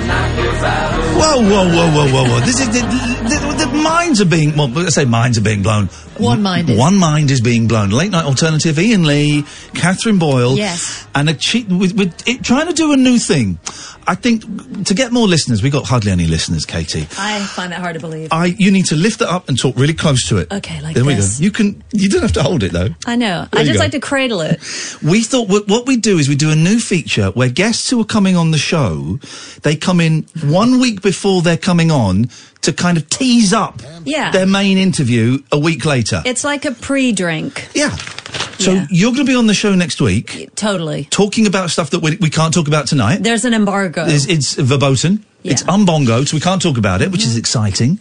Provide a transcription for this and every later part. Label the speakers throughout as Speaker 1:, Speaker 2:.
Speaker 1: Whoa, whoa, whoa, whoa, whoa, whoa. This is, the, the, the minds are being, well, let's say minds are being blown.
Speaker 2: One mind is.
Speaker 1: One mind is being blown. Late Night Alternative, Ian Lee, Catherine Boyle.
Speaker 2: Yes.
Speaker 1: And a cheat, with, with it, trying to do a new thing. I think to get more listeners, we've got hardly any listeners, Katie.
Speaker 2: I find that hard to believe.
Speaker 1: I, you need to lift it up and talk really close to it.
Speaker 2: Okay, like
Speaker 1: there
Speaker 2: this.
Speaker 1: we go. You can, you don't have to hold it though.
Speaker 2: I know.
Speaker 1: There
Speaker 2: I
Speaker 1: you
Speaker 2: just
Speaker 1: go.
Speaker 2: like to cradle it.
Speaker 1: We thought what, what we do is we do a new feature where guests who are coming on the show, they come in one week before they're coming on to kind of tease up
Speaker 2: Yeah.
Speaker 1: their main interview a week later.
Speaker 2: It's like a pre-drink.
Speaker 1: yeah. So
Speaker 2: Yeah.
Speaker 1: you're going to be on the show next week
Speaker 2: Totally.
Speaker 1: talking about stuff that we, we can't talk about tonight.
Speaker 2: There's an embargo.
Speaker 1: It's, it's verboten. It's
Speaker 2: Yeah.
Speaker 1: umbongo, so we can't talk about it, which is exciting.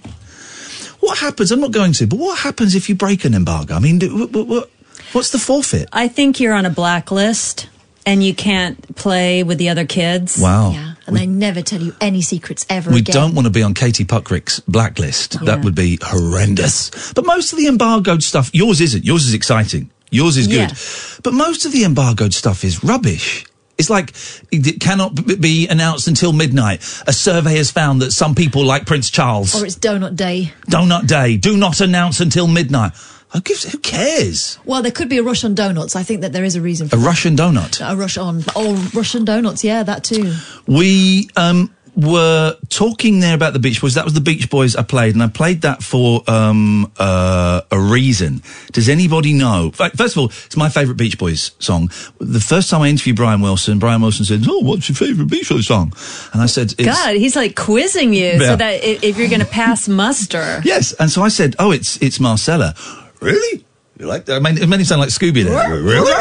Speaker 1: What happens? I'm not going to, but what happens if you break an embargo? I mean, do, what, what, what's the forfeit?
Speaker 2: I think you're on a blacklist and you can't play with the other kids.
Speaker 1: Wow.
Speaker 3: Yeah, and they never tell you any secrets ever
Speaker 1: We
Speaker 3: again.
Speaker 1: don't want to be on Katie Puckrick's blacklist. That
Speaker 2: Yeah.
Speaker 1: would be horrendous. But most of the embargoed stuff, yours isn't. Yours is exciting. Yours is good.
Speaker 2: Yeah.
Speaker 1: But most of the embargoed stuff is rubbish. It's like it cannot b- be announced until midnight. A survey has found that some people like Prince Charles.
Speaker 3: Or it's donut day.
Speaker 1: Donut Day. Do not announce until midnight.
Speaker 3: Who gives? Who cares?
Speaker 4: Well, there could be a rush on donuts. I think that there is a reason for
Speaker 3: A Russian donut.
Speaker 4: a rush on. Oh, Russian donuts. Yeah, that too.
Speaker 3: We um, were talking there about the Beach Boys. That was the Beach Boys I played, and I played that for um, uh, a reason. Does anybody know? F- First of all, it's my favourite Beach Boys song. The first time I interviewed Brian Wilson, Brian Wilson said, "Oh, what's your favourite Beach Boys song?" And I said, it's,
Speaker 2: God, he's like quizzing you
Speaker 3: Yeah.
Speaker 2: so that if, if you're going to pass muster.
Speaker 3: Yes, and so I said, "Oh, it's it's Marcella." Really? You like that? I mean, it made him sound like Scooby there. really?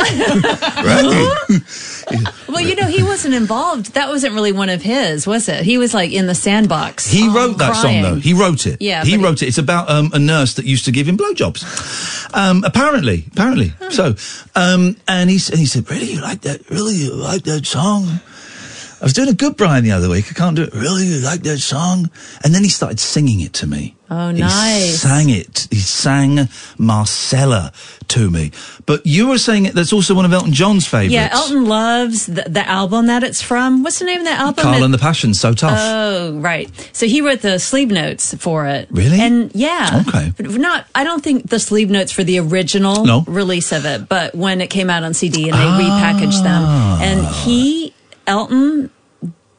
Speaker 3: really?
Speaker 2: Well, you know, he wasn't involved. That wasn't really one of his, was it? He was like in the sandbox.
Speaker 3: He
Speaker 2: Oh,
Speaker 3: wrote that
Speaker 2: crying.
Speaker 3: song though. He wrote it.
Speaker 2: Yeah,
Speaker 3: he
Speaker 2: but it-
Speaker 3: wrote it. It's about um, a nurse that used to give him blowjobs. Um, apparently, apparently. So, um, and he s- and he said, "Really, you like that? Really, you like that song?" I was doing a good Brian the other week. I can't do it. Really, you like that song? And then he started singing it to me.
Speaker 2: Oh,
Speaker 3: He
Speaker 2: nice.
Speaker 3: sang it. He sang Marcella to me. But you were saying that's also one of Elton John's favorites.
Speaker 2: Yeah, Elton loves the, the album that it's from. What's the name of that album?
Speaker 3: Carl
Speaker 2: It-
Speaker 3: and the Passion's so tough.
Speaker 2: Oh, right. So he wrote the sleeve notes for it.
Speaker 3: Really?
Speaker 2: And yeah.
Speaker 3: Okay.
Speaker 2: But not I don't think the sleeve notes for the original
Speaker 3: No. Ah.
Speaker 2: release of it, but when it came out on CD and they repackaged them. And he Elton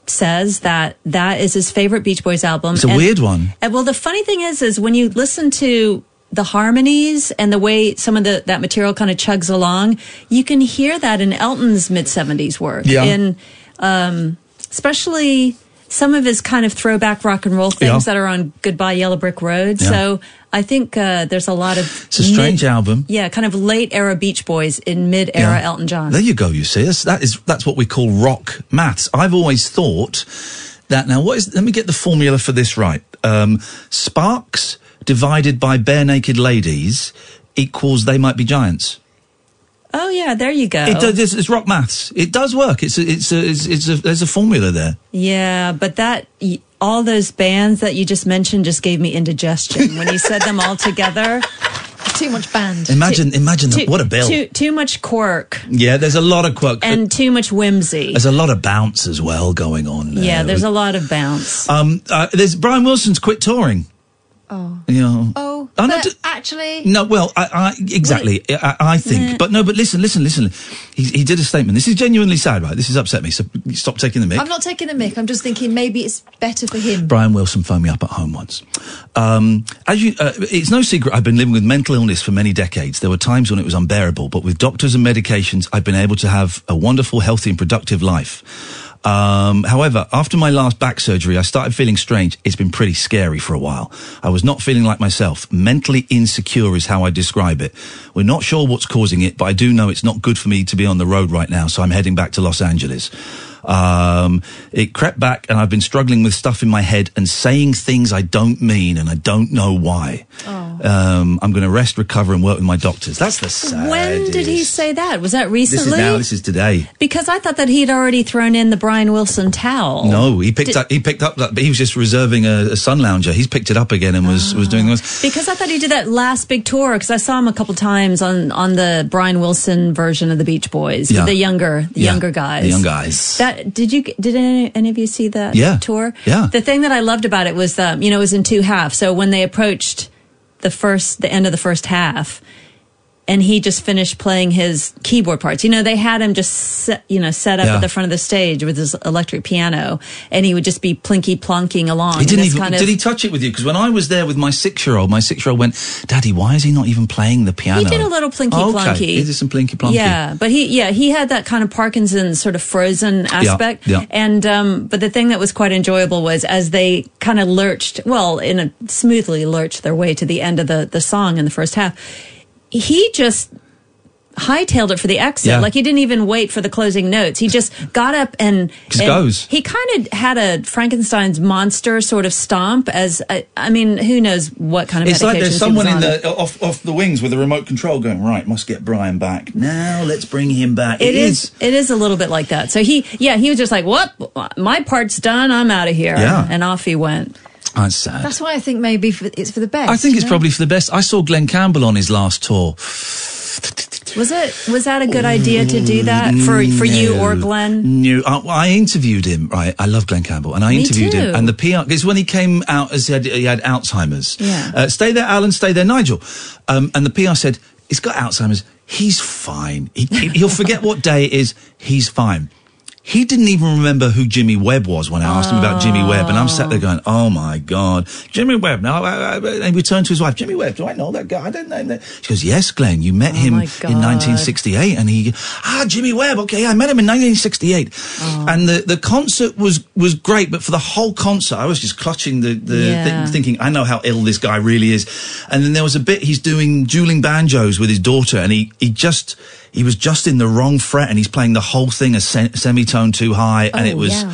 Speaker 2: says that that is his favorite Beach Boys album.
Speaker 3: It's a
Speaker 2: And-
Speaker 3: weird one.
Speaker 2: And well, the funny thing is is when you listen to the harmonies and the way some of the that material kind of chugs along, you can hear that in Elton's mid 70s work.
Speaker 3: Yeah.
Speaker 2: In um, especially some of his kind of throwback rock and roll things
Speaker 3: Yeah.
Speaker 2: that are on Goodbye Yellow Brick Road.
Speaker 3: Yeah.
Speaker 2: So I think uh, there's a lot of
Speaker 3: It's a strange
Speaker 2: mid-
Speaker 3: album.
Speaker 2: Yeah, kind of late era Beach Boys in mid era
Speaker 3: Yeah.
Speaker 2: Elton John.
Speaker 3: There you go. You see, that's, that is that's what we call rock maths. I've always thought that. Now, what is? Let me get the formula for this right. Um, sparks divided by bare naked ladies equals they might be giants.
Speaker 2: oh yeah, there you go.
Speaker 3: It does. It's, it's rock maths. It does work. It's a, it's a, it's, it's a, there's a formula there.
Speaker 2: yeah, but that y- all those bands that you just mentioned just gave me indigestion when you said them all together.
Speaker 4: Too much band.
Speaker 3: Imagine imagine
Speaker 2: Too,
Speaker 3: that. What a bill. Uh,
Speaker 2: Too too much quirk
Speaker 3: yeah, there's a lot of quirk.
Speaker 2: and too much whimsy.
Speaker 3: there's a lot of bounce as well going on. There.
Speaker 2: Yeah, there's a lot of bounce.
Speaker 3: Um, uh, there's Brian Wilson's quit touring. Oh. Yeah.
Speaker 4: Oh,
Speaker 3: no,
Speaker 4: but
Speaker 3: d-
Speaker 4: actually,
Speaker 3: No, well, I, I exactly. I, I think, but no, but listen, listen, listen. He, he did a statement. This is genuinely sad, right? This has upset me. So stop taking the mic.
Speaker 4: I'm not taking the mick. I'm just thinking maybe it's better for him.
Speaker 3: Brian Wilson phoned me up at home once. Um, as you, uh, it's no secret I've been living with mental illness for many decades. There were times when it was unbearable, but with doctors and medications, I've been able to have a wonderful, healthy, and productive life. Um, however, after my last back surgery, I started feeling strange. It's been pretty scary for a while. I was not feeling like myself. Mentally insecure is how I describe it. We're not sure what's causing it, but I do know it's not good for me to be on the road right now, so I'm heading back to Los Angeles. Um, it crept back, and I've been struggling with stuff in my head and saying things I don't mean, and I don't know why. Um, I'm going to rest, recover, and work with my doctors. That's the saddest.
Speaker 2: when did he say that? Was that
Speaker 3: This
Speaker 2: recently?
Speaker 3: is now. This is today.
Speaker 2: Because I thought that he'd already thrown in the Brian Wilson towel.
Speaker 3: No, he picked up. He picked up that. But he was just reserving a, a sun lounger. He's picked it up again and was was doing this.
Speaker 2: Because I thought he did that last big tour. Because I saw him a couple times on on the Brian Wilson version of the Beach Boys, with
Speaker 3: Yeah.
Speaker 2: the younger the
Speaker 3: Yeah,
Speaker 2: younger guys,
Speaker 3: the young guys.
Speaker 2: That did you did any, any of you see that
Speaker 3: Yeah.
Speaker 2: tour?
Speaker 3: Yeah.
Speaker 2: The thing that I loved about it was um, you know it was in two halves. So when they approached the first the end of the first half. And he just finished playing his keyboard parts. You know, they had him just, set, you know, set up
Speaker 3: Yeah.
Speaker 2: at the front of the stage with his electric piano, and he would just be plinky plonking along.
Speaker 3: He didn't
Speaker 2: Oh, This
Speaker 3: even.
Speaker 2: kind of-
Speaker 3: did he touch it with you? Because when I was there with my six-year-old, my six-year-old went, "Daddy, why is he not even playing the piano?"
Speaker 2: did a little plinky
Speaker 3: okay.
Speaker 2: plonky.
Speaker 3: He did some plinky plonky.
Speaker 2: Yeah, but he yeah he had that kind of Parkinson's sort of frozen aspect.
Speaker 3: yeah.
Speaker 2: And um, but the thing that was quite enjoyable was as they kind of lurched, well, in a smoothly lurched their way to the end of the the song in the first half. He just hightailed it for the exit.
Speaker 3: Yeah.
Speaker 2: Like he didn't even wait for the closing notes. He just got up and
Speaker 3: Just
Speaker 2: and
Speaker 3: goes.
Speaker 2: He kind of had a Frankenstein's monster sort of stomp. As I, I mean, who knows what kind of
Speaker 3: It's like
Speaker 2: medications he
Speaker 3: there's
Speaker 2: was
Speaker 3: someone in
Speaker 2: on.
Speaker 3: the off off the wings with a remote control going right. Must get Brian back now. Let's bring him back.
Speaker 2: It is. It is a little bit like that. So he, yeah, he was just like, "What? My part's done. I'm out of here."
Speaker 3: Yeah.
Speaker 2: And off he went.
Speaker 3: That's sad.
Speaker 4: That's why I think maybe for, it's for the best.
Speaker 3: I think
Speaker 4: you
Speaker 3: it's
Speaker 4: know?
Speaker 3: probably for the best. I saw Glenn Campbell on his last tour.
Speaker 2: Was it was that a good idea to do that for for you or
Speaker 3: Mm, No.
Speaker 2: Glenn?
Speaker 3: Mm, No, I, well, I interviewed him. Right, I love Glenn Campbell, and I
Speaker 2: Me
Speaker 3: interviewed
Speaker 2: too.
Speaker 3: him. And the PR is when he came out as he had, he had Alzheimer's.
Speaker 2: Yeah.
Speaker 3: Uh, stay there, Alan. Stay there, Nigel. Um, and the PR said he's got Alzheimer's. He's fine. He, he- he'll forget what day it is. He's fine. He didn't even remember who Jimmy Webb was when I asked him about Jimmy Webb, and I'm sat there going, "Oh my god, Jimmy Webb!" Now, I, I, I- and we turned to his wife, "Jimmy Webb, do I know that guy? I don't know." That. She goes, "Yes, Glenn, you met him in
Speaker 2: Oh, my God.
Speaker 3: 1960." 1968 and he ah Jimmy Webb okay I met him in 1968
Speaker 4: Oh.
Speaker 3: and the, the concert was was great but for the whole concert I was just clutching the, the
Speaker 2: Yeah.
Speaker 3: thing, thinking I know how ill this guy really is and then there was a bit he's doing dueling banjos with his daughter and he he just he was just in the wrong fret and he's playing the whole thing a se- semitone too high and
Speaker 4: Oh,
Speaker 3: it was
Speaker 4: yeah.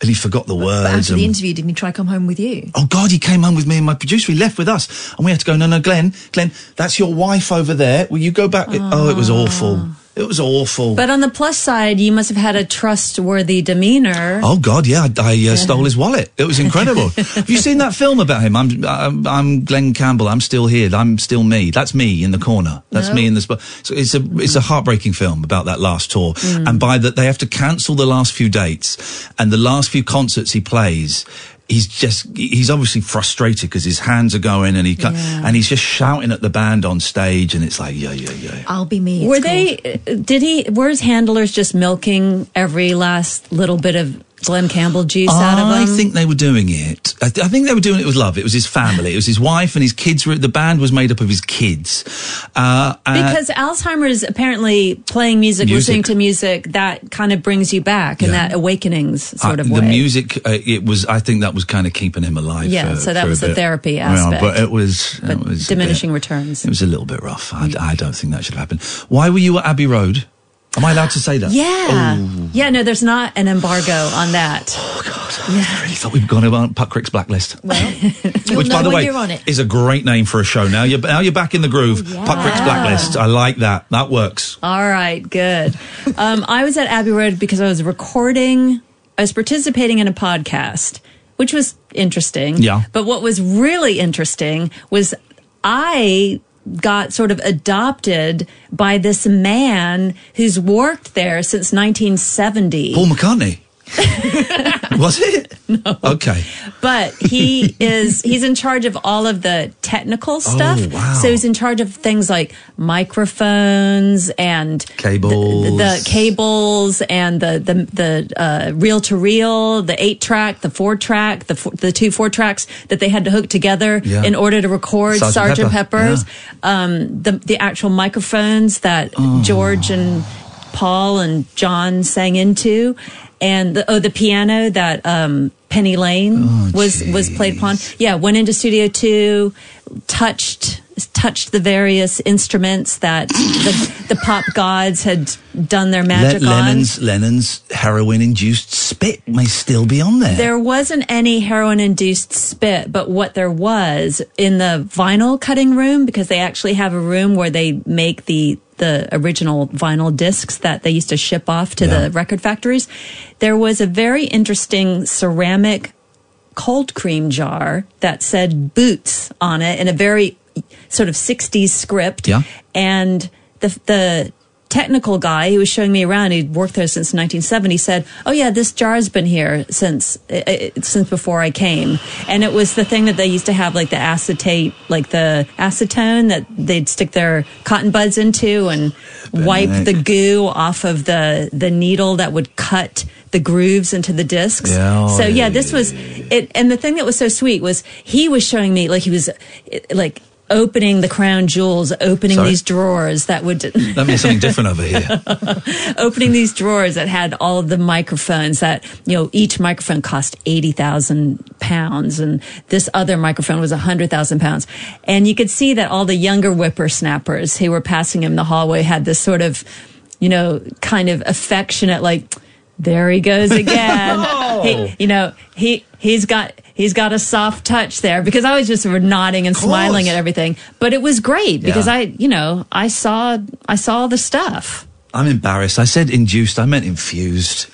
Speaker 3: and he forgot the words
Speaker 4: But after
Speaker 3: and,
Speaker 4: the interview, didn't he try come home with you?
Speaker 3: Oh God, he came home with me and my producer. He left with us, and we had to go. No, no, Glenn, Glenn, that's your wife over there. Will you go back? It- Oh, it was awful. It was awful.
Speaker 2: But on the plus side, you must have had a trustworthy demeanor.
Speaker 3: oh God, yeah, I, I uh, stole his wallet. It was incredible. Have you seen that film about him? I'm, I'm, I'm Glenn Campbell. I'm still here. I'm still me. That's me in the corner. That's me in the spot. So it's a, it's a heartbreaking film about that last tour, and by that they have to cancel the last few dates and the last few concerts he plays. he's just he's obviously frustrated because his hands are going and he can
Speaker 4: Yeah.
Speaker 3: and he's just shouting at the band on stage and it's like yeah yeah yeah
Speaker 4: I'll be me. it's
Speaker 2: were
Speaker 4: called.
Speaker 2: they? Did he? Were his handlers just milking every last little bit of Glenn Campbell juice out of
Speaker 3: I
Speaker 2: him?
Speaker 3: think they were doing it. I, th- I think they were doing it with love. It was his family. It was his wife and his kids. Were, the band was made up of his kids. Uh, and-
Speaker 2: because Alzheimer's apparently playing music,
Speaker 3: Music.
Speaker 2: listening to music, that kind of brings you back in
Speaker 3: Yeah.
Speaker 2: that awakenings sort
Speaker 3: Uh,
Speaker 2: of
Speaker 3: the
Speaker 2: way.
Speaker 3: music, uh, it was. I think that was kind of keeping him alive.
Speaker 2: Yeah,
Speaker 3: for-
Speaker 2: so that
Speaker 3: for a
Speaker 2: was the
Speaker 3: bit.
Speaker 2: therapy
Speaker 3: Yeah,
Speaker 2: aspect.
Speaker 3: but it was, it
Speaker 2: But
Speaker 3: was a
Speaker 2: diminishing
Speaker 3: bit-
Speaker 2: returns.
Speaker 3: It was a little bit rough. I, I don't think that should have happened. Why were you at Abbey Road? Am I allowed to say that?
Speaker 2: Yeah. Yeah, no, there's not an embargo on that.
Speaker 3: Oh God! I really thought we'd gone about Puckrick's blacklist.
Speaker 4: Well, you'll
Speaker 3: Which,
Speaker 4: know
Speaker 3: by the
Speaker 4: when
Speaker 3: way,
Speaker 4: you're on it.
Speaker 3: is a great name for a show. Now you're now you're back in the groove.
Speaker 2: Oh,
Speaker 3: Puckrick's Blacklist. I like that. That works.
Speaker 2: All right, good. Um, I was at Abbey Road because I was recording, I was participating in a podcast, which was interesting.
Speaker 3: Yeah.
Speaker 2: But what was really interesting was I got sort of adopted by this man who's worked there since 1970.
Speaker 3: Paul McCartney. Was it? No. Okay.
Speaker 2: but he is he's in charge of all of the technical stuff
Speaker 3: Oh, wow.
Speaker 2: so he's in charge of things like microphones and
Speaker 3: Cables.
Speaker 2: the, the cables and the the the uh, reel to reel the eight track the four track the four, the two four tracks that they had to hook together
Speaker 3: Yeah.
Speaker 2: in order to record
Speaker 3: Sgt.
Speaker 2: Sgt.
Speaker 3: Pepper,
Speaker 2: Pepper's um the the actual microphones that
Speaker 3: Oh.
Speaker 2: George and Paul and John sang into and the, oh the piano that um Penny Lane
Speaker 3: Oh,
Speaker 2: was was played upon. Yeah, went into Studio Two, touched touched the various instruments that the, the pop gods had done their magic
Speaker 3: Le-
Speaker 2: on.
Speaker 3: Lennon's Lennon's heroin-induced spit may still be on there.
Speaker 2: There wasn't any heroin induced spit, but what there was in the vinyl cutting room, because they actually have a room where they make the the original vinyl discs that they used to ship off to
Speaker 3: Yeah.
Speaker 2: the record factories. There was a very interesting ceramic cold cream jar that said boots on it in a very sort of 60s script.
Speaker 3: Yeah.
Speaker 2: And the, the technical guy who was showing me around, he'd worked there since 1970, said, Oh, yeah, this jar's been here since, uh, uh, since before I came. And it was the thing that they used to have, like the acetate, like the acetone that they'd stick their cotton buds into and wipe
Speaker 3: Benedict.
Speaker 2: the goo off of the, the needle that would cut the grooves into the discs.
Speaker 3: Yeah, oh,
Speaker 2: so,
Speaker 3: yeah,
Speaker 2: yeah, this was it and the thing that was so sweet was he was showing me like he was it- like opening the crown jewels opening
Speaker 3: Sorry?
Speaker 2: these drawers that would
Speaker 3: that means something different over here.
Speaker 2: opening these drawers that had all of the microphones that you know each microphone cost 80,000 pounds and this other microphone was 100,000 pounds and you could see that all the younger whippersnappers who were passing him in the hallway had this sort of you know kind of affectionate like there he goes again he, you know he he's got he's got a soft touch there because I was just sort of nodding and smiling at everything but it was great because I you know I saw I saw the stuff
Speaker 3: I'm embarrassed. I said induced. I meant infused.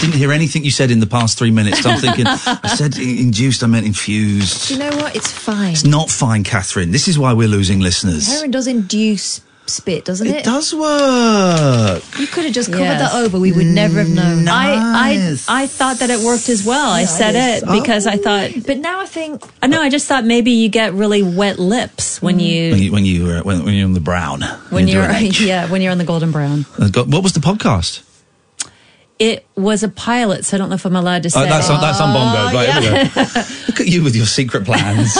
Speaker 3: Didn't hear anything you said in the past three minutes. I'm thinking. I said i- induced. I meant infused.
Speaker 4: Do you know what? It's fine.
Speaker 3: It's not fine, Catherine. This is why we're losing listeners.
Speaker 4: Heroin does induce lips bit, doesn't it?
Speaker 3: It does work.
Speaker 4: You could have just covered
Speaker 2: Yes.
Speaker 4: that over. We would never have known.
Speaker 2: I,
Speaker 3: Nice.
Speaker 2: I I thought that it worked as well. I
Speaker 4: Yeah,
Speaker 2: said
Speaker 4: it
Speaker 2: it because
Speaker 3: Oh.
Speaker 2: I thought.
Speaker 4: But now I think
Speaker 2: I know. I just thought maybe you get really wet lips when you
Speaker 3: When you when you uh, Mm. when, when you're on the brown.
Speaker 2: when
Speaker 3: you do
Speaker 2: you're
Speaker 3: an H.
Speaker 2: yeah when you're on the golden brown.
Speaker 3: Uh, go- What was the podcast?
Speaker 2: It was a pilot, so I don't know if I'm allowed to say. Oh,
Speaker 3: Oh, that's on, that's on Bongo. Right, here we go. Look at you with your secret plans.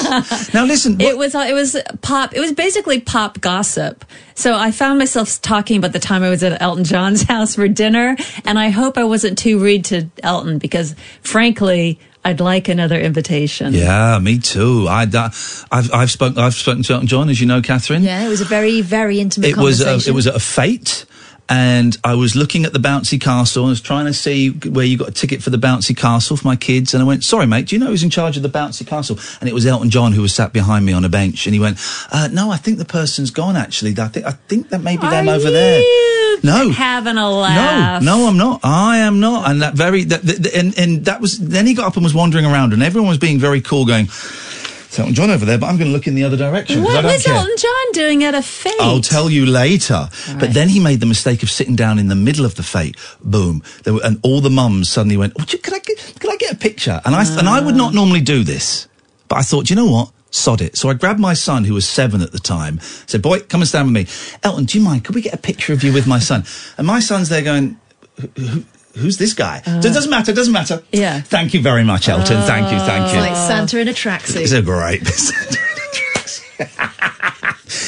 Speaker 3: now listen. What,
Speaker 2: it was uh, it was pop. It was basically pop gossip. So I found myself talking about the time I was at Elton John's house for dinner, and I hope I wasn't too rude to Elton because, frankly, I'd like another invitation.
Speaker 3: yeah, me too. I that, I've I've spoken I've spoken to Elton John, as you know, Catherine.
Speaker 4: yeah, it was a very very intimate
Speaker 3: it was
Speaker 4: conversation.
Speaker 3: a, it was at a fate and I was looking at the bouncy castle and I was trying to see where you got a ticket for the bouncy castle for my kids. And I went, sorry, mate, do you know who's in charge of the bouncy castle? And it was Elton John who was sat behind me on a bench. And he went, uh, no, I think the person's gone, actually. I think, I think that may be them
Speaker 2: Are
Speaker 3: over there.
Speaker 2: you
Speaker 3: No.
Speaker 2: having a
Speaker 3: No,
Speaker 2: laugh.
Speaker 3: no, I'm not. I am not. And that very, that, th th- and, and that was, then he got up and was wandering around and everyone was being very cool going, "It's Elton John over there, but I'm going to look in the other direction. 'cause I
Speaker 2: What
Speaker 3: don't
Speaker 2: was
Speaker 3: care.
Speaker 2: Elton John doing at a fete?
Speaker 3: I'll tell you later. But
Speaker 2: right.
Speaker 3: then he made the mistake of sitting down in the middle of the fate. Boom! There were, and all the mums suddenly went, oh, "Could I get? Could I get a picture?" And I and I would not normally do this, but I thought, you know what? Sod it. So I grabbed my son, who was seven at the time, said, "Boy, come and stand with me." Elton, do you mind? Could we get a picture of you with my son? And my son's there going. "Who- who- Who's this guy? It doesn't matter. Doesn't matter.
Speaker 2: Yeah.
Speaker 3: Thank you very much, Elton. thank you. Thank you.
Speaker 4: Oh, like Santa in a
Speaker 3: It's
Speaker 4: tracksuit.
Speaker 3: a great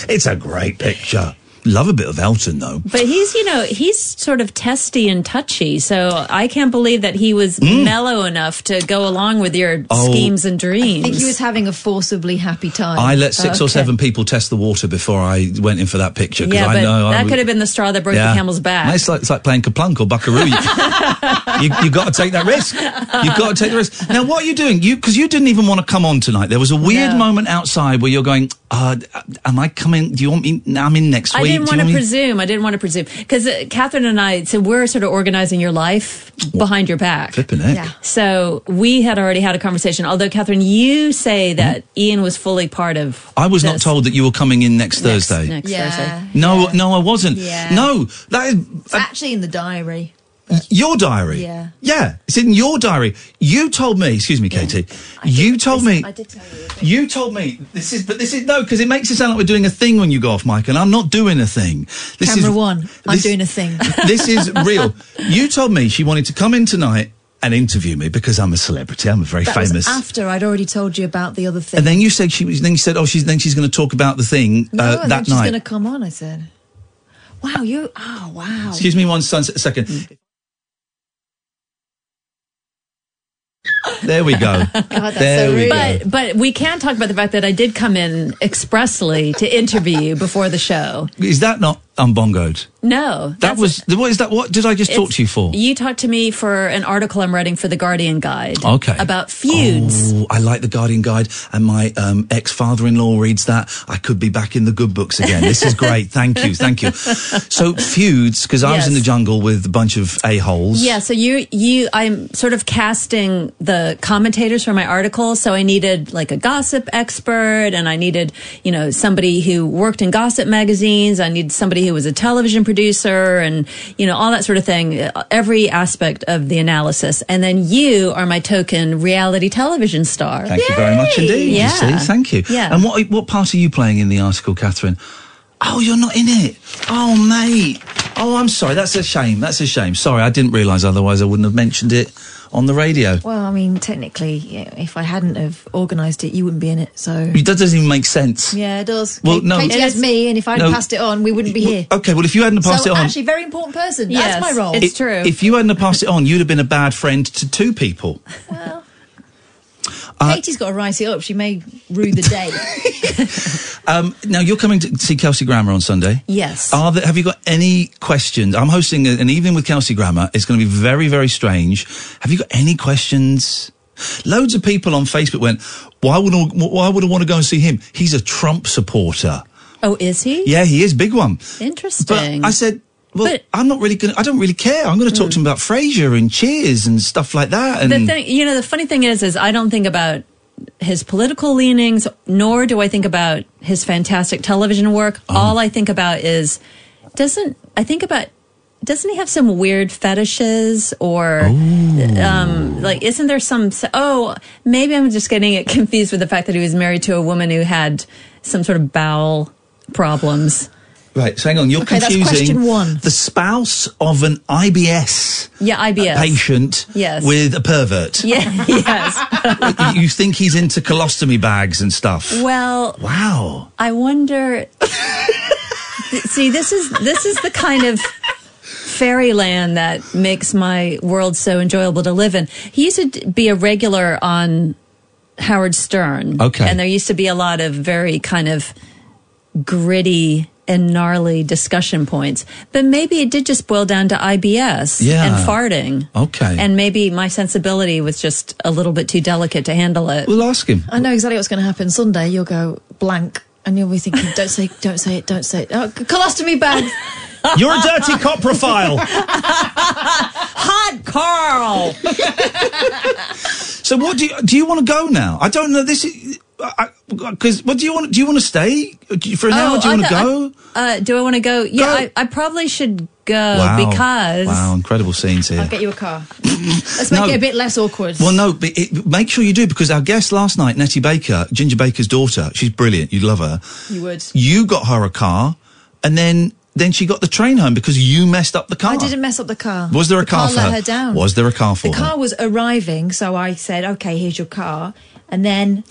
Speaker 3: It's a great picture. Love a bit of Elton though.
Speaker 2: But he's, you know, he's sort of testy and touchy. So I can't believe that he was mellow enough to go along with your
Speaker 3: Mm. Oh.
Speaker 2: schemes and
Speaker 4: I
Speaker 2: dreams.
Speaker 4: think he was having a forcibly happy time.
Speaker 3: I let six
Speaker 2: Uh,
Speaker 3: or
Speaker 2: Okay.
Speaker 3: seven people test the water before I went in for that picture because
Speaker 2: yeah,
Speaker 3: I
Speaker 2: but
Speaker 3: know I
Speaker 2: that
Speaker 3: would-
Speaker 2: could have been the straw that broke the camel's back.
Speaker 3: It's like, it's like playing Kaplunk or Buckaroo. you, you, have got to take that risk. You've got to take the risk. Now, what are you doing? You Because you didn't even want to come on tonight. There was a weird
Speaker 2: No.
Speaker 3: moment outside where you're going, uh, am I coming? Do you want me? I'm in next
Speaker 2: I didn't
Speaker 3: week. Do you
Speaker 2: want to
Speaker 3: me-
Speaker 2: presume. I didn't want to presume because uh, Catherine and I, so we're sort of organizing your life behind your back.
Speaker 3: Flipping heck.
Speaker 4: Yeah.
Speaker 2: So we had already had a conversation. Although Catherine, you say that Ian was fully part of.
Speaker 3: I was not
Speaker 2: this.
Speaker 3: told that you were coming in next,
Speaker 2: Next-
Speaker 3: Thursday.
Speaker 2: Next
Speaker 4: Yeah.
Speaker 2: Thursday.
Speaker 3: No, no, I wasn't.
Speaker 4: Yeah.
Speaker 3: No, that is
Speaker 4: it's actually in the diary.
Speaker 3: your diary.
Speaker 4: Yeah.
Speaker 3: Yeah, it's in your diary. You told me, excuse me, Katie, you told me.
Speaker 4: I did tell you.
Speaker 3: You told me this is, but this is no, because it makes it sound like we're doing a thing when you go off mic, and I'm not doing a thing. This
Speaker 4: Camera
Speaker 3: is,
Speaker 4: one. I'm
Speaker 3: this-
Speaker 4: doing a thing.
Speaker 3: this is real. You told me she wanted to come in tonight and interview me because I'm a celebrity. I'm a very
Speaker 4: That
Speaker 3: famous.
Speaker 4: was after I'd already told you about the other thing.
Speaker 3: and then you said she was. Then you said, "Oh, she's then she's going to talk about the thing
Speaker 4: no,
Speaker 3: uh,
Speaker 4: and then
Speaker 3: that
Speaker 4: she's
Speaker 3: night."
Speaker 4: going to come on. I said, "Wow, you. Oh, wow.
Speaker 3: Excuse me one sun- second. There we go.
Speaker 4: God, that's
Speaker 3: There
Speaker 4: so
Speaker 3: we
Speaker 4: rude.
Speaker 3: go.
Speaker 2: But but we can talk about the fact that I did come in expressly to interview you before the show.
Speaker 3: Is that not unbongoed?
Speaker 2: No,
Speaker 3: That
Speaker 2: that's-
Speaker 3: was. What is that? What did I just talk to you for?
Speaker 2: You talked to me for an article I'm writing for the Guardian Guide.
Speaker 3: Okay.
Speaker 2: About feuds.
Speaker 3: Oh, I like the Guardian Guide, and my um, ex father in law reads that. I could be back in the good books again. This is great. thank you. Thank you. So, feuds, because I was
Speaker 2: Yes.
Speaker 3: in the jungle with a bunch of a-holes.
Speaker 2: Yeah, so you you I'm sort of casting the commentators for my article, so I needed like a gossip expert and I needed, you know, somebody who worked in gossip magazines, I needed somebody who was a television producer and, you know, all that sort of thing, uh, every aspect of the analysis. And then you are my token reality television star.
Speaker 3: Thank you very much indeed.
Speaker 2: Yeah.
Speaker 3: You see, thank you.
Speaker 2: Yeah.
Speaker 3: And what what part are you playing in the article, Catherine? Oh, you're not in it. Oh, mate. Oh, I'm sorry. That's a shame. That's a shame. Sorry, I didn't realise. Otherwise, I wouldn't have mentioned it on the radio.
Speaker 4: Well, I mean, technically, you know, if I hadn't have organised it, you wouldn't be in it. So
Speaker 3: That doesn't even make sense.
Speaker 4: yeah, it does.
Speaker 3: Well,
Speaker 4: Kate-
Speaker 3: no.
Speaker 4: Katie has me, and if I'd
Speaker 3: No.
Speaker 4: passed it on, we wouldn't be here.
Speaker 3: Okay. Well, if you hadn't passed
Speaker 4: so
Speaker 3: it on,
Speaker 4: actually, very important person.
Speaker 2: Yes,
Speaker 4: That's my role.
Speaker 2: it's- true.
Speaker 3: If you hadn't passed it on, you'd have been a bad friend to two people. Uh,
Speaker 4: Katie's got to write it up. She may rue the day.
Speaker 3: Um, Now you're coming to see Kelsey Grammer on Sunday.
Speaker 2: Yes.
Speaker 3: Are there, have you got any questions? I'm hosting a- an evening with Kelsey Grammer. It's going to be very, very strange. Have you got any questions? Loads of people on Facebook went, "Why would I, why would I want to go and see him? He's a Trump supporter.
Speaker 2: Oh, is he?
Speaker 3: Yeah, he is big one."
Speaker 2: Interesting.
Speaker 3: But I said, "Well,
Speaker 2: But-
Speaker 3: I'm not really going. to I don't really care. I'm going to talk to him about Frasier and Cheers and stuff like that." And
Speaker 2: the thing you know the funny thing is is i don't think about his political leanings, nor do I think about his fantastic television work. All I think about is doesn't I think about doesn't he have some weird fetishes or um, like isn't there some s- oh maybe I'm just getting it confused with the fact that he was married to a woman who had some sort of bowel problems.
Speaker 3: Right, so hang on. You're
Speaker 4: Okay, that's
Speaker 3: confusing
Speaker 4: question one.
Speaker 3: the spouse of an IBS
Speaker 2: Yeah, IBS.
Speaker 3: patient
Speaker 2: Yes.
Speaker 3: with a pervert.
Speaker 2: Yeah, yes.
Speaker 3: you think he's into colostomy bags and stuff.
Speaker 2: Well,
Speaker 3: Wow.
Speaker 2: I wonder. Th- See, this is this is the kind of fairyland that makes my world so enjoyable to live in. He used to d- be a regular on Howard Stern.
Speaker 3: Okay.
Speaker 2: and there used to be a lot of very kind of gritty and gnarly discussion points. But maybe it did just boil down to IBS
Speaker 3: Yeah.
Speaker 2: and farting.
Speaker 3: Okay.
Speaker 2: and maybe my sensibility was just a little bit too delicate to handle it.
Speaker 3: We'll ask him.
Speaker 4: I know exactly what's going to happen. Sunday, you'll go blank, and you'll be thinking, "Don't say, don't say it, don't say it." Oh, colostomy bag.
Speaker 3: You're a dirty cop profile.
Speaker 2: Hot Carl.
Speaker 3: So what do you, do you want to go now? I don't know. This is because what do you want? Do you want to stay Do you- for an hour? Do
Speaker 2: Oh,
Speaker 3: you
Speaker 2: I
Speaker 3: want to go?
Speaker 2: thought- I- uh, do I want to go? Yeah,
Speaker 3: Go.
Speaker 2: I, I probably should go oh, because
Speaker 3: wow, incredible scenes here.
Speaker 4: I'll get you a car. Let's make
Speaker 3: No.
Speaker 4: it a bit less awkward.
Speaker 3: Well, no, but it, make sure you do because our guest last night, Nettie Baker, Ginger Baker's daughter, she's brilliant. You'd love her.
Speaker 4: You would.
Speaker 3: You got her a car, and then then she got the train home because you messed up the car.
Speaker 4: I didn't mess up the car.
Speaker 3: Was there a
Speaker 4: The
Speaker 3: car for
Speaker 4: let
Speaker 3: her?
Speaker 4: her down.
Speaker 3: Was there a car for
Speaker 4: the
Speaker 3: her?
Speaker 4: car was arriving, so I said, "Okay, here's your car," and then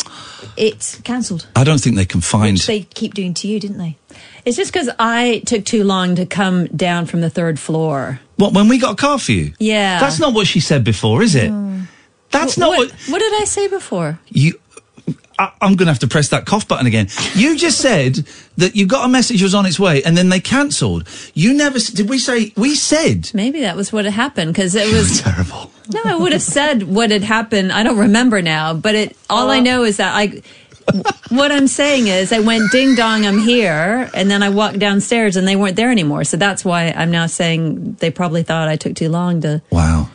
Speaker 4: it cancelled.
Speaker 3: I don't think they can find.
Speaker 4: Which they keep doing to you, didn't they?
Speaker 2: it's just because I took too long to come down from the third floor.
Speaker 3: What when we got a car for you?
Speaker 2: Yeah.
Speaker 3: that's not what she said before, is it? That's not
Speaker 2: what,
Speaker 3: what,
Speaker 2: what did I say before?
Speaker 3: you. I, I'm going to have to press that cough button again. You just said that you got a message was on its way, and then they cancelled. You never s- did. We say we said.
Speaker 2: Maybe that was what had happened because it was.
Speaker 3: Terrible.
Speaker 2: no, I would have said what had happened. I don't remember now, but it. All
Speaker 4: Oh.
Speaker 2: I know is that I. what I'm saying is, I went ding dong, I'm here, and then I walked downstairs and they weren't there anymore. So that's why I'm now saying they probably thought I took too long to
Speaker 3: Wow.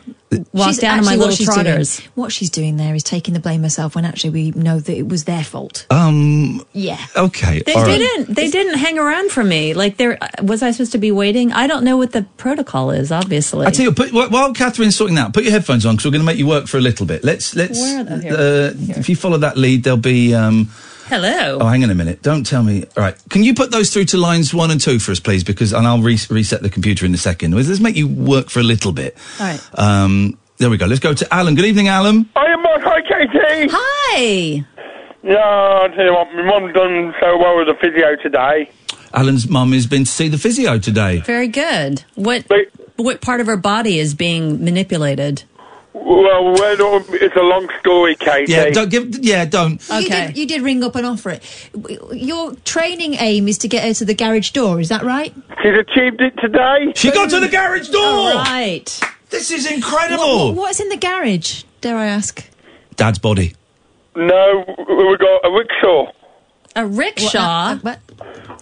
Speaker 2: walk
Speaker 4: She's-
Speaker 2: down to my
Speaker 4: actually, what
Speaker 2: little
Speaker 4: she's
Speaker 2: trotters.
Speaker 4: Doing, what she's doing there is taking the blame herself when actually we know that it was their fault.
Speaker 3: Um.
Speaker 4: yeah.
Speaker 3: Okay.
Speaker 2: They
Speaker 3: all right.
Speaker 2: didn't. They didn't hang around for me. Like, there was I supposed to be waiting? I don't know what the protocol is. Obviously,
Speaker 3: I tell you, put, wh- while Catherine's sorting that, out, put your headphones on because we're going to make you work for a little bit. Let's let's.
Speaker 2: Where are they? Here.
Speaker 3: Uh, If you follow that lead, there'll be. Um,
Speaker 2: hello.
Speaker 3: oh, hang on a minute. Don't tell me. All right. Can you put those through to lines one and two for us, please? Because and I'll re- reset the computer in a second. Let's make you work for a little bit.
Speaker 2: All right.
Speaker 3: Um, there we go. Let's go to Alan. Good evening, Alan.
Speaker 5: I am on. Hi, Katie.
Speaker 2: Hi.
Speaker 5: Yeah, I tell you what, my mum done so well with the physio today.
Speaker 3: Alan's mum has been to see the physio today.
Speaker 2: Very good. What
Speaker 5: Wait.
Speaker 2: what part of her body is being manipulated?
Speaker 5: Well, we're not, it's a long story, Katie.
Speaker 3: Yeah. Don't give. Yeah. Don't.
Speaker 4: You
Speaker 2: Okay.
Speaker 4: did, you did ring up and offer it. W- Your training aim is to get her to the garage door, is that right?
Speaker 5: She's achieved it today.
Speaker 3: She got to the garage door.
Speaker 2: All right.
Speaker 3: This is incredible.
Speaker 4: What- what's in the garage, dare I ask?
Speaker 3: Dad's body.
Speaker 5: No, we got a rickshaw,
Speaker 2: A
Speaker 4: What-
Speaker 2: rickshaw.
Speaker 4: uh, what-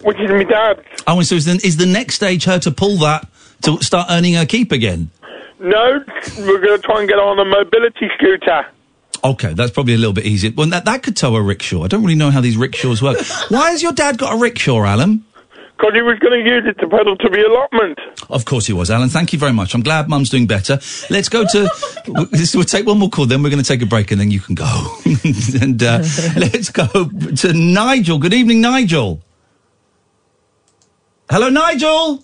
Speaker 5: which is my dad's.
Speaker 3: Oh, and so is the, is the next stage her to pull that to start earning her keep again?
Speaker 5: No, we're going to try and get on a mobility scooter.
Speaker 3: Okay, that's probably a little bit easier. Well, that, that could tow a rickshaw. I don't really know how these rickshaws work. Why has your dad got a rickshaw, Alan?
Speaker 5: Because he was going to use it to pedal to the allotment.
Speaker 3: Of course he was, Alan. Thank you very much. I'm glad Mum's doing better. Let's go to. w- this, we'll take one more call, then we're going to take a break, and then you can go. and uh, let's go to Nigel. Good evening, Nigel. Hello, Nigel.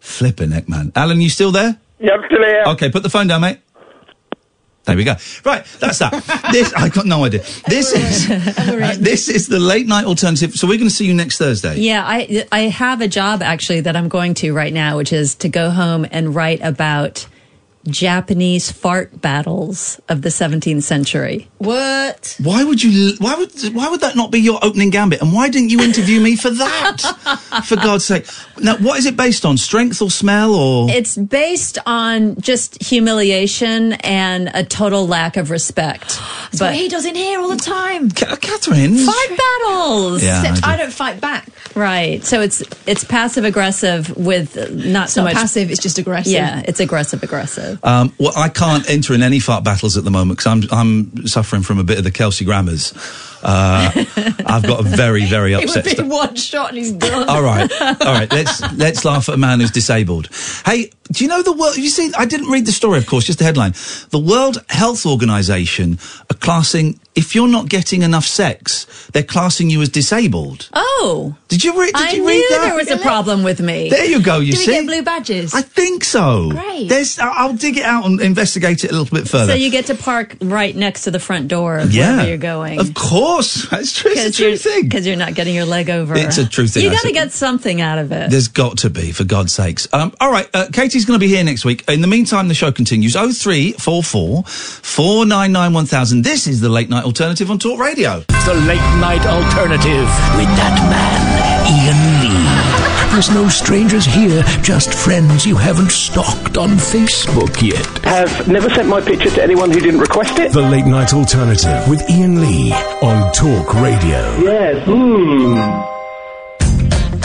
Speaker 3: Flippin' heck, man. Alan, you still there?
Speaker 5: Yeah, I'm still here.
Speaker 3: Okay, put the phone down, mate. There we go. Right, that's that. this I got no idea. This is this is the late night alternative. So we're going to see you next Thursday.
Speaker 2: Yeah, I I have a job actually that I'm going to right now, which is to go home and write about Japanese fart battles of the 17th century.
Speaker 4: What?
Speaker 3: Why would you? Why would? Why would that not be your opening gambit? And why didn't you interview me for that? for God's sake! Now, what is it based on? Strength or smell or?
Speaker 2: It's based on just humiliation and a total lack of respect.
Speaker 4: That's what
Speaker 2: But
Speaker 4: he does in here all the time.
Speaker 3: Ca- Catherine.
Speaker 2: fart battles.
Speaker 3: Yeah, I
Speaker 4: Except
Speaker 3: do.
Speaker 4: I don't fight back.
Speaker 2: Right. So it's it's passive aggressive with not
Speaker 4: It's
Speaker 2: so
Speaker 4: not
Speaker 2: much
Speaker 4: passive, it's just aggressive.
Speaker 2: Yeah, it's aggressive aggressive.
Speaker 3: Um, well, I can't enter in any fart battles at the moment because I'm I'm suffering from a bit of the Kelsey Grammars. Uh, I've got a very very
Speaker 4: It would
Speaker 3: upset.
Speaker 4: be
Speaker 3: sta-
Speaker 4: one shot and he's done.
Speaker 3: all right, all right. Let's let's laugh at a man who's disabled. Hey, do you know the world? Have you seen? I didn't read the story, of course, just the headline. The World Health Organization are classing if you're not getting enough sex, they're classing you as disabled.
Speaker 2: Oh,
Speaker 3: Did you read? Did
Speaker 2: I
Speaker 3: you
Speaker 2: knew
Speaker 3: read that?
Speaker 2: there was a problem with me.
Speaker 3: There you go. You
Speaker 4: Do we
Speaker 3: see,
Speaker 4: get blue badges?
Speaker 3: I think so.
Speaker 4: Great.
Speaker 3: There's. I- I'll dig it out and investigate it a little bit further.
Speaker 2: So you get to park right next to the front door of
Speaker 3: yeah,
Speaker 2: wherever you're going.
Speaker 3: Of course, that's true. It's a true thing.
Speaker 2: Because you're not getting your leg over.
Speaker 3: It's a true thing,
Speaker 2: You
Speaker 3: I
Speaker 2: got to
Speaker 3: said.
Speaker 2: get something out of it.
Speaker 3: There's got to be, for God's sakes. Um, all right, uh, Katie's going to be here next week. In the meantime, the show continues. 0344 499 1000. This is the late night alternative on Talk Radio.
Speaker 6: The late night alternative with that man, Ian Lee. There's no strangers here, just friends you haven't stalked on Facebook yet.
Speaker 7: Have never sent my picture to anyone who didn't request it.
Speaker 8: The Late Night Alternative with Ian Lee on Talk Radio.
Speaker 7: Yes. Hmm.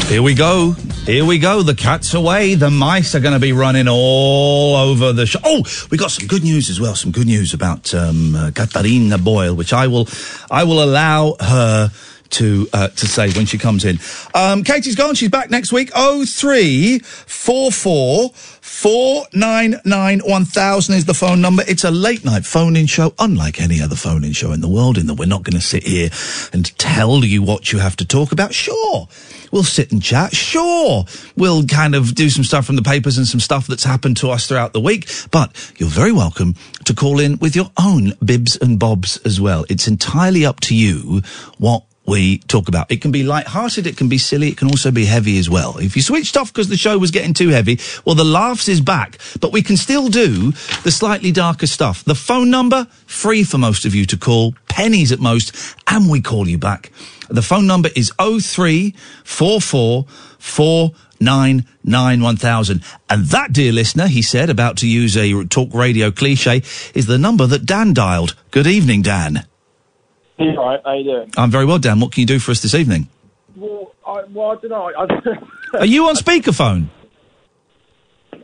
Speaker 3: Here we go. Here we go. The cat's away. The mice are going to be running all over the show. Oh, we got some good news as well. Some good news about um, uh, Katarina Boyle, which I will, I will allow her to uh, to say when she comes in. Um, Katie's gone. She's back next week. Oh three four four four nine nine one thousand is the phone number. It's a late night phone in show, unlike any other phone in show in the world. In that we're not going to sit here and tell you what you have to talk about. Sure. We'll sit and chat. Sure, we'll kind of do some stuff from the papers and some stuff that's happened to us throughout the week. But you're very welcome to call in with your own bibs and bobs as well. It's entirely up to you what we talk about. It can be light-hearted, it can be silly, it can also be heavy as well. If you switched off because the show was getting too heavy, well, the laughs is back, but we can still do the slightly darker stuff. The phone number, free for most of you to call, pennies at most, and we call you back. The phone number is oh 03444991000. And that, dear listener, he said, about to use a talk radio cliche, is the number that Dan dialed. Good evening, Dan.
Speaker 5: You all right? uh, How you doing?
Speaker 3: I'm very well, Dan. What can you do for us this evening?
Speaker 5: Well, I, well, I don't know. I,
Speaker 3: Are you on speakerphone?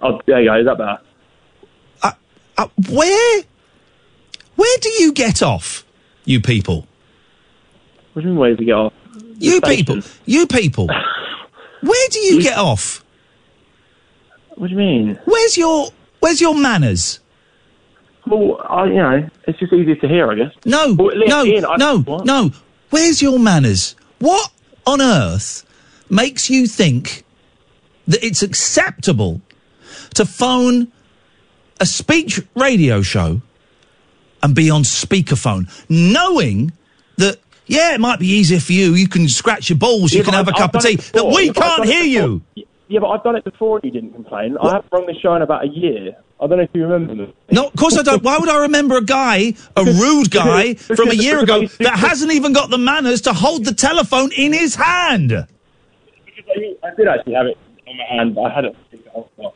Speaker 5: oh, there you go. Is that better?
Speaker 3: Uh, uh, where? Where do you get off, you people?
Speaker 5: What do you mean, where did we get off?
Speaker 3: You
Speaker 5: station.
Speaker 3: people. You people. Where do you get off?
Speaker 5: What do you mean?
Speaker 3: Where's your Where's your manners?
Speaker 5: Well, I, you know, it's just easier to hear, I guess.
Speaker 3: No,
Speaker 5: Well, Ian,
Speaker 3: no,
Speaker 5: Ian, I-
Speaker 3: no,
Speaker 5: what?
Speaker 3: no. Where's your manners? What on earth makes you think that it's acceptable to phone a speech radio show and be on speakerphone, knowing that yeah, it might be easier for you. You can scratch your balls. you
Speaker 5: Yeah,
Speaker 3: can
Speaker 5: but
Speaker 3: have a
Speaker 5: I've-
Speaker 3: cup
Speaker 5: I've
Speaker 3: of
Speaker 5: done
Speaker 3: tea.
Speaker 5: it before.
Speaker 3: That we
Speaker 5: I've done it
Speaker 3: can't hear
Speaker 5: before. Y-
Speaker 3: you.
Speaker 5: Yeah, but I've done it before and you didn't complain. I haven't rung the show in about a year. I don't know if you remember me.
Speaker 3: No, of course I don't. Why would I remember a guy, a rude guy from a year ago that hasn't even got the manners to hold the telephone in his hand?
Speaker 5: I did actually have it on my hand, but I had it.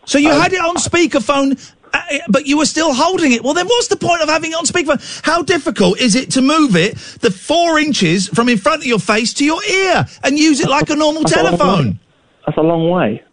Speaker 3: So
Speaker 5: Um,
Speaker 3: you had it on speakerphone, uh, but you were still holding it. Well, then what's the point of having it on speakerphone? How difficult is it to move it the four inches from in front of your face to your ear and use it like a normal
Speaker 5: That's a long
Speaker 3: telephone?
Speaker 5: way. That's a long way.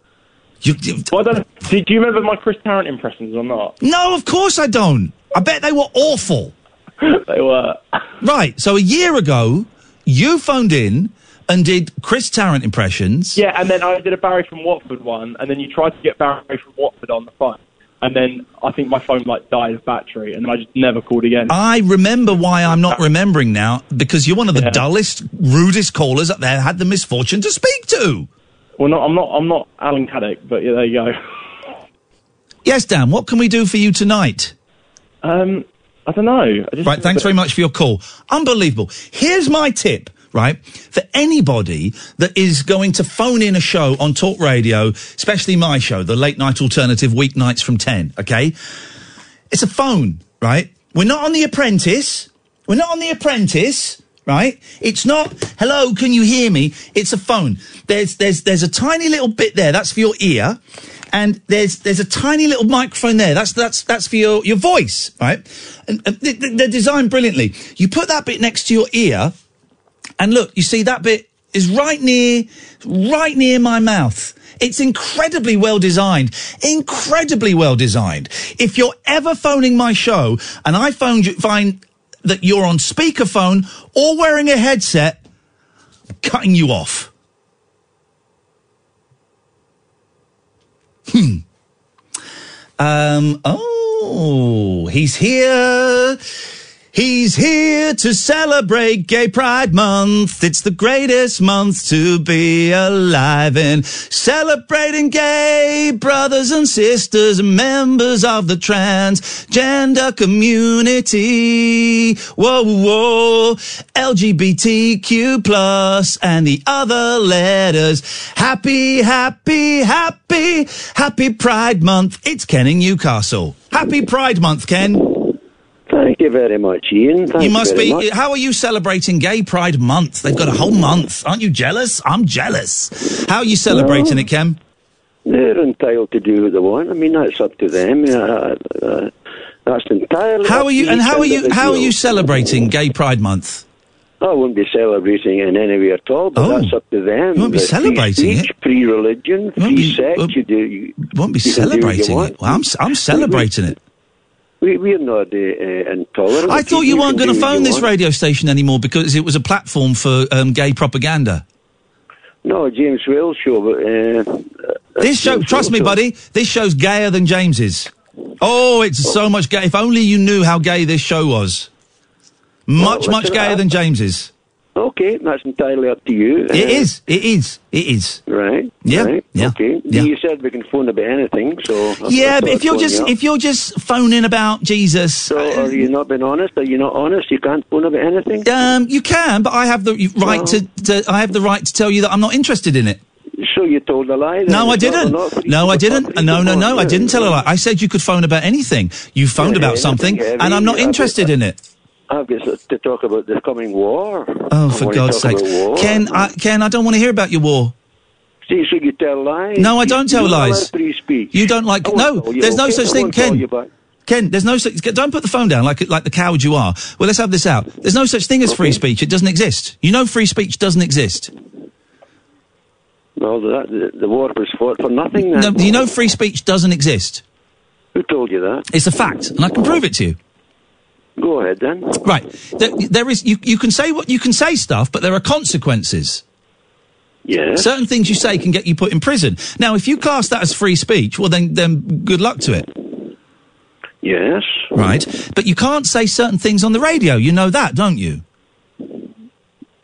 Speaker 3: You, you-
Speaker 5: Well, I don't know. Do, do you remember my Chris Tarrant impressions or not?
Speaker 3: no, of course I don't. I bet they were awful.
Speaker 5: They were.
Speaker 3: Right. So a year ago, you phoned in and did Chris Tarrant impressions.
Speaker 5: Yeah, and then I did a Barry from Watford one, and then you tried to get Barry from Watford on the phone. And then I think my phone like died of battery, and Uh, I just never called again.
Speaker 3: I remember why I'm not remembering now because you're one of the dullest, rudest callers that they had the misfortune to speak to.
Speaker 5: well, no, I'm not. I'm not Alan Caddick, but yeah, there you go.
Speaker 3: Yes, Dan, what can we do for you tonight?
Speaker 5: Um, I don't know. I just,
Speaker 3: Right, thanks very much for your call. Unbelievable. Here's my tip, right? For anybody that is going to phone in a show on talk radio, especially my show, the late night alternative weeknights from 10, okay? It's a phone, right? We're not on The Apprentice. We're not on The Apprentice, right? It's not, hello, can you hear me? It's a phone. There's, there's, there's a tiny little bit there. That's for your ear. And there's, there's a tiny little microphone there. That's, that's, that's for your, your voice, right? And, and they- they're designed brilliantly. You put that bit next to your ear and look, you see that bit is right near, right near my mouth. It's incredibly well designed. Incredibly well designed. If you're ever phoning my show and I phoned you, find that you're on speakerphone or wearing a headset, I'm cutting you off. Hmm. Um, oh, he's here. He's here to celebrate Gay Pride Month. It's the greatest month to be alive in. Celebrating gay brothers and sisters and members of the transgender community. Whoa, whoa, LGBTQ plus and the other letters. Happy, happy, happy, happy Pride Month. It's Ken in Newcastle. Happy Pride Month, Ken.
Speaker 1: Thank you very much, Ian. Thank
Speaker 3: You must
Speaker 1: very
Speaker 3: be.
Speaker 1: much.
Speaker 3: How are you celebrating Gay Pride Month? They've got a whole month. Aren't you jealous? I'm jealous. How are you celebrating it, Kem?
Speaker 1: They're entitled to do what they want. I mean, that's up to them. Uh, uh, that's entirely.
Speaker 3: How
Speaker 1: up
Speaker 3: are
Speaker 1: to
Speaker 3: you? And
Speaker 1: each
Speaker 3: how are you? How are
Speaker 1: individual.
Speaker 3: you celebrating Gay Pride Month?
Speaker 1: I won't be celebrating it in any way at all, but that's up to them.
Speaker 3: Oh. You won't be
Speaker 1: They're
Speaker 3: celebrating
Speaker 1: free
Speaker 3: it?
Speaker 1: speech, Free religion, free sex. you do. You,
Speaker 3: won't be
Speaker 1: you can do what you
Speaker 3: celebrating
Speaker 1: want.
Speaker 3: it. Well, I'm. I'm celebrating it.
Speaker 1: We, we're not uh, uh, intolerant.
Speaker 3: I thought you weren't going to phone this
Speaker 1: radio.
Speaker 3: radio station anymore because it was a platform for um, gay propaganda.
Speaker 1: No, James Whale show. But, uh,
Speaker 3: This show, trust me, buddy, this show's gayer than James's. Oh, it's so much gay. If only you knew how gay this show was. Much,
Speaker 1: Well,
Speaker 3: much
Speaker 1: listen,
Speaker 3: gayer
Speaker 1: I-
Speaker 3: than James's.
Speaker 1: Okay, that's entirely up to you. uh,
Speaker 3: It is. It is. It is.
Speaker 1: Right.
Speaker 3: Yeah.
Speaker 1: Right.
Speaker 3: Yeah.
Speaker 1: Okay.
Speaker 3: Yeah.
Speaker 1: You said we can phone about anything, so uh, I- I
Speaker 3: Yeah,
Speaker 1: thought
Speaker 3: but if
Speaker 1: I'd
Speaker 3: you're
Speaker 1: phone
Speaker 3: just
Speaker 1: you up.
Speaker 3: if you're just phoning about Jesus, uh,
Speaker 1: so are you not being honest? Are you not honest? You can't phone about anything.
Speaker 3: um, you can. But I have the right to, to I have the right to tell you that I'm not interested in it.
Speaker 1: So you told a lie. then.
Speaker 3: No, I
Speaker 1: It's not
Speaker 3: didn't.
Speaker 1: enough.
Speaker 3: No, I didn't. No, no, no, I didn't tell a lie. I said you could phone about anything. You phoned about
Speaker 1: anything
Speaker 3: something,
Speaker 1: heavy,
Speaker 3: and I'm not
Speaker 1: I-
Speaker 3: interested in it.
Speaker 1: I've got to talk about the coming war.
Speaker 3: Oh, for God's sake, Ken! I, Ken, I don't want to hear about your war.
Speaker 1: See, so you tell lies.
Speaker 3: No, I
Speaker 1: You-
Speaker 3: don't tell
Speaker 1: you allow
Speaker 3: lies.
Speaker 1: Free speech.
Speaker 3: You don't like.
Speaker 1: I won't
Speaker 3: No,
Speaker 1: call you,
Speaker 3: there's no
Speaker 1: okay?
Speaker 3: such
Speaker 1: I
Speaker 3: thing,
Speaker 1: won't call
Speaker 3: Ken.
Speaker 1: you back.
Speaker 3: Ken, there's no such. Don't put the phone down like like the coward you are. Well, let's have this out. There's no such thing as free speech. It doesn't exist. You know, free speech doesn't exist.
Speaker 1: Well, that, the, the war was fought for nothing.
Speaker 3: No,
Speaker 1: Then.
Speaker 3: you know, free speech doesn't exist.
Speaker 1: Who told you that?
Speaker 3: It's a fact, and I can prove it to you.
Speaker 1: Go ahead then.
Speaker 3: Right? There, there is. You, you can say what you can say stuff, but there are consequences.
Speaker 1: Yeah.
Speaker 3: Certain things you say can get you put in prison. Now, if you class that as free speech, well, then then good luck to it.
Speaker 1: Yes.
Speaker 3: Right? But you can't say certain things on the radio. You know that, don't you?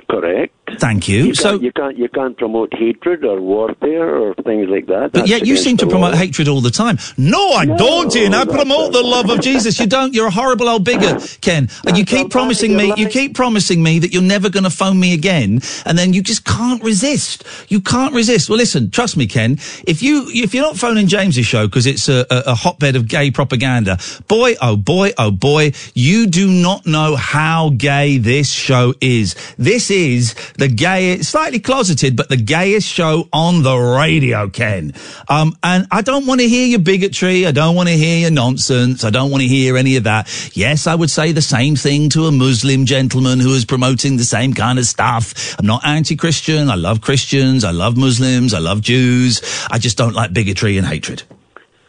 Speaker 1: Correct.
Speaker 3: Thank you.
Speaker 1: You can't,
Speaker 3: so,
Speaker 1: you can't you can't promote hatred or warfare or things like that.
Speaker 3: but
Speaker 1: That's
Speaker 3: yet you
Speaker 1: against
Speaker 3: seem to
Speaker 1: the
Speaker 3: promote
Speaker 1: law.
Speaker 3: hatred all the time. No, I don't, Ian. I
Speaker 1: that's
Speaker 3: promote the love of Jesus. You don't. You're a horrible old bigot, Ken. And you keep promising me. You keep promising me that you're never going to phone me again, and then you just can't resist. You can't resist. Well, listen, trust me, Ken. If you if you're not phoning James's show because it's a, a, a hotbed of gay propaganda, boy, oh boy, oh boy, you do not know how gay this show is. This is the gayest, slightly closeted, but the gayest show on the radio, Ken. Um, and I don't want to hear your bigotry. I don't want to hear your nonsense. I don't want to hear any of that. Yes, I would say the same thing to a Muslim gentleman who is promoting the same kind of stuff. I'm not anti-Christian. I love Christians. I love Muslims. I love Jews. I just don't like bigotry and hatred.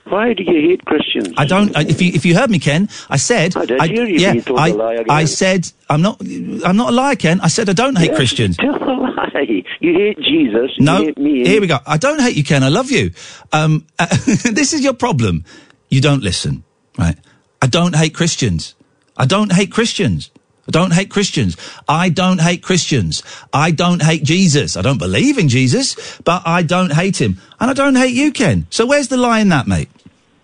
Speaker 1: Why do you hate Christians?
Speaker 3: I don't. I- If you if you heard me, Ken, I said.
Speaker 1: I did hear you
Speaker 3: yeah,
Speaker 1: being told
Speaker 3: I,
Speaker 1: a lie again.
Speaker 3: I said I'm not. I'm not a liar, Ken. I said I don't hate
Speaker 1: Yes,
Speaker 3: Christians.
Speaker 1: Tell a lie. You hate Jesus.
Speaker 3: No,
Speaker 1: You hate me.
Speaker 3: here we go. I don't hate you, Ken. I love you. Um, this is your problem. You don't listen, right? I don't hate Christians. I don't hate Christians. I don't hate Christians. I don't hate Christians. I don't hate Jesus. I don't believe in Jesus, but I don't hate him. And I don't hate you, Ken. So where's the lie in that, mate?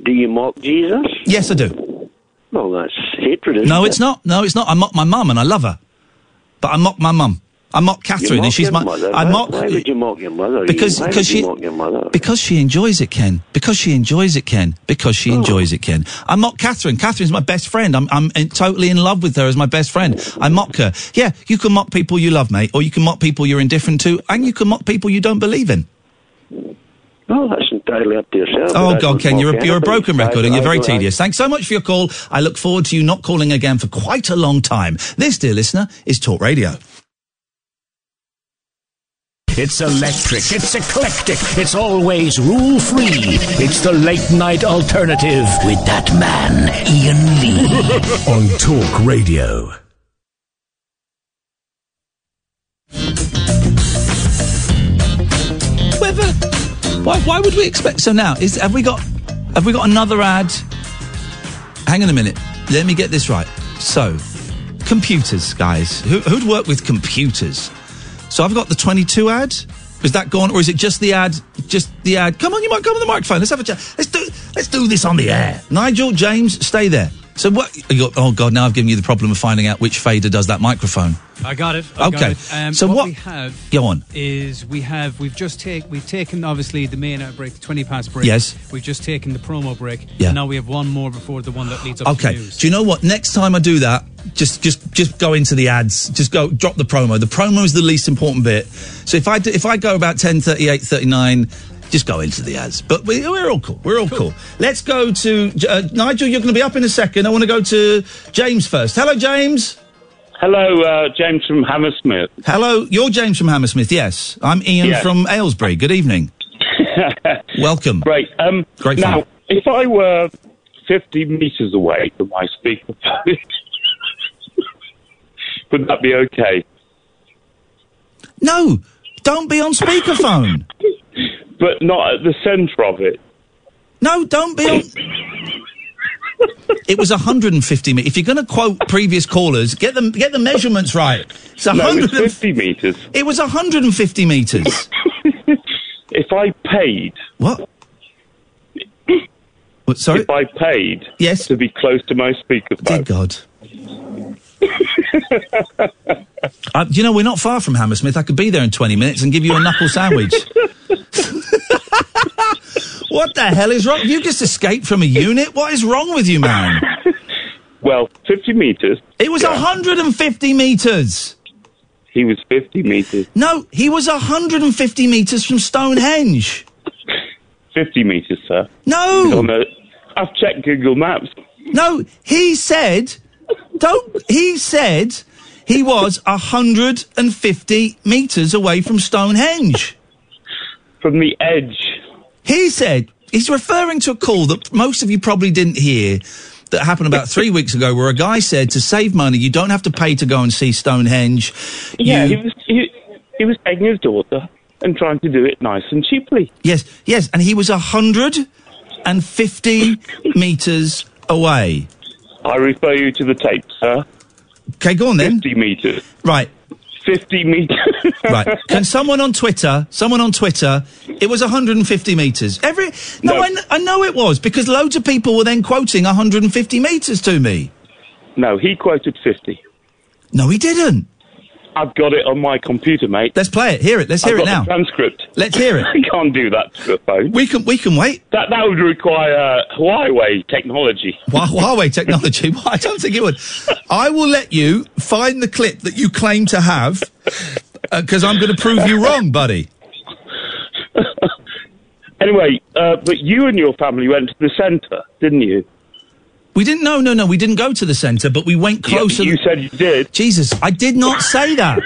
Speaker 1: Do you mock Jesus?
Speaker 3: Yes, I do.
Speaker 1: Well, that's hatred. Isn't
Speaker 3: No,
Speaker 1: it?
Speaker 3: it's not. No, it's not. I mock my mum and I love her. But I mock my mum. I mock
Speaker 1: You
Speaker 3: Catherine
Speaker 1: mock
Speaker 3: and she's
Speaker 1: your
Speaker 3: my.
Speaker 1: mother.
Speaker 3: I
Speaker 1: Why-
Speaker 3: mock.
Speaker 1: Why would you mock your mother? Ian?
Speaker 3: because
Speaker 1: Why
Speaker 3: because
Speaker 1: would you
Speaker 3: she
Speaker 1: mock your mother.
Speaker 3: because she enjoys it, Ken. Because she enjoys it, Ken. Because
Speaker 1: Oh.
Speaker 3: she enjoys it, Ken. I mock Catherine. Catherine's my best friend. I'm I'm in- totally in love with her as my best friend. I mock her. Yeah, you can mock people you love, mate, or you can mock people you're indifferent to, and you can mock people you don't believe in.
Speaker 1: Well, that's entirely up to yourself.
Speaker 3: Oh
Speaker 1: I
Speaker 3: God,
Speaker 1: don't
Speaker 3: Ken, you're
Speaker 1: mock
Speaker 3: a, you're a
Speaker 1: anybody.
Speaker 3: broken
Speaker 1: I-
Speaker 3: record, and
Speaker 1: I
Speaker 3: you're very
Speaker 1: don't- I-
Speaker 3: tedious. Thanks so much for your call. I look forward to you not calling again for quite a long time. This, dear listener, is Talk Radio.
Speaker 6: It's electric. It's eclectic. It's always rule free. It's the late night alternative with that man, Ian Lee.
Speaker 8: on Talk Radio.
Speaker 3: Whether why why would we expect so now? Is have we got have we got another ad? Hang on a minute. Let me get this right. So, computers, guys. Who, who'd work with computers? So I've got the 22 ad. Is that gone, or is it just the ad? Just the ad. Come on, you might come on the microphone. Let's have a chat. Let's do let's do this on the air. Nigel, James, stay there. So what? You got, oh God, now I've given you the problem of finding out which fader does that microphone.
Speaker 9: I got it. I got
Speaker 3: Okay.
Speaker 9: it. Um,
Speaker 3: So
Speaker 9: what,
Speaker 3: what-
Speaker 9: we have
Speaker 3: Go on.
Speaker 9: is we have we've just take we've taken obviously the main ad break, the twenty past break.
Speaker 3: Yes.
Speaker 9: We've just taken the promo break.
Speaker 3: Yeah.
Speaker 9: And now we have one more before the one that leads up to
Speaker 3: Okay.
Speaker 9: news.
Speaker 3: Do you know what? Next time I do that, just just just go into the ads. Just go drop the promo. The promo is the least important bit. So if I do, if I go about 10, 38, 39, just go into the ads. But we, we're all cool. We're all cool. Let's go to uh, Nigel. You're going to be up in a second. I want to go to James first. Hello, James.
Speaker 10: Hello, uh, James from Hammersmith.
Speaker 3: Hello. You're James from Hammersmith. Yes, I'm Ian
Speaker 10: Yes.
Speaker 3: from Aylesbury. Good evening. Welcome.
Speaker 10: Great. Um,
Speaker 3: Great.
Speaker 10: now,
Speaker 3: fun.
Speaker 10: if I were 50 metres away from my speakerphone, would that be okay?
Speaker 3: No, don't be on speakerphone.
Speaker 10: But not at the centre of it.
Speaker 3: No, don't be. On... it was 150 meters. If you're going to quote previous callers, get them get the measurements right. It's
Speaker 10: no, it's
Speaker 3: 100.
Speaker 10: 50 metres.
Speaker 3: It was 150 meters.
Speaker 10: If I paid.
Speaker 3: What? What, sorry?
Speaker 10: If I paid
Speaker 3: yes.
Speaker 10: to be close to my speakerphone.
Speaker 3: Dear God. Uh, you know, we're not far from Hammersmith. I could be there in 20 minutes and give you a knuckle sandwich. what the hell is wrong? You just escaped from a unit? What is wrong with you, man?
Speaker 10: Well, 50 metres.
Speaker 3: It was 150 metres.
Speaker 10: He was 50 metres.
Speaker 3: No, he was 150 metres from Stonehenge.
Speaker 10: 50 metres, sir.
Speaker 3: No!
Speaker 10: He's on a- I've checked Google Maps.
Speaker 3: No, he said, don't, he said he was 150 metres away from Stonehenge.
Speaker 10: From the edge.
Speaker 3: He said, he's referring to a call that most of you probably didn't hear that happened about three weeks ago where a guy said to save money, you don't have to pay to go and see Stonehenge.
Speaker 10: Yeah,
Speaker 3: You-
Speaker 10: he was he, he was taking his daughter and trying to do it nice and cheaply.
Speaker 3: Yes, yes, and he was a hundred and fifty meters away.
Speaker 10: I refer you to the tape, sir.
Speaker 3: Okay, go on then.
Speaker 10: Fifty meters.
Speaker 3: Right,
Speaker 10: 50 meters.
Speaker 3: right. Can someone on Twitter, someone on Twitter, it was 150 meters. Every no, I, kn- I know it was because loads of people were then quoting 150 meters to me.
Speaker 10: no, he quoted 50.
Speaker 3: No, he didn't.
Speaker 10: I've got it on my computer, mate.
Speaker 3: Let's play it. Hear it. Let's hear
Speaker 10: I've
Speaker 3: it
Speaker 10: got
Speaker 3: now.
Speaker 10: The transcript.
Speaker 3: Let's hear it.
Speaker 10: I can't do that to the phone.
Speaker 3: We can we can wait.
Speaker 10: That that would require Huawei technology.
Speaker 3: Hua- Huawei technology. Well, I don't think it would. I will let you find the clip that you claim to have because I'm going to prove you wrong, buddy.
Speaker 10: Anyway, uh, but you and your family went to the centre, didn't you?
Speaker 3: We didn't. No, no, no. We didn't go to the centre, but we went
Speaker 10: Yeah, but
Speaker 3: closer.
Speaker 10: you said you did.
Speaker 3: Jesus, I did not say that.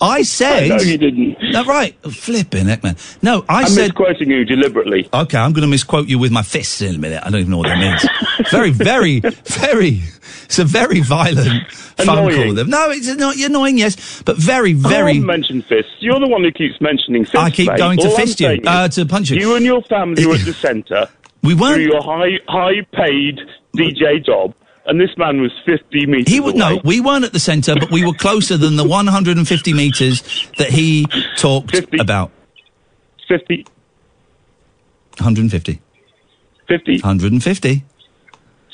Speaker 3: I said.
Speaker 10: no, you didn't.
Speaker 3: No, right. Flipping heck, man. No, I
Speaker 10: I'm
Speaker 3: said.
Speaker 10: misquoting you deliberately.
Speaker 3: Okay, I'm going to misquote you with my fists in a minute. I don't even know what that means. very, very, very. It's a very violent phone
Speaker 10: Annoying.
Speaker 3: call. No, it's not annoying. Yes, but very, very.
Speaker 10: I haven't mentioned fists. You're the one who keeps mentioning fists.
Speaker 3: I keep
Speaker 10: mate.
Speaker 3: going to
Speaker 10: All I'm
Speaker 3: fist you,
Speaker 10: saying is
Speaker 3: uh, to punch you.
Speaker 10: You and your family were at the centre.
Speaker 3: We weren't-
Speaker 10: through your high, high-paid DJ job, and this man was 50 metres.
Speaker 3: He would
Speaker 10: away.
Speaker 3: no. We weren't at the centre, but we were closer than the 150 meters that he talked about.
Speaker 10: 50,
Speaker 3: 150,
Speaker 10: 50,
Speaker 3: 150,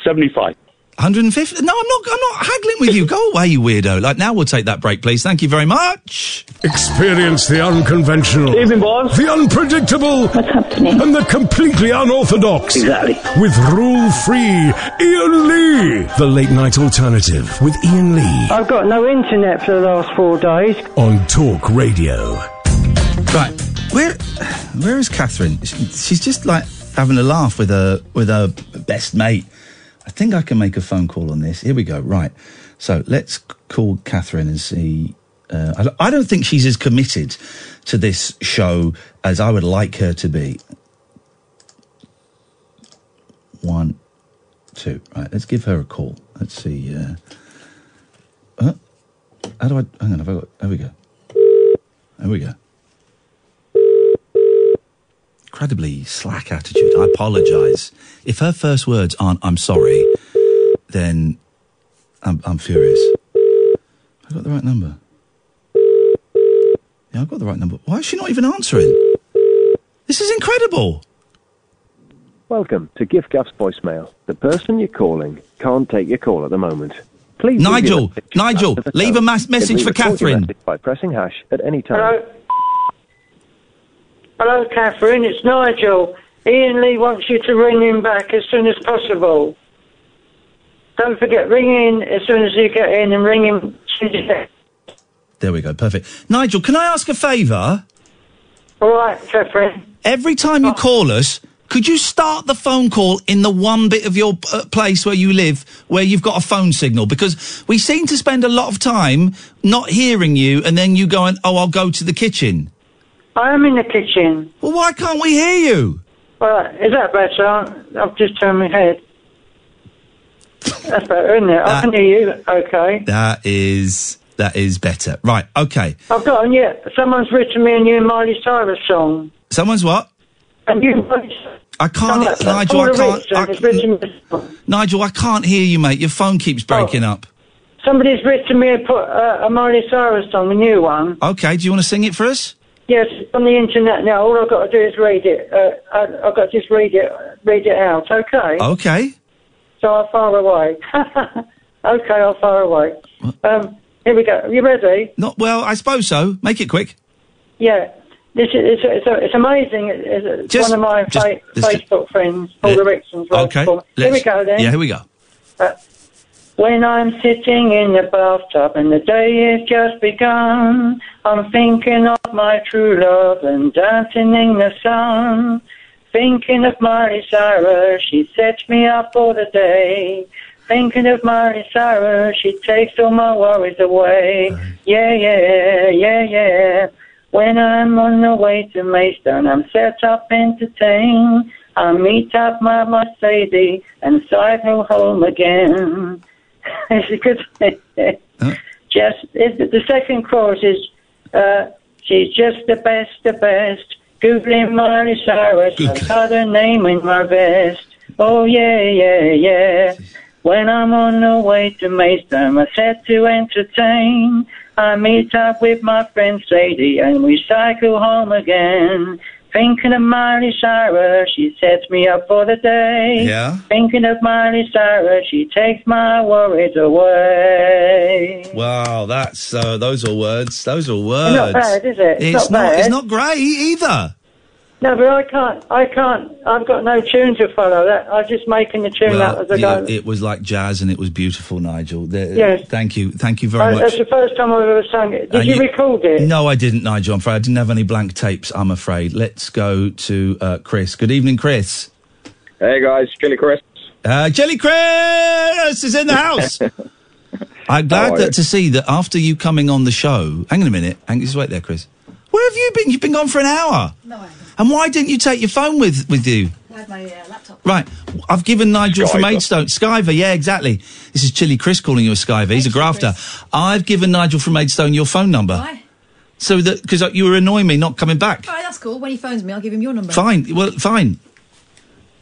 Speaker 10: 75.
Speaker 3: 150. No, I'm not. I'm not haggling with you. Go away, you weirdo. Like now, we'll take that break, please. Thank you very much.
Speaker 8: Experience the unconventional. The unpredictable. And the completely unorthodox.
Speaker 7: Exactly.
Speaker 8: With rule free Ian Lee. The late night alternative with Ian Lee
Speaker 7: I've got no internet for the last four days.
Speaker 8: on Talk Radio.
Speaker 3: Right, where where is Catherine? She- She's just like having a laugh with her with her best mate. I think I can make a phone call on this. Here we go. Right, so let's c- call Catherine and see Uh, I don't- I don't think she's as committed to this show as I would like her to be. One, two. Right, let's give her a call. Let's see. Uh, uh, how do I? Hang on. Have I got? There we go. There we go. Incredibly slack attitude. I apologise. If her first words aren't "I'm sorry," then I'm, I'm furious. I got the right number. Yeah, I've got the right number. Why is she not even answering? This is incredible.
Speaker 10: Welcome to GiftGaff's voicemail. The person you're calling can't take your call at the moment. Please leave
Speaker 3: Nigel,
Speaker 10: your message
Speaker 3: Nigel,
Speaker 10: after the
Speaker 3: leave
Speaker 10: tone.
Speaker 3: a mas-
Speaker 10: You
Speaker 3: message
Speaker 10: may
Speaker 3: for
Speaker 10: record your
Speaker 3: Catherine.
Speaker 10: message by pressing hash at any time.
Speaker 7: Hello, Catherine. It's Nigel. Ian Lee wants you to ring him back as soon as possible. Don't forget, ring in as soon as you get in and ring him.
Speaker 3: There we go. Perfect. Nigel, can I ask a favour?
Speaker 7: All right, Oh. Catherine.
Speaker 3: Every time you call us, could you start the phone call in the one bit of your uh, place where you live where you've got a phone signal? Because we seem to spend a lot of time not hearing you and then you going, oh, I'll go to the kitchen.
Speaker 7: I am in the kitchen.
Speaker 3: Well, why can't we hear you?
Speaker 7: Well, is that better? I've just turned my head. That's better, isn't it? I can hear you. Okay.
Speaker 3: That is, that is better. Right. Okay.
Speaker 7: I've got a new. Someone's written me a new Miley Cyrus song.
Speaker 3: Someone's what?
Speaker 7: A new Miley
Speaker 3: I can't,
Speaker 7: Cyrus.
Speaker 3: Nigel, I
Speaker 7: Paula
Speaker 3: can't,
Speaker 7: Richardson has written me
Speaker 3: Nigel, I can't hear you, mate. Your phone keeps breaking
Speaker 7: Oh.
Speaker 3: up.
Speaker 7: Somebody's written me a, pu- uh, a Miley Cyrus song, a new one.
Speaker 3: Okay. Do you want to sing it for us?
Speaker 7: Yes, it's on the internet now. All I've got to do is read it. Uh, I, I've got to just read it, read it out. Okay.
Speaker 3: Okay.
Speaker 7: So I'll fire away. okay, I'll fire away. Um, here we go. Are you ready?
Speaker 3: Not well. I suppose so. Make it quick.
Speaker 7: Yeah. This is it's, it's, it's amazing. It's, it's
Speaker 3: Just-
Speaker 7: one of my
Speaker 3: just-
Speaker 7: fa-
Speaker 3: this-
Speaker 7: Facebook friends, Paul
Speaker 3: Yeah.
Speaker 7: Richardson's wrote
Speaker 3: Okay.
Speaker 7: for me. Here we
Speaker 3: let's-
Speaker 7: go then.
Speaker 3: Yeah, here we go.
Speaker 7: When I'm sitting in the bathtub and the day is just begun, I'm thinking of my true love and dancing in the sun. Thinking of Miley Cyrus, she sets me up for the day. Thinking of Miley Cyrus, she takes all my worries away. Yeah, yeah, yeah, yeah. When I'm on the way to Maidstone, I'm set up entertained. I meet up my Mercedes and cycle home again. it's a good.
Speaker 3: Uh.
Speaker 7: just it, the second chorus is, uh, she's just the best, the best. Googling Miley Cyrus, I've got her name in my vest. Oh yeah, yeah, yeah. When I'm on the way to Maidstone, I'm set to entertain. I meet up with my friend Sadie and we cycle home again. Thinking of Miley Cyrus, she sets me up for the day.
Speaker 3: Yeah.
Speaker 7: Thinking of Miley Cyrus, she takes my worries away.
Speaker 3: Wow, that's uh, those are words. Those are words.
Speaker 7: not bad, is it? It's
Speaker 3: It's,
Speaker 7: not bad.
Speaker 3: It's not great e-, either.
Speaker 7: No, but I can't. I can't. I've got no tune to follow. That I'm just making the tune out
Speaker 3: Well,
Speaker 7: as I
Speaker 3: yeah,
Speaker 7: go.
Speaker 3: it was like jazz, and it was beautiful, Nigel. The- uh,
Speaker 7: Yes.
Speaker 3: Thank you. Thank you very
Speaker 7: Uh,
Speaker 3: much.
Speaker 7: that's the first time I've ever sung it. Did
Speaker 3: And
Speaker 7: you,
Speaker 3: you-
Speaker 7: record it?
Speaker 3: No, I didn't, Nigel. I'm afraid I didn't have any blank tapes. I'm afraid. Let's go to uh, Chris. Good evening, Chris.
Speaker 11: Hey guys, Jelly Chris.
Speaker 3: Uh, Jelly Chris is in the house. I'm
Speaker 11: How
Speaker 3: glad
Speaker 11: are
Speaker 3: that
Speaker 11: you?
Speaker 3: to see that after you coming on the show. Hang on a minute. Hang, just wait there, Chris. Where have you been? You've been gone for an hour. No, I haven't. And why didn't you take your phone with with you? uh, Right, I've given Nigel from
Speaker 12: Skyver.
Speaker 3: Maidstone. Skyver, yeah, exactly. This is Chilly Chris calling you a Skyver. He's a grafter. I've given Nigel from Maidstone your phone number.
Speaker 4: Why?
Speaker 3: So that because you were annoying me not coming back.
Speaker 4: All right, that's cool. When he phones me, I'll give him your number.
Speaker 3: Fine. Well, fine.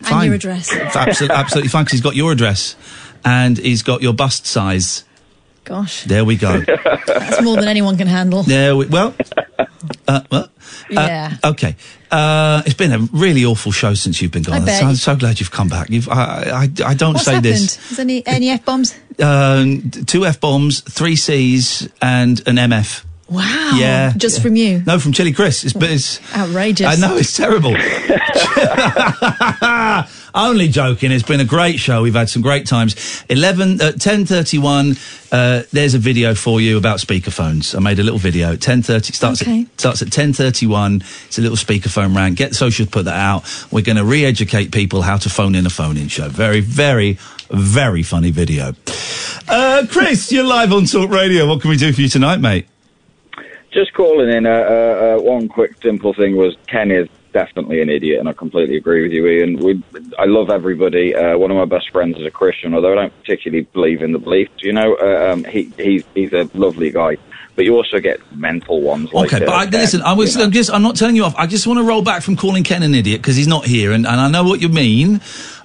Speaker 4: And
Speaker 3: fine.
Speaker 4: your address.
Speaker 3: Absolutely, absolutely fine because he's got your address and he's got your bust size.
Speaker 4: Gosh,
Speaker 3: There we go.
Speaker 4: that's more than anyone can handle.
Speaker 3: there we well. Uh, what?
Speaker 4: Yeah.
Speaker 3: Okay. Uh, it's been a really awful show since you've been
Speaker 4: I
Speaker 3: gone.
Speaker 4: bet.
Speaker 3: So, I'm so glad you've come back. You've, I, I, I don't
Speaker 4: What's
Speaker 3: say
Speaker 4: happened?
Speaker 3: this.
Speaker 4: Is any any f bombs?
Speaker 3: Um, t- two F bombs, three C's, and an MF.
Speaker 4: Wow.
Speaker 3: Yeah,
Speaker 4: Just
Speaker 3: yeah.
Speaker 4: from you.
Speaker 3: No, from Chili Chris. It's, but it's
Speaker 4: Outrageous.
Speaker 3: I know it's terrible. Only joking. It's been a great show. We've had some great times. Eleven uh, ten thirty one. Uh, there's a video for you about speakerphones. I made a little video. Ten thirty starts
Speaker 13: Okay.
Speaker 3: at, starts at ten thirty one. It's a little speakerphone rant. Get social to put that out. We're going to re-educate people how to phone in a phone in show. Very very very funny video. Uh, Chris, you're live on Talk Radio. What can we do for you tonight, mate?
Speaker 11: Just calling in. Uh, uh, uh, one quick, simple thing was Ken is definitely an idiot, and I completely agree with you, Ian. We, I love everybody. Uh, one of my best friends is a Christian, although I don't particularly believe in the beliefs. You know, uh, um, he, he's he's a lovely guy, but you also get mental ones. Like,
Speaker 3: Okay, but
Speaker 11: uh,
Speaker 3: I,
Speaker 11: Ken,
Speaker 3: listen, I
Speaker 11: you
Speaker 3: was,
Speaker 11: know.
Speaker 3: I'm just, I'm not telling you off. I just want to roll back from calling Ken an idiot because he's not here, and, and I know what you mean.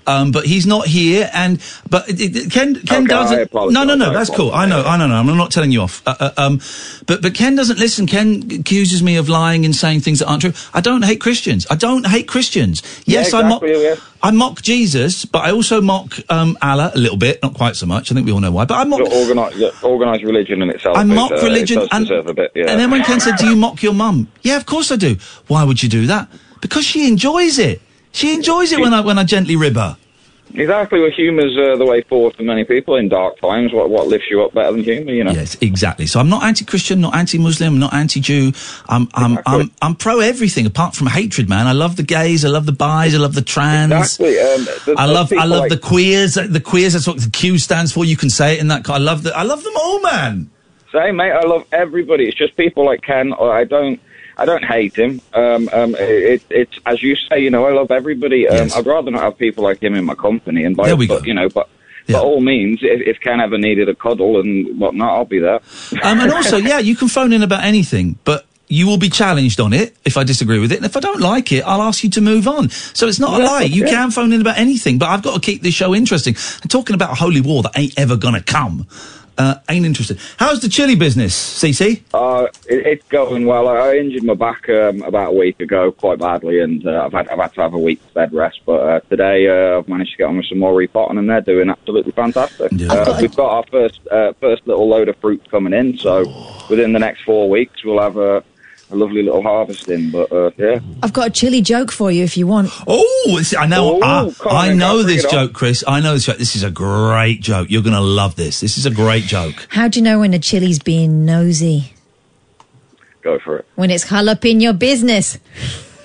Speaker 3: Um, but he's not here, and but it- it- Ken Ken
Speaker 11: Okay,
Speaker 3: doesn't.
Speaker 11: I apologise,
Speaker 3: no, no, no,
Speaker 11: I
Speaker 3: that's cool. I know, I know, no, I'm not telling you off. Uh, uh, um, but but Ken doesn't listen. Ken accuses me of lying and saying things that aren't true. I don't hate Christians. I don't hate Christians.
Speaker 11: Yeah,
Speaker 3: Yes, I mock.
Speaker 11: exactly, yeah.
Speaker 3: I mock Jesus, but I also mock um, Allah a little bit, not quite so much. I think we all know why. But I mock.
Speaker 11: Your organi- your organised religion in itself.
Speaker 3: I
Speaker 11: is,
Speaker 3: mock
Speaker 11: uh, it
Speaker 3: religion
Speaker 11: does
Speaker 3: and-
Speaker 11: deserve a bit, yeah.
Speaker 3: And then when Ken said, "Do you mock your mum?" Yeah, of course I do. Why would you do that? Because she enjoys it. She enjoys it when I when I gently rib her.
Speaker 11: Exactly, well, humour's uh, the way forward for many people in dark times. What what lifts you up better than humour, you know?
Speaker 3: Yes, exactly. So I'm not anti-Christian, not anti-Muslim, not anti-Jew. I'm I'm I'm, I'm pro everything apart from hatred, man. I love the gays, I love the bis, I love the trans.
Speaker 11: Exactly, um, th-
Speaker 3: I
Speaker 11: those
Speaker 3: love I
Speaker 11: people
Speaker 3: love
Speaker 11: like-
Speaker 3: the queers. The queers. That's what the Q stands for. You can say it in that. I love the I love them all, man.
Speaker 11: Same, mate. I love everybody. It's just people like Ken. Or I don't. I don't hate him. Um, um, it, it's as you say. You know, I love everybody. Um, I'd rather not have people like him in my company. And by
Speaker 3: There we
Speaker 11: but,
Speaker 3: go.
Speaker 11: you know, but by all means, if, if Ken ever needed a cuddle and whatnot, I'll be there.
Speaker 3: Um, and also, yeah, you can phone in about anything, but you will be challenged on it if I disagree with it. And if I don't like it, I'll ask you to move on. So it's not a
Speaker 12: Yeah,
Speaker 3: lie. You
Speaker 12: okay.
Speaker 3: can phone in about anything, but I've got to keep this show interesting. And talking about a holy war that ain't ever going to come uh, ain't interested. How's the chili business, CC?
Speaker 11: Uh, it, it's going well. I, I injured my back um, about a week ago, quite badly, and uh, I've had I've had to have a week's bed rest. But uh, today uh, I've managed to get on with some more repotting, and they're doing absolutely fantastic. Uh, we've got our first uh, first little load of fruit coming in, so
Speaker 3: Oh.
Speaker 11: within the next four weeks we'll have a, a lovely little harvest in. But uh, yeah,
Speaker 4: I've got a chilly joke for you if you want.
Speaker 3: Oh, it's- I know.
Speaker 4: Oh,
Speaker 3: ah,
Speaker 4: come on
Speaker 3: I
Speaker 4: then,
Speaker 3: know
Speaker 4: guys, bring
Speaker 3: this
Speaker 4: it on.
Speaker 3: joke, Chris. I know this joke. This is a great joke. You're going to love this. This is a great joke.
Speaker 4: How do you know when a chili's being nosy?
Speaker 11: go for it.
Speaker 4: When it's jalapeno business.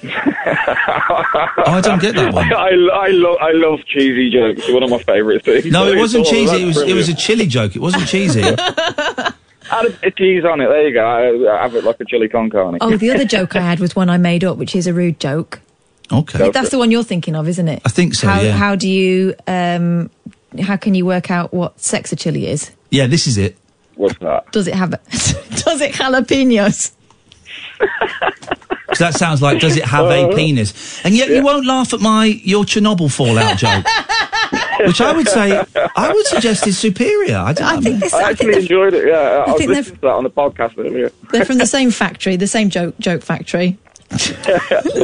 Speaker 3: Oh, I don't get that one.
Speaker 11: I, I, love I love cheesy jokes. It's One of my favourite things.
Speaker 3: No, it wasn't
Speaker 11: Oh,
Speaker 3: cheesy.
Speaker 11: that's
Speaker 3: It was it was a
Speaker 11: brilliant.
Speaker 3: chili joke. It wasn't cheesy.
Speaker 11: Add a bit of cheese on it. There you go. I, I have it like a chili con carne.
Speaker 4: Oh, the other joke I had was one I made up, which is a rude joke.
Speaker 3: Okay.
Speaker 4: That's the one you're thinking of, isn't it?
Speaker 3: I think so,
Speaker 4: How,
Speaker 3: yeah.
Speaker 4: how do you, um, how can you work out what sex a chili is?
Speaker 3: Yeah, this is it.
Speaker 11: What's that?
Speaker 4: Does it have, does it jalapenos?
Speaker 3: Because that sounds like, does it have
Speaker 13: Uh-huh.
Speaker 3: a penis? And yet you won't laugh at my your Chernobyl fallout joke, which I would say I would suggest is superior. I, don't know.
Speaker 11: I actually enjoyed it. Yeah, I, I was
Speaker 4: think they've-
Speaker 11: listening to that on the podcast earlier.
Speaker 4: They're from the same factory, the same joke, joke factory.
Speaker 11: That's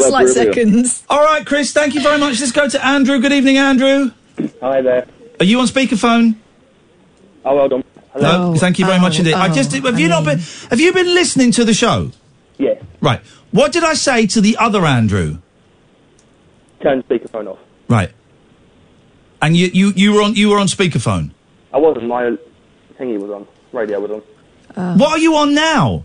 Speaker 4: Slight
Speaker 11: brilliant.
Speaker 4: seconds.
Speaker 3: All right, Chris. Thank you very much. Let's go to Andrew. Good evening, Andrew.
Speaker 13: Hi there.
Speaker 3: Are you on speakerphone?
Speaker 13: Oh, well done.
Speaker 3: No, thank you very much indeed. I just have you not been have you been listening to the show?
Speaker 13: Yeah.
Speaker 3: Right. What did I say to the other Andrew?
Speaker 13: Turn speakerphone off.
Speaker 3: Right. And you, you, you were on you were on speakerphone.
Speaker 13: I wasn't. My thingy was on. Radio was on.
Speaker 3: What are you on now?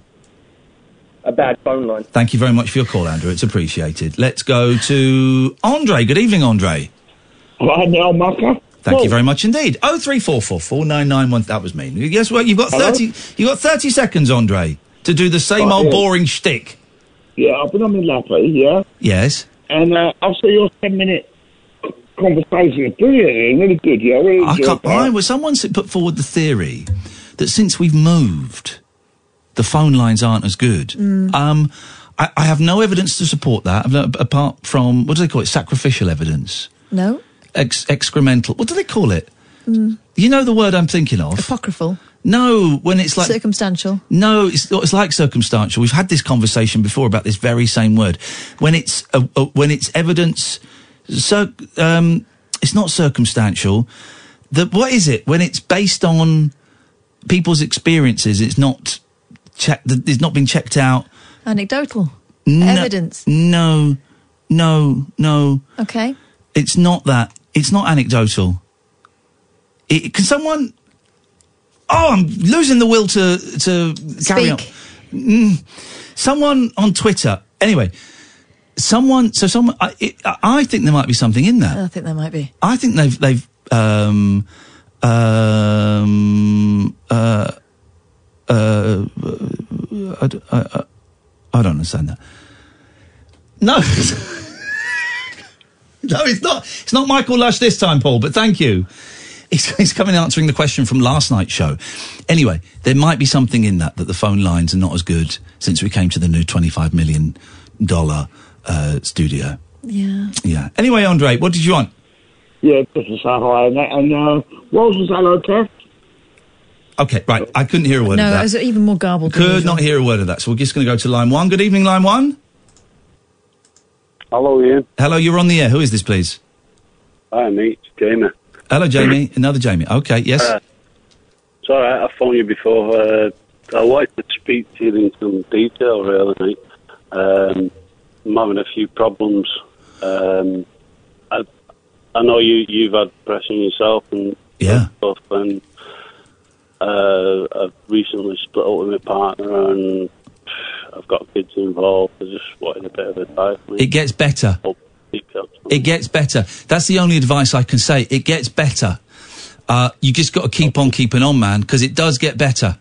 Speaker 13: A bad phone line.
Speaker 3: Thank you very much for your call, Andrew. It's appreciated. Let's go to Andre. Good evening, Andre.
Speaker 13: Hello, Marco.
Speaker 3: Thank you very much indeed. Oh three four four four nine nine one. That was me. Guess what? You've got
Speaker 13: Hello?
Speaker 3: thirty. You've got thirty seconds, Andre, to do the same
Speaker 13: Oh,
Speaker 3: old
Speaker 13: yeah.
Speaker 3: boring shtick.
Speaker 13: Yeah, I've been on my lappy, yeah,
Speaker 3: Yes.
Speaker 13: and uh, I saw your 10 minute conversation. It's Brilliant, Ian, really good, yeah. I Really
Speaker 3: I
Speaker 13: enjoyed
Speaker 3: can't.
Speaker 13: that.
Speaker 3: I was someone s- put forward the theory that since we've moved, the phone lines aren't as good.
Speaker 12: Mm.
Speaker 3: Um, I, I have no evidence to support that I've no- apart from what do they call it? Sacrificial evidence,
Speaker 4: No?
Speaker 3: Ex- excremental. What do they call it?
Speaker 4: Mm.
Speaker 3: You know the word I'm thinking of.
Speaker 4: Apocryphal.
Speaker 3: No, when it's like
Speaker 4: Circumstantial.
Speaker 3: no, it's it's like circumstantial. We've had this conversation before about this very same word. When it's uh, uh, when it's evidence, cir- um, it's not circumstantial. The, what is it when it's based on people's experiences? It's not check. It's not been checked out.
Speaker 4: Anecdotal.
Speaker 3: No-
Speaker 4: Evidence.
Speaker 3: No, no, no.
Speaker 4: Okay.
Speaker 3: It's not that. It's not anecdotal. It, can someone? Oh, I'm losing the will to to carry on. Mm, someone on Twitter. Anyway, someone. So someone. I, it, I- I think there might be something in that.
Speaker 4: I think there might be.
Speaker 3: I think they've they've um um uh uh. uh, I, d- I- I- I don't understand that. No. no, it's not. It's not Michael Lush this time, Paul, but thank you. He's, he's coming answering the question from last night's show. Anyway, there might be something in that, that the phone lines are not as good since we came to the new $25 million uh, studio.
Speaker 4: Yeah.
Speaker 3: Yeah. Anyway, Andre, what did you want?
Speaker 13: Yeah, Christmas hello, mate. And uh, what was hello, Kev?
Speaker 3: Okay, right. I couldn't hear a word
Speaker 4: no,
Speaker 3: of
Speaker 4: it
Speaker 3: that.
Speaker 4: was even more garbled. than
Speaker 3: Could
Speaker 4: usual.
Speaker 3: not hear a word of that. So we're just going to go to line one. Good evening, line one.
Speaker 12: Hello, Ian.
Speaker 3: Hello, you're on the air. Who is this, please?
Speaker 12: Hi, mate. It's Jamie.
Speaker 3: Hello, Jamie. Another Jamie. Okay, yes.
Speaker 12: Uh, it's all right. I phoned you before. Uh, I wanted to speak to you in some detail, really, mate. Um, I'm having a few problems. Um, I, I know you, you've had pressure on yourself and
Speaker 3: yeah.
Speaker 12: stuff, and uh, I've recently split up with my partner, and I've got kids involved. I just wanted a bit of advice. mate.
Speaker 3: It gets better.
Speaker 12: oh, Details.
Speaker 3: It gets better. That's the only advice I can say. It gets better. Uh, you just got to keep on keeping on, man, because it does get better.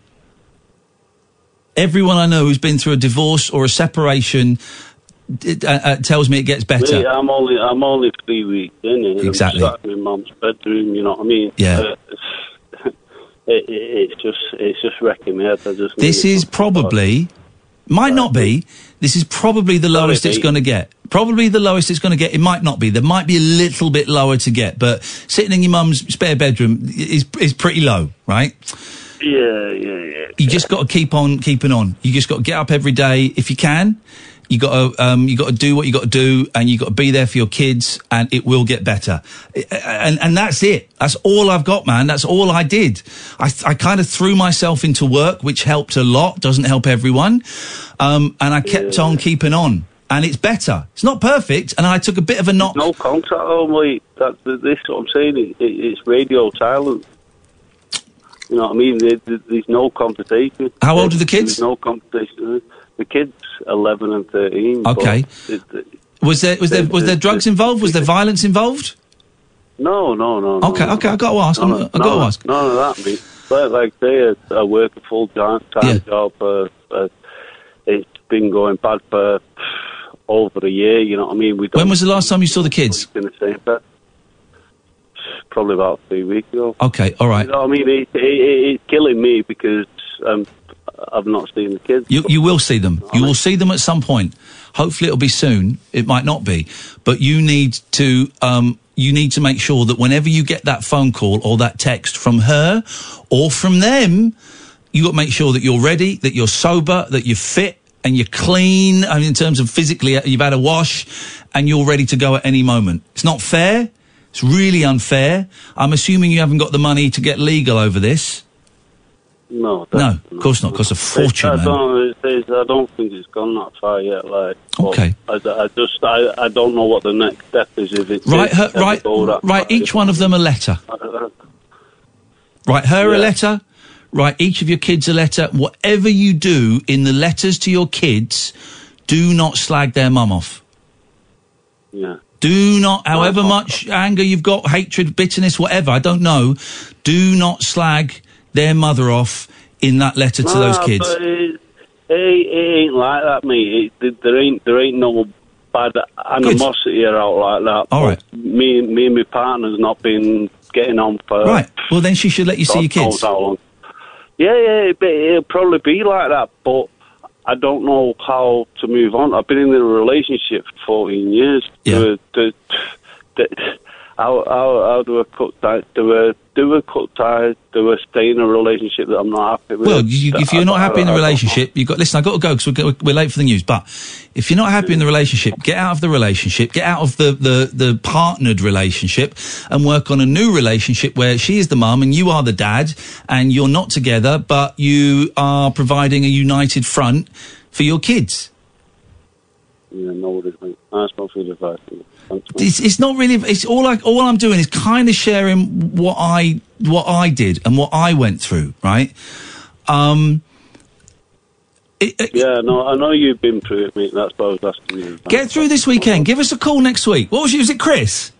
Speaker 3: Everyone I know who's been through a divorce or a separation it, uh, uh, tells me it gets better.
Speaker 12: Me, I'm only I'm only three weeks in it.
Speaker 3: Exactly.
Speaker 12: I'm sat in my mum's bedroom. You know what I mean?
Speaker 3: Yeah.
Speaker 12: Uh, it, it, it's just it's just wrecking me head. I just
Speaker 3: This
Speaker 12: need
Speaker 3: is
Speaker 12: some support.
Speaker 3: probably, might not be. This is probably the lowest it's
Speaker 12: mate.
Speaker 3: going to get. Probably the lowest it's going to get. It might not be. There might be a little bit lower to get, but sitting in your mum's spare bedroom i- is is pretty low, right?
Speaker 12: Yeah, yeah, yeah.
Speaker 3: You just got to keep on keeping on. You just got to get up every day if you can. You got to um, you got to do what you got to do, and you got to be there for your kids, and it will get better. I- I- And and that's it. That's all I've got, man. That's all I did. I I kind of threw myself into work, which helped a lot. Doesn't help everyone, um, and I kept on keeping on, and it's better. It's not perfect, and I took a bit of a knock.
Speaker 12: No contact, oh mate. That this what I'm saying. It, it, it's radio silence. You know what I mean? There, there, there's no conversation.
Speaker 3: How old are the
Speaker 12: There's-
Speaker 3: kids?
Speaker 12: There's no conversation. The kids, eleven and thirteen. but
Speaker 3: Okay.
Speaker 12: it- it-
Speaker 3: Was there was there was there drugs involved? Was there violence involved?
Speaker 12: No, no, no.
Speaker 3: Okay,
Speaker 12: no.
Speaker 3: okay, I gotta ask, I'm- I gotta
Speaker 12: no,
Speaker 3: ask.
Speaker 12: None of that, mate. But like I say, I, I work a full time
Speaker 3: Yeah.
Speaker 12: job. Uh, uh, it's been going bad for over a year. You know what I mean? We don't
Speaker 3: When was the last time you saw the kids?
Speaker 12: in the same bed. Probably about three weeks ago.
Speaker 3: Okay, Oh, all right.
Speaker 12: You know what I mean? It, it, it, it's killing me because um, I've not seen the kids.
Speaker 3: You, you will see them. You will see them at some point. Hopefully, it'll be soon. It might not be, but you need to um, you need to make sure that whenever you get that phone call or that text from her or from them, you got to make sure that you're ready, that you're sober, that you're fit, and you're clean. I mean, in terms of physically, uh, you've had a wash, and you're ready to go at any moment. It's not fair. It's really unfair. I'm assuming you haven't got the money to get legal over this.
Speaker 12: No,
Speaker 3: No, of course not. Costs a fortune,
Speaker 12: I
Speaker 3: man.
Speaker 12: don't, it's, it's, I don't think it's gone that far yet. Like, but
Speaker 3: Okay.
Speaker 12: I, I just, I, I don't know what the next step is. If it's
Speaker 3: Write her,
Speaker 12: ever
Speaker 3: write,
Speaker 12: go that uh,
Speaker 3: write
Speaker 12: far.
Speaker 3: each one of them a letter. Write her a letter. Write each of your kids a letter. Whatever you do in the letters to your kids, do not slag their mum off.
Speaker 12: Yeah.
Speaker 3: Do not, however much anger you've got, hatred, bitterness, whatever, I don't know, do not slag their mother off in that letter to those
Speaker 12: Nah,
Speaker 3: kids.
Speaker 12: Ah, but It, it, it ain't like that, mate. It, there ain't, there ain't no bad animosity out like that.
Speaker 3: All
Speaker 12: But
Speaker 3: right.
Speaker 12: Me, and- me and my partner's not been getting on for
Speaker 3: Right. Well, then she should let you see
Speaker 12: God
Speaker 3: your kids.
Speaker 12: knows how long. Yeah, yeah, it, it'll probably be like that, but I don't know how to move on. I've been in a relationship for 14 years. Yeah. The, the, the- how, how, how do I cut ties? Do I, do I cut ties? Do I stay in a relationship that I'm not happy with?
Speaker 3: Well, you, if you're not
Speaker 12: I- I-
Speaker 3: happy in the
Speaker 12: I-
Speaker 3: relationship, you've got. Listen, I've got to go because we're, we're late for the news. But if you're not happy in the relationship, get out of the relationship, get out of the, the, the partnered relationship, and work on a new relationship where she is the mum and you are the dad, and you're not together, but you are providing a united front for your kids.
Speaker 12: Yeah, no worries, mate. Nice one for your advice. Thanks, mate.
Speaker 3: It's, it's not really. It's all I. All I'm doing is kind of sharing what I what I did and what I went through. Right. Um.
Speaker 12: yeah, no, I know you've been through it, mate. That's why I was asking you.
Speaker 3: Get through this weekend. Give us a call next week. What was you? Was it Chris?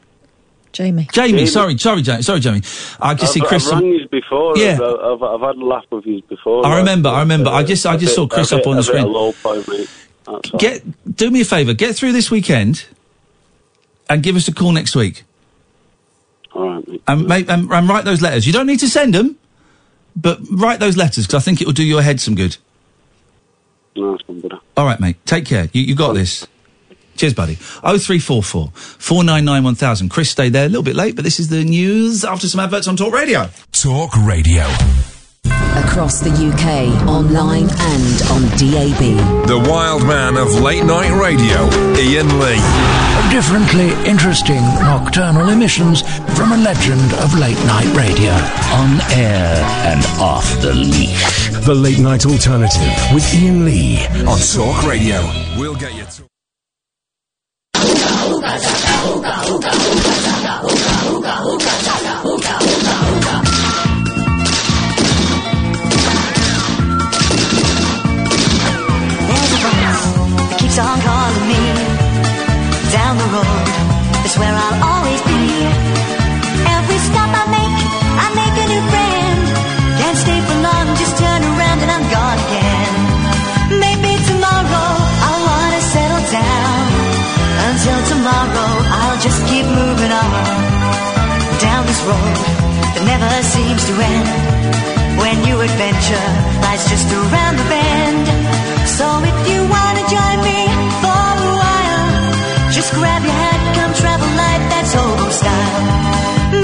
Speaker 4: Jamie.
Speaker 3: Jamie,
Speaker 12: Jamie.
Speaker 3: sorry, sorry, Jamie, sorry, Jamie. I
Speaker 12: I've,
Speaker 3: just see Chris.
Speaker 12: I've rang yous before.
Speaker 3: Yeah.
Speaker 12: I've, I've, I've had a laugh with yous before.
Speaker 3: I
Speaker 12: like, uh,
Speaker 3: remember, I remember. I just- I
Speaker 12: a
Speaker 3: just
Speaker 12: bit-
Speaker 3: saw Chris
Speaker 12: a
Speaker 3: up
Speaker 12: bit-
Speaker 3: on the
Speaker 12: a bit
Speaker 3: screen.
Speaker 12: of low point, mate. That's all.
Speaker 3: Get do me a favour, get through this weekend, and give us a call next week.
Speaker 12: All right, mate.
Speaker 3: And, make, and, and write those letters. You don't need to send them, but write those letters because I think it will do your head some good.
Speaker 12: Nice one, brother.
Speaker 3: All right, mate. Take care. You, you got this. Cheers, buddy. 0344 499 1000. Chris, stay there a little bit late, but this is the news after some adverts on Talk Radio.
Speaker 14: Talk Radio.
Speaker 15: Across the UK, online and on DAB.
Speaker 14: The wild man of late night radio, Ian Lee.
Speaker 6: Differently interesting nocturnal emissions from a legend of late night radio. On air and off the leash.
Speaker 8: The Late Night Alternative with Ian Lee
Speaker 14: On Talk Radio. We'll get you. To-
Speaker 16: There's a voice that keeps on calling me. Down the road, it's where I'll always be. Every stop I make, I make a new friend. Can't stay for long, just turn around and I'm gone again. Maybe tomorrow I wanna settle down. Until tomorrow, I'll just keep moving on. Down this road that never seems to end. When you adventure lies just around the bend. So if you wanna join me for a while, just grab your hat, come travel light, that's old style.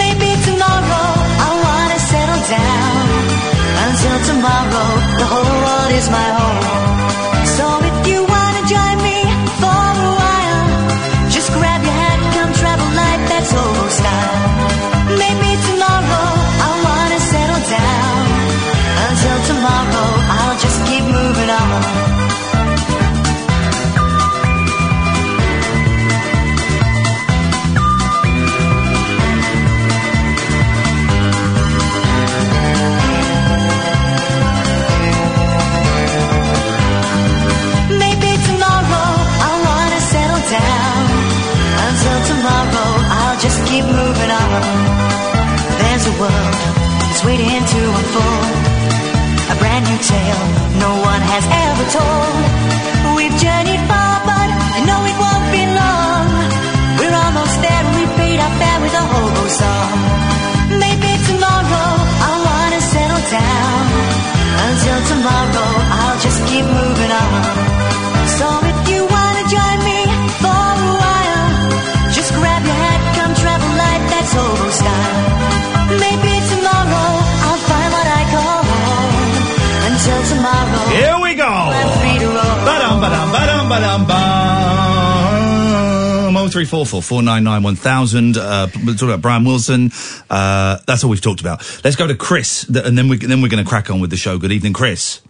Speaker 16: Maybe tomorrow I wanna settle down. Until tomorrow, the whole world is my home. So if you wanna join me for a while, just grab your hat, come travel light, that's old style. Maybe tomorrow I wanna settle down. Until tomorrow, I'll just keep moving on. Maybe tomorrow I wanna settle down. Until tomorrow, I'll just keep moving on. There's a world that's waiting to unfold. A brand new tale no one has ever told. We've journeyed far, but I know it won't be long. We're almost there, we paid our fare with a hobo song. Maybe tomorrow I wanna settle down. Until tomorrow, I'll just keep moving on. So if you wanna join me for a while, just grab your hat, come travel light, that's hobo style. Maybe tomorrow I'll find what I call home. Until tomorrow,
Speaker 3: Here we go.
Speaker 16: I'm free to roam.
Speaker 3: Ba-dum, ba-dum, ba-dum, ba-dum, Oh, ba-dum. 0344 499 1000. Uh, we talked about Brian Wilson. Uh, that's all we've talked about. Let's go to Chris, th- and then, we, then we're going to crack on with the show. Good evening, Chris.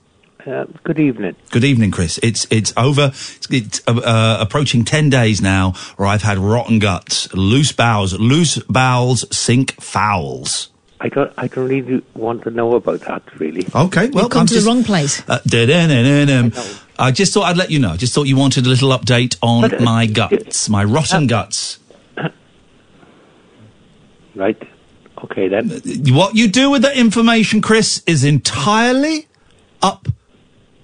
Speaker 17: Uh, good evening.
Speaker 3: Good evening, Chris. It's it's over. It's, it's uh, uh, approaching ten days now, where I've had rotten guts, loose bowels, loose bowels sink fouls.
Speaker 17: I don't. I don't really want to know about that. Really.
Speaker 3: Okay, well,
Speaker 4: You've come
Speaker 3: I'm
Speaker 4: to
Speaker 3: just,
Speaker 4: the wrong place.
Speaker 3: Uh, da-da-na-na-na. I just thought I'd let you know. I just thought you wanted a little update on
Speaker 17: But, uh,
Speaker 3: my guts, my rotten guts.
Speaker 17: Right. Okay then.
Speaker 3: Uh, What you do with that information, Chris, is entirely up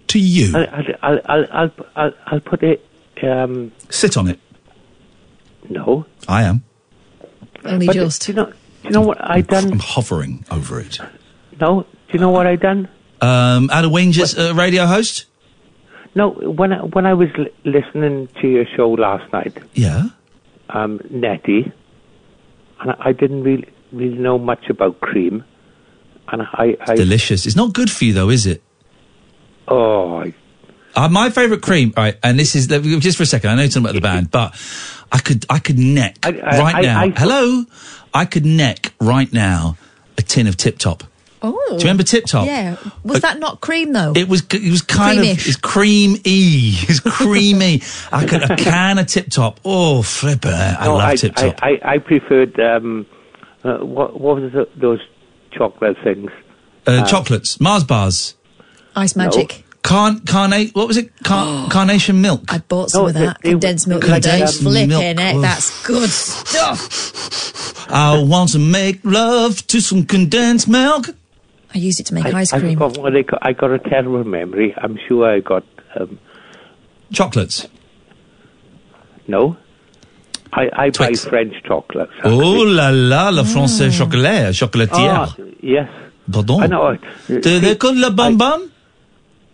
Speaker 3: to you.
Speaker 17: I'll. I'll. I'll. I'll. I'll, I'll put it. Um.
Speaker 3: Sit on it.
Speaker 17: No.
Speaker 3: I am.
Speaker 4: Only
Speaker 17: But
Speaker 4: just.
Speaker 17: Do you know? Do you know what I done?
Speaker 3: I'm hovering over it.
Speaker 17: No. Do you know what I done?
Speaker 3: Um, Adam Wings is a radio host.
Speaker 17: No. When I when I was l- listening to your show last night,
Speaker 3: Yeah.
Speaker 17: um, Nettie, and I, I didn't really really know much about cream, and I. I
Speaker 3: Delicious. It's not good for you though, is it?
Speaker 17: Oh. I,
Speaker 3: Uh, my favorite cream, all right, and this is just for a second. I know something about the band, but I could I could neck
Speaker 17: I-
Speaker 3: right
Speaker 17: I-
Speaker 3: now.
Speaker 17: I-
Speaker 3: Hello, I could neck right now a tin of Tip Top.
Speaker 4: Oh.
Speaker 3: Do you remember Tip Top?
Speaker 4: Yeah. Was
Speaker 3: Uh,
Speaker 4: that not cream though?
Speaker 3: It was it was kind of
Speaker 4: Oh. Creamish.
Speaker 3: it's creamy, it's creamy. I could a can of Tip Top. Oh, flipper! I
Speaker 17: no,
Speaker 3: love
Speaker 17: I,
Speaker 3: Tip
Speaker 17: I,
Speaker 3: Top.
Speaker 17: I, I preferred. Um, uh, what what was the, those chocolate things?
Speaker 3: Uh,
Speaker 17: uh,
Speaker 3: chocolates, Mars bars,
Speaker 4: Ice magic.
Speaker 3: carn carnate. What was it? Car- carnation milk.
Speaker 4: I bought some of that condensed milk the other day.
Speaker 3: Condensed
Speaker 4: Flipping
Speaker 3: milk.
Speaker 4: it.
Speaker 3: Ugh.
Speaker 4: That's good stuff.
Speaker 3: I want to make love to some condensed milk.
Speaker 4: I use it to make ice
Speaker 17: I've
Speaker 4: cream.
Speaker 17: got what they ca- I got a terrible memory. I'm sure I got um,
Speaker 3: chocolates.
Speaker 17: No, I, I buy French chocolates.
Speaker 3: Oh la la,
Speaker 4: Mm.
Speaker 3: la française chocolat, chocolatière.
Speaker 17: Ah, yes.
Speaker 3: Pardon.
Speaker 17: I know it.
Speaker 3: Do they call le bonbon?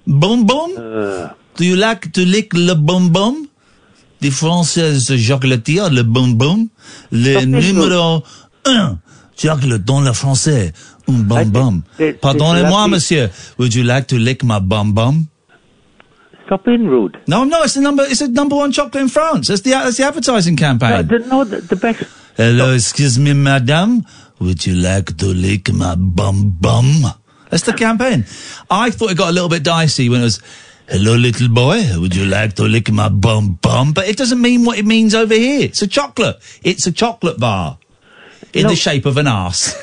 Speaker 3: Bonbon?
Speaker 17: Euh.
Speaker 3: Do you like to lick le bonbon? The française chocolatière, le bonbon. Le
Speaker 17: Doctor
Speaker 3: numéro un. Chocolat dans la française. Un bonbon.
Speaker 17: that-
Speaker 3: Pardonnez-moi,
Speaker 17: that-
Speaker 3: monsieur. Would you like to lick my bonbon?
Speaker 17: Stop being rude.
Speaker 3: No, no, it's the number, it's the number one chocolate in France. That's the, that's the advertising campaign.
Speaker 17: No, the, no, the, the best.
Speaker 3: Hello, excuse me, madam. Would you like to lick my bum bum? That's the campaign. I thought it got a little bit dicey when it was, hello, little boy. Would you like to lick my bum bum? But it doesn't mean what it means over here. It's a chocolate. It's a chocolate bar in
Speaker 4: No.
Speaker 3: the shape of an arse.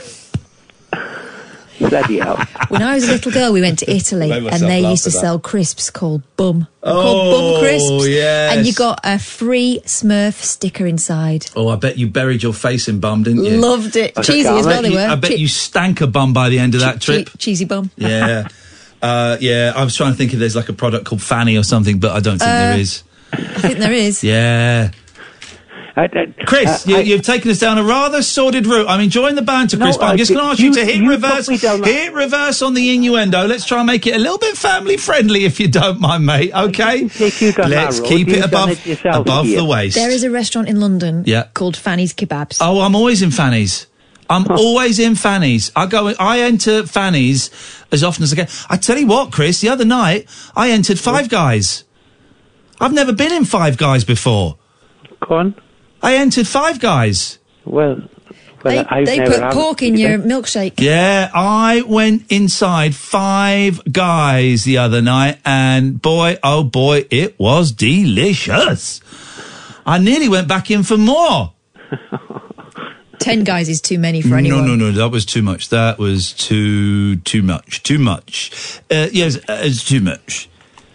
Speaker 17: Bloody hell.
Speaker 4: When I was a little girl, we went to Italy
Speaker 3: Made myself
Speaker 4: and they
Speaker 3: laugh
Speaker 4: used to
Speaker 3: at that.
Speaker 4: sell crisps called bum. They're
Speaker 3: Oh,
Speaker 4: called bum crisps.
Speaker 3: yes.
Speaker 4: And you got a free Smurf sticker inside.
Speaker 3: Oh, I bet you buried your face in bum, didn't
Speaker 4: you? Loved it. Cheesy as well
Speaker 3: I bet
Speaker 4: they
Speaker 3: you-
Speaker 4: were.
Speaker 3: I bet
Speaker 4: Che-
Speaker 3: you stank a bum by the end of that trip.
Speaker 4: Che- cheesy bum.
Speaker 3: yeah. Uh, yeah, I was trying to think if there's like a product called Fanny or something, but I don't think there
Speaker 4: Uh,
Speaker 3: is.
Speaker 4: I think there is.
Speaker 3: Yeah. Chris,
Speaker 17: uh,
Speaker 3: you,
Speaker 17: I-
Speaker 3: you've taken us down a rather sordid route. I'm enjoying the banter,
Speaker 17: No,
Speaker 3: Chris, but
Speaker 17: I
Speaker 3: I'm just
Speaker 17: did-
Speaker 3: going to ask you,
Speaker 17: you-
Speaker 3: to hit
Speaker 17: you
Speaker 3: reverse,
Speaker 17: put me down like-
Speaker 3: hit reverse on the innuendo. Let's try and make it a little bit family friendly, if you don't mind, mate. Okay,
Speaker 17: down that
Speaker 3: let's
Speaker 17: road.
Speaker 3: keep
Speaker 17: You've
Speaker 3: it
Speaker 17: done
Speaker 3: above
Speaker 17: it yourself
Speaker 3: above
Speaker 17: here.
Speaker 3: the waist.
Speaker 4: There is a restaurant in London
Speaker 3: Yeah.
Speaker 4: called Fanny's Kebabs.
Speaker 3: Oh, I'm always in Fanny's. I'm always in Fanny's. I go. I enter Fanny's as often as I can. I tell you what, Chris. The other night, I entered Five Guys. I've never been in Five Guys before.
Speaker 17: Go on.
Speaker 3: I entered Five Guys.
Speaker 17: Well,
Speaker 4: they they put pork in your milkshake.
Speaker 3: Yeah, I went inside Five Guys the other night, and boy, oh boy, it was delicious. I nearly went back in for more.
Speaker 4: Ten guys is too many for
Speaker 3: No,
Speaker 4: anyone.
Speaker 3: no, no, that was too much. That was too, too much, too much. Uh, yes, uh, it's too much.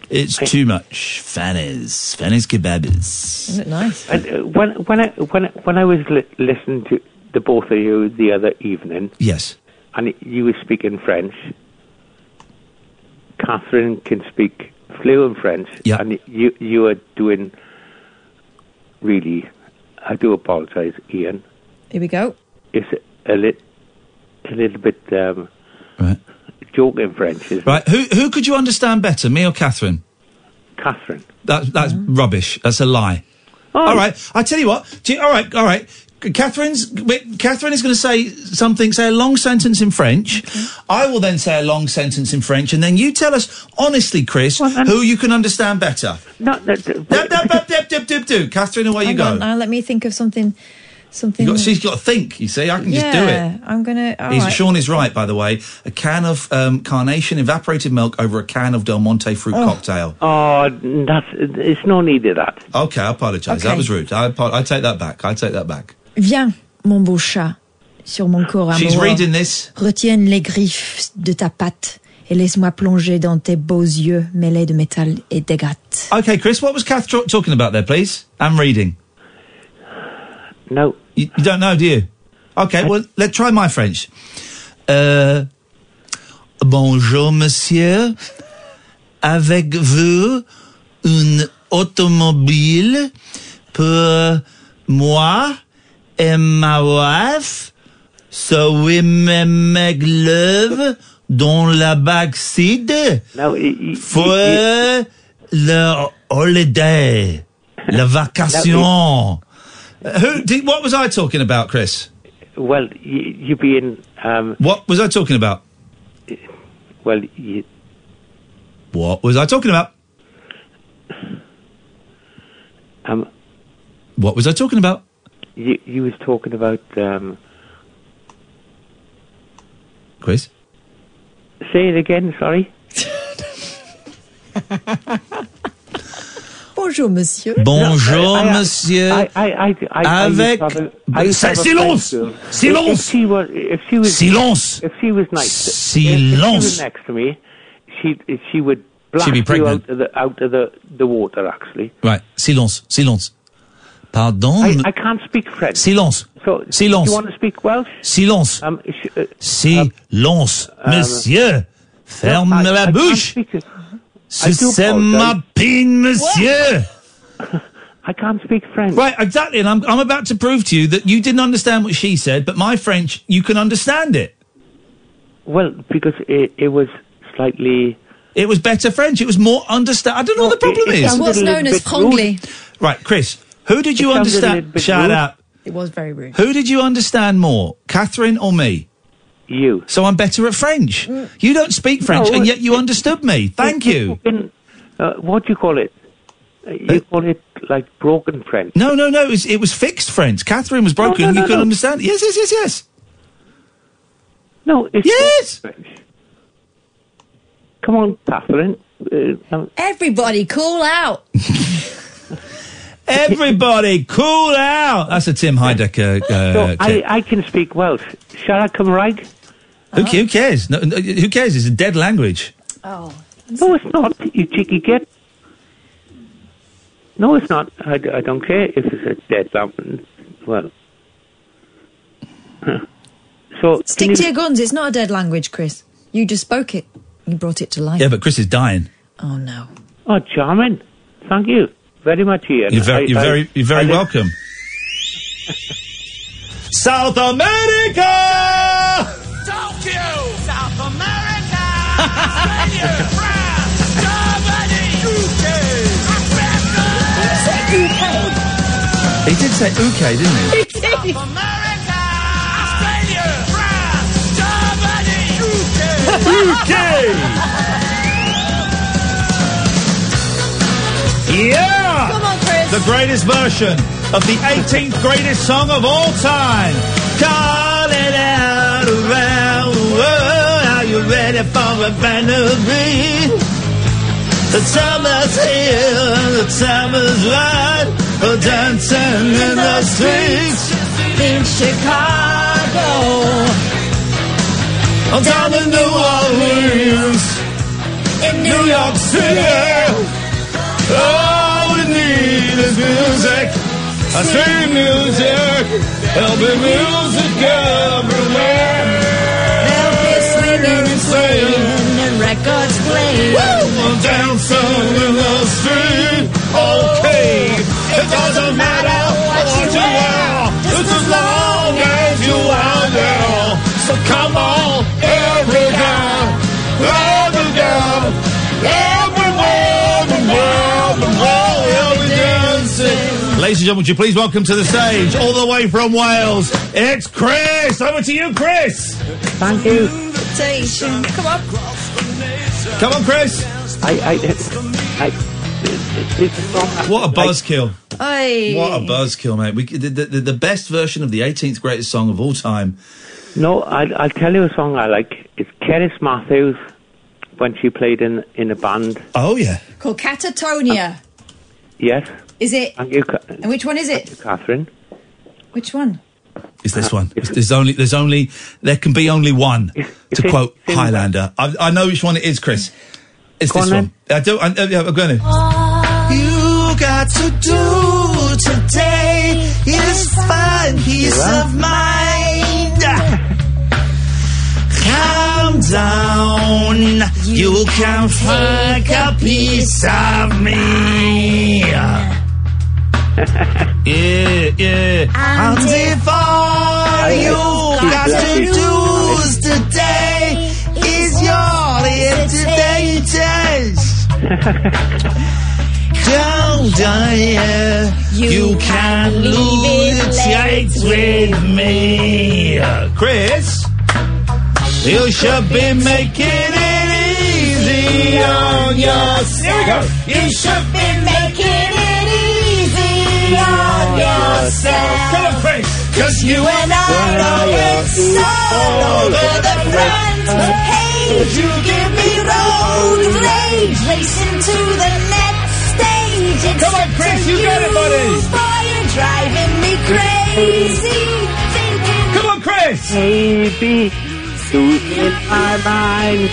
Speaker 3: It's too much. Fanny's, Fanny's kebabs.
Speaker 4: Isn't it nice?
Speaker 17: And, uh, when when I when I- when I was li- listening to the both of you the other evening,
Speaker 3: Yes.
Speaker 17: and you were speaking French. Catherine can speak fluent French,
Speaker 3: Yeah.
Speaker 17: and you you are doing really. I do apologise, Ian.
Speaker 4: Here we go.
Speaker 17: It's a lit, a little bit um,
Speaker 3: Right.
Speaker 17: joking French, isn't
Speaker 3: Right, who who could you understand better, me or Catherine?
Speaker 17: Catherine.
Speaker 3: That that's
Speaker 4: Mm.
Speaker 3: rubbish. That's a lie. All right, I tell you what. Do you- all right, all right. Catherine's wait, Catherine is going to say something. Say a long sentence in French. I will then say a long sentence in French, and then you tell us honestly, Chris, who you can understand better.
Speaker 17: No, no,
Speaker 3: no, dip, dip, dip, do. Catherine, away you
Speaker 4: Hang
Speaker 3: go.
Speaker 4: on, now let me think of something. Something.
Speaker 3: You got, she's got to think. You see, I can just do it.
Speaker 4: Yeah, I'm gonna. all
Speaker 3: He's,
Speaker 4: right.
Speaker 3: Sean is right, by the way. A can of um, carnation evaporated milk over a can of Del Monte fruit
Speaker 17: Oh.
Speaker 3: cocktail.
Speaker 17: Oh, that's it's no need of that.
Speaker 3: Okay, I apologise. That
Speaker 4: Okay.
Speaker 3: was rude. I, apo- I take that back. I take that back.
Speaker 4: Viens, mon beau chat, sur mon corps
Speaker 3: She's
Speaker 4: amoureux.
Speaker 3: reading this.
Speaker 4: Retienne les griffes de ta patte et laisse-moi plonger dans tes beaux yeux mêlés de métal et de gratte.
Speaker 3: Okay, Chris, what was Kath tra- talking about there, please? I'm reading.
Speaker 17: No.
Speaker 3: You, you don't know, do you? Okay, well, let's try my French. Uh, bonjour, monsieur. Avec vous, une automobile pour moi et ma wife. So we may make love dans la backseat.
Speaker 17: No, y- y-
Speaker 3: For
Speaker 17: y-
Speaker 3: the holiday, la vacation. Uh, Who? Did, what was I talking about, Chris?
Speaker 17: Well, you, you being um,
Speaker 3: what was I talking about?
Speaker 17: Well, you,
Speaker 3: What was I talking about?
Speaker 17: Um,
Speaker 3: what was I talking about?
Speaker 17: you you was talking about um,
Speaker 3: Chris.
Speaker 17: Say it again. Sorry.
Speaker 4: Bonjour, monsieur.
Speaker 3: Bonjour,
Speaker 17: I- I-
Speaker 3: monsieur.
Speaker 17: I, I, I, I, I used
Speaker 3: Avec-
Speaker 17: to have a- I used to
Speaker 3: Say-
Speaker 17: have a
Speaker 3: silence!
Speaker 17: friend who- if-
Speaker 3: Silence!
Speaker 17: If she was, if she was,
Speaker 3: Silence!
Speaker 17: If she was nice,
Speaker 3: Silence!
Speaker 17: If, if she was next to me, she she would blast
Speaker 3: She'd be
Speaker 17: you
Speaker 3: pregnant.
Speaker 17: out of the out of the, the water. Actually,
Speaker 3: Right. Silence. Silence. Pardon.
Speaker 17: I, I can't speak French.
Speaker 3: Silence.
Speaker 17: So,
Speaker 3: Silence.
Speaker 17: Do you want to speak Welsh?
Speaker 3: Silence.
Speaker 17: Um, sh- uh,
Speaker 3: Silence,
Speaker 17: um,
Speaker 3: monsieur. Ferme
Speaker 17: I- I
Speaker 3: la
Speaker 17: can't
Speaker 3: bouche.
Speaker 17: speak it. I do
Speaker 3: C'est ma
Speaker 17: apologize.
Speaker 3: pine, monsieur.
Speaker 17: I can't speak French.
Speaker 3: Right, exactly. And I'm, I'm about to prove to you that you didn't understand what she said, but my French, you can understand it.
Speaker 17: Well, because it, it was slightly.
Speaker 3: It was better French. It was more understand. I don't know what the problem
Speaker 4: it
Speaker 3: is.
Speaker 4: sounded What's a known little as bit rude.
Speaker 3: Right, Chris, who did you
Speaker 4: It sounded a
Speaker 3: understand?
Speaker 4: little bit
Speaker 3: Shout
Speaker 4: rude.
Speaker 3: out.
Speaker 4: It was very rude.
Speaker 3: Who did you understand more, Catherine or me?
Speaker 17: You.
Speaker 3: So I'm better at French. You don't speak French,
Speaker 17: No,
Speaker 3: and
Speaker 17: it-
Speaker 3: yet you understood me. Thank you.
Speaker 17: Uh, what do you call it? Uh, You call it like broken French.
Speaker 3: No, no, no. It was, it was fixed French. Catherine was broken.
Speaker 17: no,
Speaker 3: and you
Speaker 17: no,
Speaker 3: couldn't
Speaker 17: no.
Speaker 3: understand. Yes, yes, yes, yes.
Speaker 17: No, it's
Speaker 3: yes.
Speaker 17: Come on, Catherine. Uh, um,
Speaker 4: Everybody, cool out.
Speaker 3: Everybody, cool out. That's a Tim Heidecker. Uh,
Speaker 17: so I,
Speaker 3: clip.
Speaker 17: I can speak Welsh. Shall I come right? uh,
Speaker 3: who, ca- who cares? No, no, who cares? It's a dead language.
Speaker 4: Oh.
Speaker 17: No, it's not. You cheeky git. No, it's not. I, d- I don't care if it's a dead lamp. Well. Huh. So.
Speaker 4: Stick
Speaker 17: can
Speaker 4: to
Speaker 17: you-
Speaker 4: your guns. It's not a dead language, Chris. You just spoke it. You brought it to life.
Speaker 3: Yeah, but Chris is dying.
Speaker 4: Oh no.
Speaker 17: Oh, charming. Thank you very much, Ian.
Speaker 3: You're very,
Speaker 17: I-
Speaker 3: you're
Speaker 17: I-
Speaker 3: very, you're very welcome. South America.
Speaker 6: Tokyo, South America, Australia, France, Germany, UK, Africa.
Speaker 3: He did say okay, didn't he?
Speaker 6: South America, Australia, France, Germany, UK.
Speaker 3: Yeah!
Speaker 6: Come on, Chris.
Speaker 3: The greatest version of the 18th greatest song of all time. Call it out around the world. Are you ready for a fantasy? The summer's here, the time is right. We're dancing in the streets in Chicago. I'm down in New Orleans, in New York City. All we need is music. I see music. There'll be music everywhere. They'll be swinging and swaying and records playing. I'm dancing in the street. Okay, it doesn't matter what you wear. It's as long as you are there. So come on, every girl, every girl, everywhere, everywhere, everywhere, every dancing. Ladies and gentlemen, would you please welcome to the stage, all the way from Wales, it's Chris. Over to you, Chris.
Speaker 17: Thank you.
Speaker 4: Invitation. Come on.
Speaker 3: Come on, Chris.
Speaker 17: I, I, I, this song,
Speaker 3: What a buzzkill.
Speaker 4: Aye.
Speaker 3: What a buzzkill, mate. We, the, the, the best version of the 18th greatest song of all time.
Speaker 17: No, I'll, I'll tell you a song I like. It's Keris Matthews when she played in in a band.
Speaker 3: Oh yeah.
Speaker 4: Called Catatonia.
Speaker 17: Yes.
Speaker 4: Is it?
Speaker 17: Thank you, Ca-
Speaker 4: And which one is it?
Speaker 17: Catherine.
Speaker 4: Which one?
Speaker 3: It's
Speaker 6: Uh,
Speaker 3: this one. It's- There's only, there's only, there can be only one, to quote Highlander. I, I know which one it is, Chris. It's
Speaker 6: Go
Speaker 3: this
Speaker 6: on
Speaker 3: one. I do. I, yeah, I'm going to.
Speaker 6: You got to do today is find peace
Speaker 3: Yeah.
Speaker 6: of mind. Calm down, you can take a piece of me.
Speaker 3: Yeah, yeah.
Speaker 6: And if all you got to do is today is your heritage. Down, down, you, you can lose it right with me.
Speaker 3: Chris, you should be making it easy on yourself. Here we go.
Speaker 6: You should be making it easy on yourself. Come on,
Speaker 3: Chris.
Speaker 6: Cause you and I are it's all over the front page. You give me road rage, racing to the next stage. It's Come on, Chris, you got it, buddy. Boy, you're driving me crazy. Thinking
Speaker 3: Come on, Chris.
Speaker 17: Baby, losing my mind.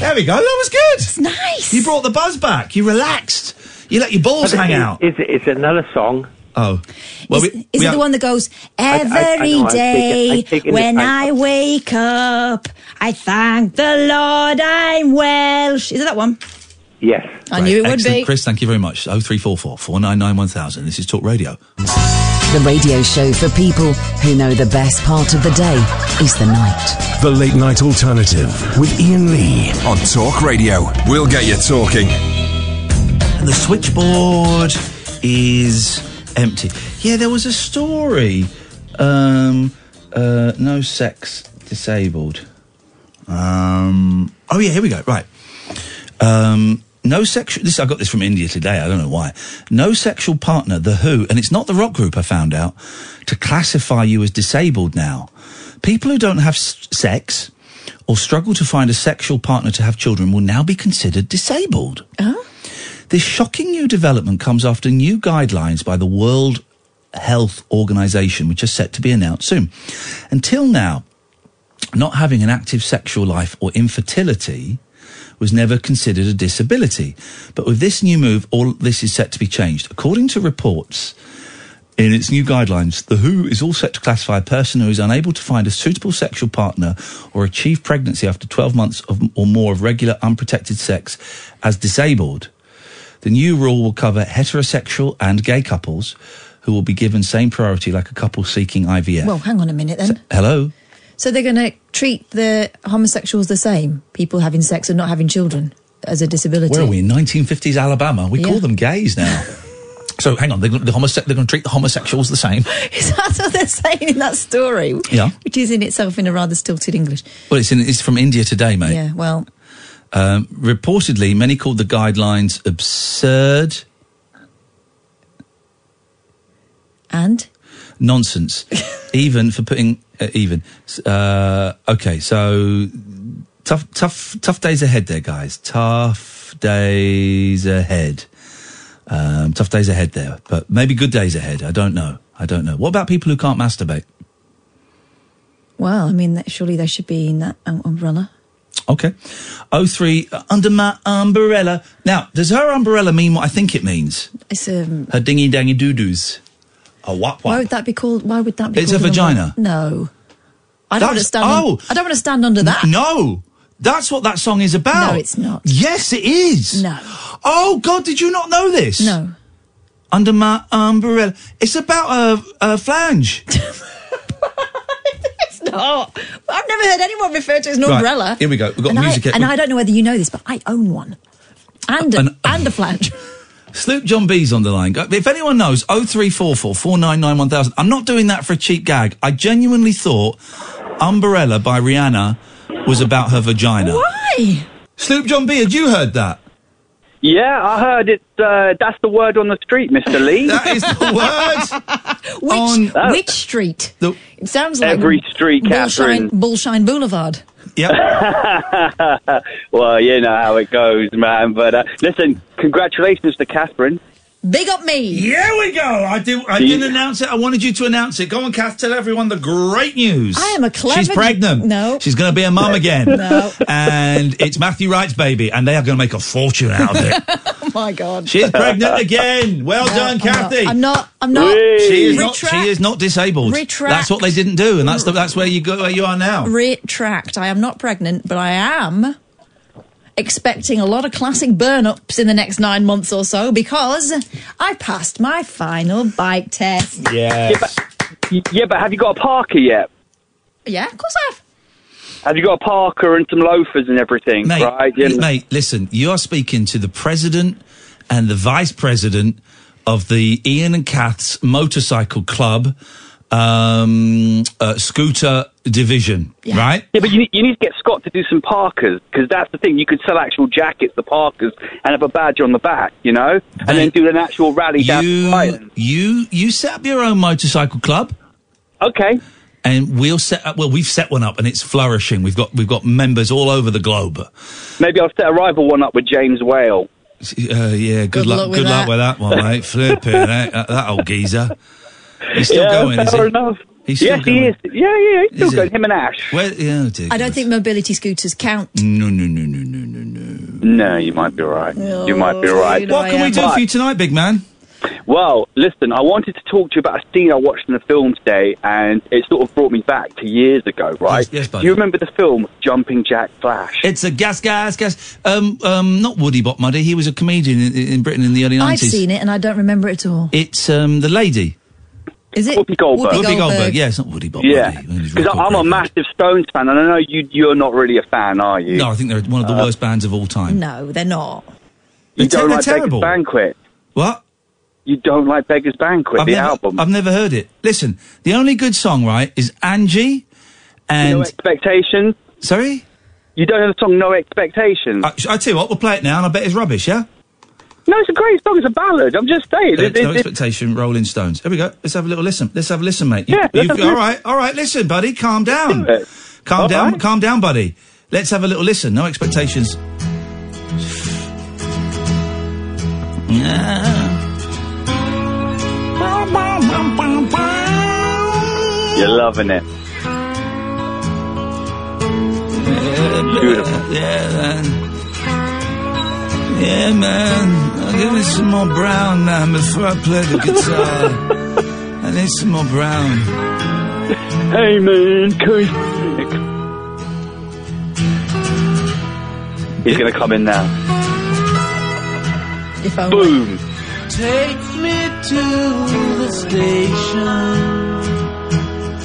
Speaker 3: There we go. That was good. It's
Speaker 4: nice.
Speaker 3: You brought the buzz back. You relaxed. You let your balls
Speaker 17: But
Speaker 3: hang
Speaker 17: it-
Speaker 3: out.
Speaker 17: It's, it's another song.
Speaker 3: Oh, well,
Speaker 18: is
Speaker 3: we-
Speaker 18: is
Speaker 3: we
Speaker 18: it
Speaker 3: have-
Speaker 18: the one that goes
Speaker 3: I- I
Speaker 18: every
Speaker 3: know,
Speaker 18: day
Speaker 3: I've taken- I've taken it
Speaker 18: when
Speaker 3: back.
Speaker 18: I wake up, I thank the Lord I'm Welsh. Is it that one?
Speaker 3: Yes.
Speaker 18: I knew it would
Speaker 3: Excellent.
Speaker 18: be.
Speaker 3: Chris, thank you very much. 0344 499 1000. This is Talk Radio.
Speaker 15: The radio show for people who know the best part of the day is the night.
Speaker 8: The Late Night Alternative with Ian Lee.
Speaker 14: On Talk Radio, we'll get you talking.
Speaker 3: And the switchboard is empty. Yeah, there was a story. Um, uh, no sex disabled. Um, oh yeah, here we go. Right. Um, no sexual. This I got this from India today. I don't know why. No sexual partner. The Who, and it's not the rock group. I found out to classify you as disabled now. People who don't have s- sex or struggle to find a sexual partner to have children will now be considered disabled. This shocking new development comes after new guidelines by the World Health Organization, which are set to be announced soon. Until now, not having an active sexual life or infertility was never considered a disability. But with this new move, all this is set to be changed. According to reports, in its new guidelines, the WHO is all set to classify a person who is unable to find a suitable sexual partner or achieve pregnancy after 12 months of, or more of regular unprotected sex as disabled. The new rule will cover heterosexual and gay couples who will be given same priority like a couple seeking IVF.
Speaker 18: Well, hang on a minute then.
Speaker 3: Hello?
Speaker 4: So they're going to treat the homosexuals the same, people having sex and not having children, as a disability.
Speaker 3: Where are we? In 1950s Alabama. We call
Speaker 4: Yeah.
Speaker 3: them gays now. so hang on, they're going, the homose- they're going to treat the homosexuals the same.
Speaker 4: Is that what they're saying in that story?
Speaker 3: Yeah.
Speaker 4: Which is in itself in a rather stilted English.
Speaker 3: Well, it's, in, it's from India today, mate.
Speaker 4: Yeah, well,
Speaker 3: Um, reportedly, many called the guidelines absurd,
Speaker 4: and?
Speaker 3: nonsense, even for putting uh, even. S- Uh, okay, so tough, tough, tough days ahead, there, guys. Tough days ahead. Um, tough days ahead there, but maybe good days ahead. I don't know. I don't know. What about people who can't masturbate?
Speaker 4: Well, I mean, that, surely they should be in that um, umbrella.
Speaker 3: Okay. Oh three uh, under my umbrella. Now, does her umbrella mean what I think it means?
Speaker 4: It's um.
Speaker 3: Her dingy dangy doo doos. A wap
Speaker 4: Why
Speaker 3: wap.
Speaker 4: would that be called? Why would that be?
Speaker 3: It's
Speaker 4: called
Speaker 3: a
Speaker 4: an
Speaker 3: vagina.
Speaker 4: umbrella? No, I don't want to
Speaker 3: That's-
Speaker 4: stand.
Speaker 3: oh.
Speaker 4: on- I don't want to stand under that.
Speaker 3: No, that's what that song is about.
Speaker 4: No, it's not.
Speaker 3: Yes, it is. No. Oh God, did you not know this?
Speaker 4: No.
Speaker 3: Under my umbrella. It's about a, a flange.
Speaker 4: It's not. I've never heard anyone refer to it as an
Speaker 3: Right,
Speaker 4: umbrella.
Speaker 3: here we go. We've got
Speaker 4: and
Speaker 3: music
Speaker 4: I,
Speaker 3: here.
Speaker 4: and I don't know whether you know this, but I own one, and a, and a flange.
Speaker 3: Sloop John B's on the line. Go- If anyone knows, 0344 499 1000. I'm not doing that for a cheap gag. I genuinely thought Umbrella by Rihanna was about her vagina.
Speaker 4: Why?
Speaker 3: Sloop John B, had you heard that?
Speaker 9: Yeah, I heard it. Uh, that's the word on the street, Mr. Lee.
Speaker 3: that is the word.
Speaker 4: Which which street?
Speaker 3: The,
Speaker 4: it sounds like
Speaker 9: Oh. Every street, Catherine.
Speaker 4: Bullshine, Bullshine Boulevard.
Speaker 9: well, you know how it goes, man. But uh, listen, congratulations to Catherine.
Speaker 4: Big up me.
Speaker 3: Here we go. I do. I
Speaker 9: Do you-
Speaker 3: didn't announce it. I wanted you to announce it. Go on, Kath. Tell everyone the great news.
Speaker 4: I am a clever-
Speaker 3: She's pregnant.
Speaker 4: No.
Speaker 3: She's going to be a mum again.
Speaker 4: No.
Speaker 3: And it's Matthew Wright's baby, and they are going to make a fortune out of it.
Speaker 4: oh my God.
Speaker 3: She's pregnant again. Well
Speaker 4: No,
Speaker 3: done,
Speaker 4: I'm
Speaker 3: Kathy.
Speaker 4: Not, I'm not. I'm not.
Speaker 3: She is not.
Speaker 4: Retract.
Speaker 3: She is not disabled.
Speaker 4: Retract.
Speaker 3: That's what they didn't do, and that's the, that's where you go. Where you are now.
Speaker 4: retract. I am not pregnant, but I am expecting a lot of classic burn ups in the next nine months or so because I passed my final bike test.
Speaker 3: Yes.
Speaker 9: Yeah, but, yeah, but have you got a Parker yet?
Speaker 4: Yeah, of course I have.
Speaker 9: Have you got a Parker and some loafers and everything?
Speaker 3: mate,
Speaker 9: right? You know-
Speaker 3: mate, listen, you are speaking to the president and the vice president of the Ian and Kath's motorcycle club um, uh, scooter division, right?
Speaker 9: Yeah, but you need, you need to get Scott to do some Parkers because that's the thing. You could sell actual jackets, the Parkers, and have a badge on the back, you know, and then do an actual rally down the island.
Speaker 3: You you set up your own motorcycle club.
Speaker 9: Okay.
Speaker 3: And we'll set up. Well, we've set one up, and it's flourishing. We've got we've got members all over the globe.
Speaker 9: Maybe I'll set a rival one up with James Whale.
Speaker 3: Uh, yeah, good,
Speaker 9: Good
Speaker 3: luck.
Speaker 9: luck with
Speaker 3: good luck
Speaker 9: that.
Speaker 3: with that one, mate. Flipping eh? that, that old geezer. He's still
Speaker 9: Yeah,
Speaker 3: going, is he?
Speaker 9: fair enough.
Speaker 3: He's still
Speaker 9: yes, he is. Yeah, yeah, he's still going. Him and Ash.
Speaker 3: Where, yeah, dear.
Speaker 4: I don't think mobility scooters count.
Speaker 3: No, no, no, no, no,
Speaker 9: no, no. No, you might be right. you might be right.
Speaker 3: what can we do for you tonight, big man?
Speaker 9: Well, listen, I wanted to talk to you about a scene I watched in the film today, and it sort of brought me back to years ago, right?
Speaker 3: Yes, yes, buddy.
Speaker 9: Do you remember the film Jumping Jack Flash?
Speaker 3: It's a gas, gas, gas. Um, um, not Woody Botmuddy. He was a comedian in, in Britain in the early 90s.
Speaker 4: I've seen it and I don't remember it at all.
Speaker 3: It's um, the lady.
Speaker 4: Is it
Speaker 9: Whoopi Goldberg.
Speaker 3: Whoopi Goldberg. Yeah, it's not Woody Botmuddy.
Speaker 9: Yeah, because I'm a massive Stones fan, and I know you, you're not really a fan, are you?
Speaker 3: No, I think they're one of the
Speaker 9: Uh,
Speaker 3: worst bands of all time.
Speaker 4: No, they're not.
Speaker 9: You
Speaker 3: They're
Speaker 9: don't
Speaker 3: ter-
Speaker 9: like
Speaker 3: they're terrible.
Speaker 9: Beggar's Banquet.
Speaker 3: What?
Speaker 9: You don't like Beggar's Banquet,
Speaker 3: I've
Speaker 9: the
Speaker 3: never,
Speaker 9: album.
Speaker 3: I've never heard it. Listen, the only good song, right, is Angie and.
Speaker 9: No Expectations.
Speaker 3: Sorry?
Speaker 9: You don't know the song No Expectations?
Speaker 3: I, I tell you what, we'll play it now, and I bet it's rubbish, yeah?
Speaker 9: No, it's a great song. It's a ballad. I'm just saying.
Speaker 3: Uh,
Speaker 9: It- it-
Speaker 3: no
Speaker 9: it-
Speaker 3: expectation, Rolling Stones. Here we go. Let's have a little listen. Let's have a listen, mate.
Speaker 9: Yeah, let's have a
Speaker 3: all
Speaker 9: listen.
Speaker 3: right, all right. Listen, buddy, calm down. Calm
Speaker 9: All
Speaker 3: down,
Speaker 9: right.
Speaker 3: calm down, buddy. Let's have a little listen. No expectations.
Speaker 9: You're loving it.
Speaker 3: Beautiful. Yeah, man. Yeah, man. I'll give me some more brown man before I play the guitar. I need some more brown.
Speaker 9: Hey, man. He's going to come in now.
Speaker 4: If I
Speaker 9: Boom.
Speaker 16: Take me to the station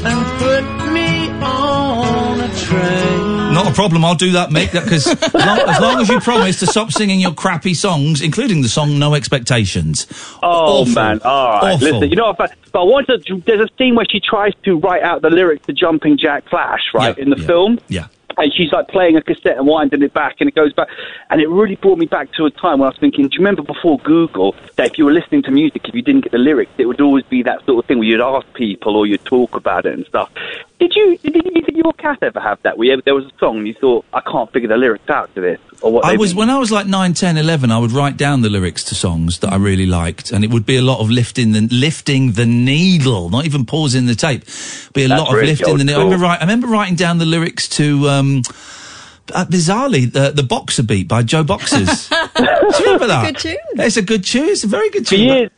Speaker 16: and put me on a train.
Speaker 3: Not a problem. I'll do that, Mick. Because as, long- as long as you promise to stop singing your crappy songs, including the song "No Expectations."
Speaker 9: Oh,
Speaker 3: Awful.
Speaker 9: man. All right.
Speaker 3: Awful.
Speaker 9: Listen, you know what? But I want to. There's a scene where she tries to write out the lyrics to Jumping Jack Flash, right, in the film.
Speaker 3: Yeah.
Speaker 9: and she's like playing a cassette and winding it back and it goes back and it really brought me back to a time when I was thinking do you remember before Google that if you were listening to music if you didn't get the lyrics it would always be that sort of thing where you'd ask people or you'd talk about it and stuff did you did, you, did your cat ever have that where you- there was a song and you thought I can't figure the lyrics out to this or what
Speaker 3: I
Speaker 9: they
Speaker 3: was
Speaker 9: mean?
Speaker 3: when I was like 9, 10, 11, I would write down the lyrics to songs that I really liked, and it would be a lot of lifting the lifting the needle, not even pausing the tape. Be a
Speaker 9: That's
Speaker 3: lot of
Speaker 9: really
Speaker 3: lifting
Speaker 9: old
Speaker 3: the needle. I
Speaker 9: school.
Speaker 3: remember, write, I remember writing down the lyrics to. Um, uh, bizarrely, the, the Boxer Beat by Joe Boxers. Do you remember that?
Speaker 9: Good tune.
Speaker 3: It's a good tune. It's a very good
Speaker 9: for
Speaker 3: tune.
Speaker 9: years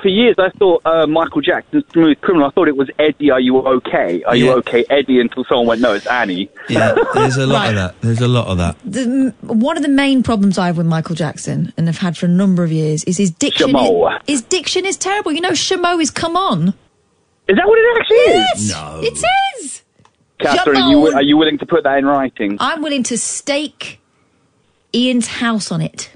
Speaker 9: for years I thought uh, Michael Jackson's Smooth Criminal I thought it was Eddie Are You Okay Are You
Speaker 3: Yeah.
Speaker 9: Okay Eddie until someone went no it's Annie
Speaker 3: yeah there's a lot of that. There's a lot of that.
Speaker 4: The, one of the main problems I have with Michael Jackson and have had for a number of years is his diction.
Speaker 9: Shamo.
Speaker 4: His diction is terrible. You know, Shamo is come on.
Speaker 9: Is that what it actually
Speaker 4: yes,
Speaker 9: is?
Speaker 4: it is.
Speaker 9: Catherine, are you, are you willing to put that in writing?
Speaker 4: I'm willing to stake Ian's house on it.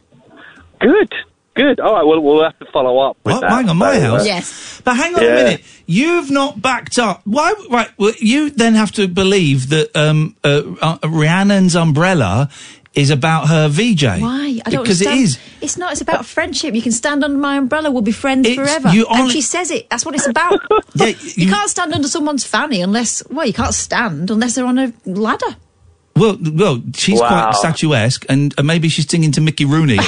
Speaker 9: Good, good. All right, well, we'll have to follow up with
Speaker 3: What?
Speaker 9: that.
Speaker 3: Hang on, my
Speaker 9: So, uh,
Speaker 3: house. But hang on
Speaker 9: Yeah.
Speaker 3: a minute. You've not backed up. Why? Right. Well, you then have to believe that um, uh, uh, Rhiannon's umbrella is about her VJ.
Speaker 4: Why? I don't
Speaker 3: because
Speaker 4: understand.
Speaker 3: it is.
Speaker 4: It's not. It's about friendship. You can stand under my umbrella. We'll be friends forever.
Speaker 3: you
Speaker 4: and
Speaker 3: only-
Speaker 4: she says it. That's what it's about.
Speaker 3: Yeah,
Speaker 4: you, can't stand under someone's fanny unless, well, you can't stand unless they're on a ladder.
Speaker 3: Well, well, she's
Speaker 9: Wow.
Speaker 3: quite statuesque, and uh, maybe she's singing to Mickey Rooney.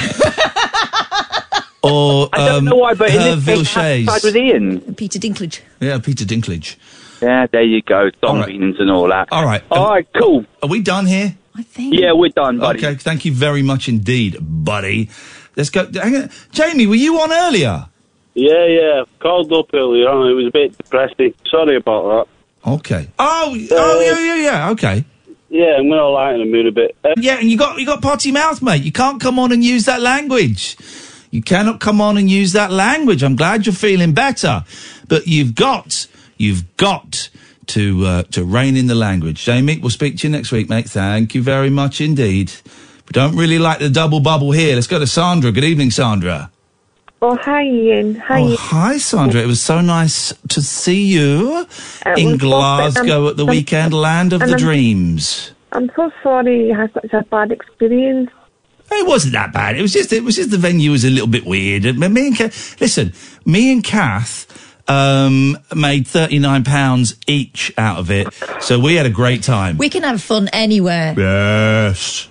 Speaker 3: or
Speaker 9: I don't
Speaker 3: um,
Speaker 9: know why, but in
Speaker 3: her
Speaker 9: this case,
Speaker 3: Vilches.
Speaker 9: side with Ian.
Speaker 4: Peter Dinklage.
Speaker 3: Yeah, Peter Dinklage.
Speaker 9: Yeah, there you go. Song meanings and all that.
Speaker 3: All right.
Speaker 9: All right, cool.
Speaker 3: Are we done here?
Speaker 4: I think.
Speaker 9: Yeah, we're done, buddy.
Speaker 3: Okay, thank you very much indeed, buddy. Let's go. Hang on. Jamie, were you on earlier?
Speaker 12: Yeah, yeah. Called up earlier on. It was a bit depressing. Sorry about
Speaker 3: Okay. Oh, oh, yeah, yeah, yeah. Okay.
Speaker 12: that. Yeah, I'm going to lighten the mood a bit. Uh,
Speaker 3: Yeah, and you got you got potty mouth, mate. You can't come on and use that language. You cannot come on and use that language. I'm glad you're feeling better, but you've got you've got to uh, to rein in the language. Jamie, we'll speak to you next week, mate. Thank you very much indeed. We don't really like the double bubble here. Let's go to Sandra. Good evening, Sandra.
Speaker 19: Oh, hi, Ian. Hi.
Speaker 3: Oh, hi, Sandra. It was so nice to see you
Speaker 19: It
Speaker 3: in
Speaker 19: was lovely.
Speaker 3: Glasgow
Speaker 19: Um,
Speaker 3: at the
Speaker 19: um,
Speaker 3: weekend, land of
Speaker 19: and
Speaker 3: the
Speaker 19: I'm-
Speaker 3: dreams.
Speaker 19: I'm so sorry you had such a bad experience.
Speaker 3: It wasn't that bad. It was just it was just the venue was a little bit weird. And Me and Kath, listen, me and Kath um, made thirty nine pounds each out of it, so we had a great time.
Speaker 4: We can have fun anywhere.
Speaker 3: Yes.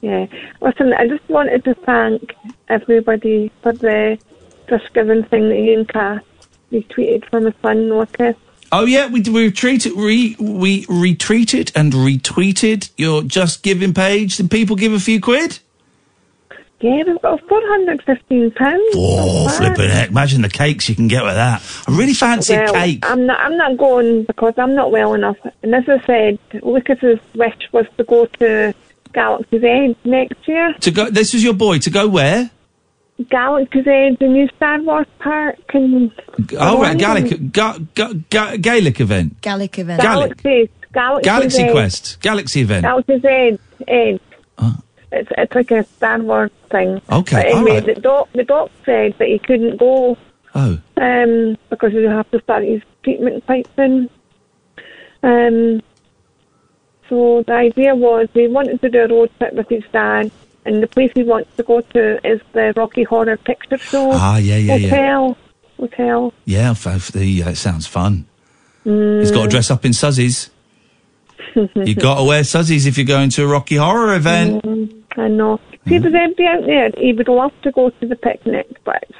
Speaker 19: yeah. Listen, I just wanted to thank everybody for the just giving thing that Ian Cass retweeted for my son Lucas.
Speaker 3: Oh yeah, we we treated re, we retreated and retweeted your Just Giving page. Did people give a few quid?
Speaker 19: Yeah, we've got £415.
Speaker 3: Oh, flipping heck. Imagine the cakes you can get with that. I really fancy
Speaker 19: well,
Speaker 3: cake.
Speaker 19: I'm not. I'm not going because I'm not well enough. And as I said, Lucas's wish was to go to Galaxy's Edge next year.
Speaker 3: To go, this is your boy. To go where?
Speaker 19: Galaxy's Edge, the new Star Wars park, and
Speaker 3: Oh, right,
Speaker 19: London.
Speaker 3: Gaelic, ga, ga, ga, Gaelic event.
Speaker 4: Gaelic event.
Speaker 3: Gaelic.
Speaker 19: Galaxy, Galaxy's
Speaker 3: Galaxy
Speaker 19: Edge.
Speaker 3: Quest. Galaxy event.
Speaker 19: Galaxy's Edge. Edge. It's, it's like a Star Wars thing.
Speaker 3: Okay,
Speaker 19: But anyway,
Speaker 3: alright.
Speaker 19: the doc the doc said that he couldn't go
Speaker 3: Oh.
Speaker 19: um, because he'd have to start his treatment quite soon. Um, so the idea was we wanted to do a road trip with his dad, and the place he wants to go to is the Rocky Horror Picture Show
Speaker 3: Ah, yeah, yeah, yeah.
Speaker 19: hotel. Hotel.
Speaker 3: Yeah, f- f- the, uh, it sounds fun. He's got to
Speaker 19: Mm.
Speaker 3: dress up in suzzies. you got to wear suzzies if you're going to a Rocky Horror event.
Speaker 19: Mm, I know. See,
Speaker 3: Mm-hmm.
Speaker 19: there's empty out there. He would love to go to the picnic, but it's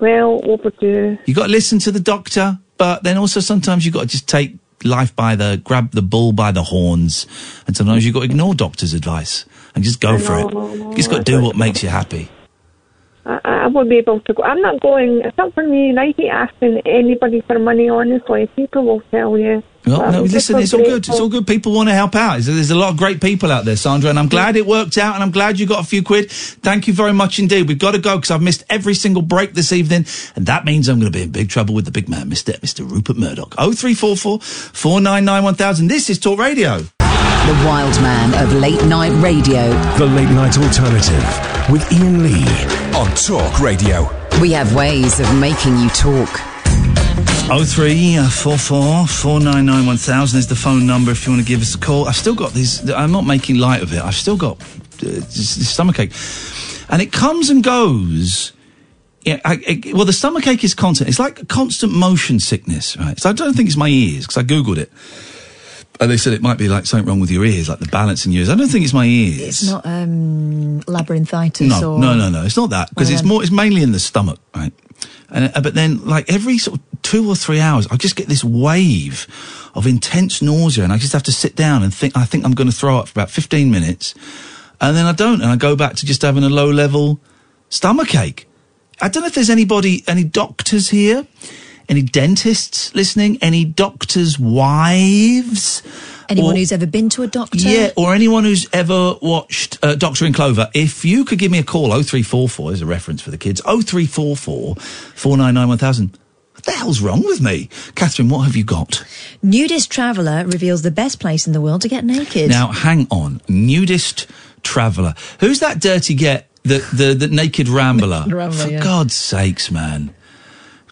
Speaker 19: well overdue.
Speaker 3: you got to listen to the doctor, but then also sometimes you've got to just take life by the, grab the bull by the horns. And sometimes you've got to ignore doctor's advice and just go
Speaker 19: I
Speaker 3: for it.
Speaker 19: know.
Speaker 3: You just got to do what makes you happy.
Speaker 19: I, I won't be able to go. I'm not going. It's not for me. And I hate asking anybody for money, honestly. People will tell you.
Speaker 3: Well,
Speaker 19: But
Speaker 3: no,
Speaker 19: I'm just
Speaker 3: listen,
Speaker 19: so
Speaker 3: it's all good.
Speaker 19: grateful.
Speaker 3: It's all good. People want to help out. There's- There's a lot of great people out there, Sandra, and I'm glad it worked out, and I'm glad you got a few quid. Thank you very much indeed. We've got to go because I've missed every single break this evening, and that means I'm going to be in big trouble with the big man, Mr. Mr. Rupert Murdoch. 0344 499 1000. This is Talk Radio.
Speaker 15: The wild man of late night radio.
Speaker 8: The Late Night Alternative with Ian Lee on Talk Radio.
Speaker 15: We have ways of making you talk.
Speaker 3: uh, 0344 499 1000 is the phone number if you want to give us a call. I've still got these, I'm not making light of it. I've still got uh, s- stomachache. And it comes and goes. Yeah, I, I, well, the stomachache is constant. It's like constant motion sickness, right? So I don't think it's my ears because I Googled it. And they said it might be like something wrong with your ears, like the balance in your ears. I don't think it's my ears.
Speaker 4: It's not um, labyrinthitis
Speaker 3: No,
Speaker 4: or.
Speaker 3: no, no, no. It's not that because
Speaker 4: Well,
Speaker 3: it's
Speaker 4: then-
Speaker 3: more. It's mainly in the stomach, right? And uh, but then, like every sort of two or three hours, I just get this wave of intense nausea, and I just have to sit down and think. I think I'm going to throw up for about 15 minutes, and then I don't, and I go back to just having a low level stomach ache. I don't know if there's anybody, any doctors here, any dentists listening, any doctors' wives,
Speaker 4: Anyone
Speaker 3: or-
Speaker 4: who's ever been to a doctor?
Speaker 3: yeah, or anyone who's ever watched uh, Doctor in Clover, if you could give me a call, 0344 is a reference for the kids, 0344 499 1000. What the hell's wrong with me? Catherine, what have you got?
Speaker 4: Nudist traveller reveals the best place in the world to get naked.
Speaker 3: Now, hang on. Nudist traveller. Who's that dirty get, the, the, the naked rambler?
Speaker 4: Rambler,
Speaker 3: for
Speaker 4: yeah.
Speaker 3: God's sakes, man.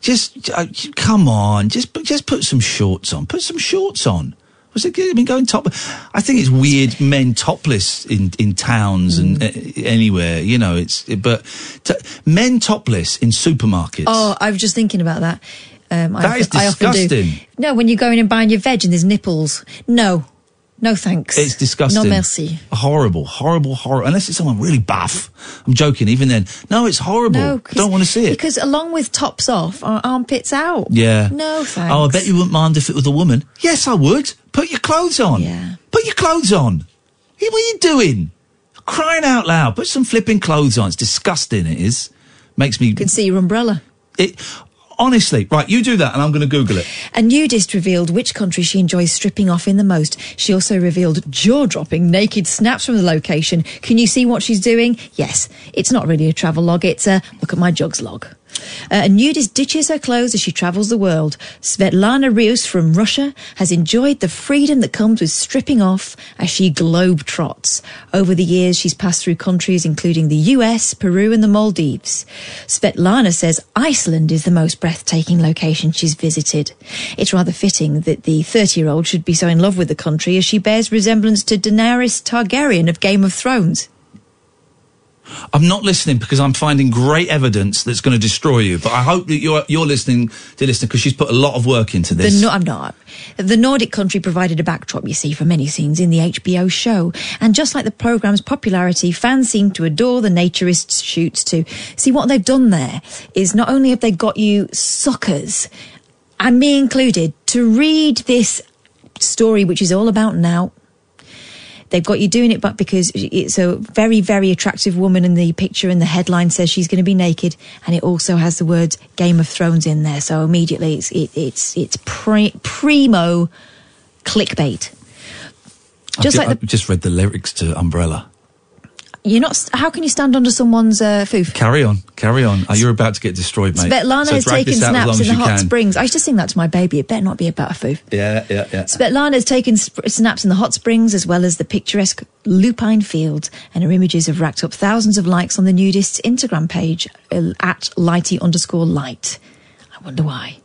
Speaker 3: Just uh, j- come on. Just put- just put some shorts on. Put some shorts on. Was it? good? I mean, going top. I think it's weird men topless in in towns and
Speaker 4: Hmm.
Speaker 3: uh, anywhere. You know, it's but t- men topless in supermarkets.
Speaker 4: Oh, I was just thinking about that. Um, I,
Speaker 3: That is
Speaker 4: I often do.
Speaker 3: disgusting.
Speaker 4: No, when you go in and buying your veg and there's nipples. No, no thanks.
Speaker 3: It's disgusting.
Speaker 4: No mercy.
Speaker 3: Horrible, horrible, horrible. Unless it's someone really buff. I'm joking. Even then, no, it's horrible.
Speaker 4: No, 'cause-
Speaker 3: Don't want to see it.
Speaker 4: Because along with tops off are armpits out.
Speaker 3: Yeah.
Speaker 4: No thanks.
Speaker 3: Oh, I bet you wouldn't mind if it was a woman. Yes, I would. Put your clothes on. Yeah. Put your clothes on. Hey, What are you doing? Crying out loud. Put some flipping clothes on. It's disgusting, it is. Makes me.
Speaker 4: can see your umbrella.
Speaker 3: It, honestly, right, you do that and I'm going to Google it.
Speaker 4: A nudist revealed which country she enjoys stripping off in the most. She also revealed jaw dropping naked snaps from the location. Can you see what she's doing? Yes, it's not really a travel log, it's a look at my jugs log. Uh, a nudist ditches her clothes as she travels the world. Svetlana Rios from Russia has enjoyed the freedom that comes with stripping off as she globetrots. Over the years, she's passed through countries including the US, Peru, and the Maldives. Svetlana says Iceland is the most breathtaking location she's visited. It's rather fitting that the 30 year old should be so in love with the country as she bears resemblance to Daenerys Targaryen of Game of Thrones.
Speaker 3: I'm not listening because I'm finding great evidence that's going to destroy you. But I hope that you're, you're listening, dear listener, because she's put a lot of work into this.
Speaker 4: The, no- I'm not. The Nordic country provided a backdrop, you see, for many scenes in the HBO show. And just like the programme's popularity, fans seem to adore the naturist shoots too. See, what they've done there is not only have they got you suckers, and me included, to read this story, which is all about now They've got you doing it, but because it's a very, very attractive woman in the picture, and the headline says she's going to be naked, and it also has the words Game of Thrones in there. So immediately, it's it, it's it's pri- primo clickbait. Just
Speaker 3: I've, ju-
Speaker 4: like
Speaker 3: I've just read the lyrics to Umbrella.
Speaker 4: the, you're not. st- How can you stand under someone's uh, foof?
Speaker 3: Carry on, carry on. Oh, you're about to get destroyed, mate.
Speaker 4: Svetlana
Speaker 3: So
Speaker 4: has
Speaker 3: drag
Speaker 4: taken
Speaker 3: this out as long
Speaker 4: snaps in
Speaker 3: as
Speaker 4: the
Speaker 3: you
Speaker 4: hot
Speaker 3: can.
Speaker 4: springs. I used to sing that to my baby. It better not be about a foof.
Speaker 3: Yeah, yeah, yeah.
Speaker 4: Svetlana has taken sp- snaps in the hot springs as well as the picturesque lupine fields, and her images have racked up thousands of likes on the nudist's Instagram page uh, at lighty underscore light. I wonder why.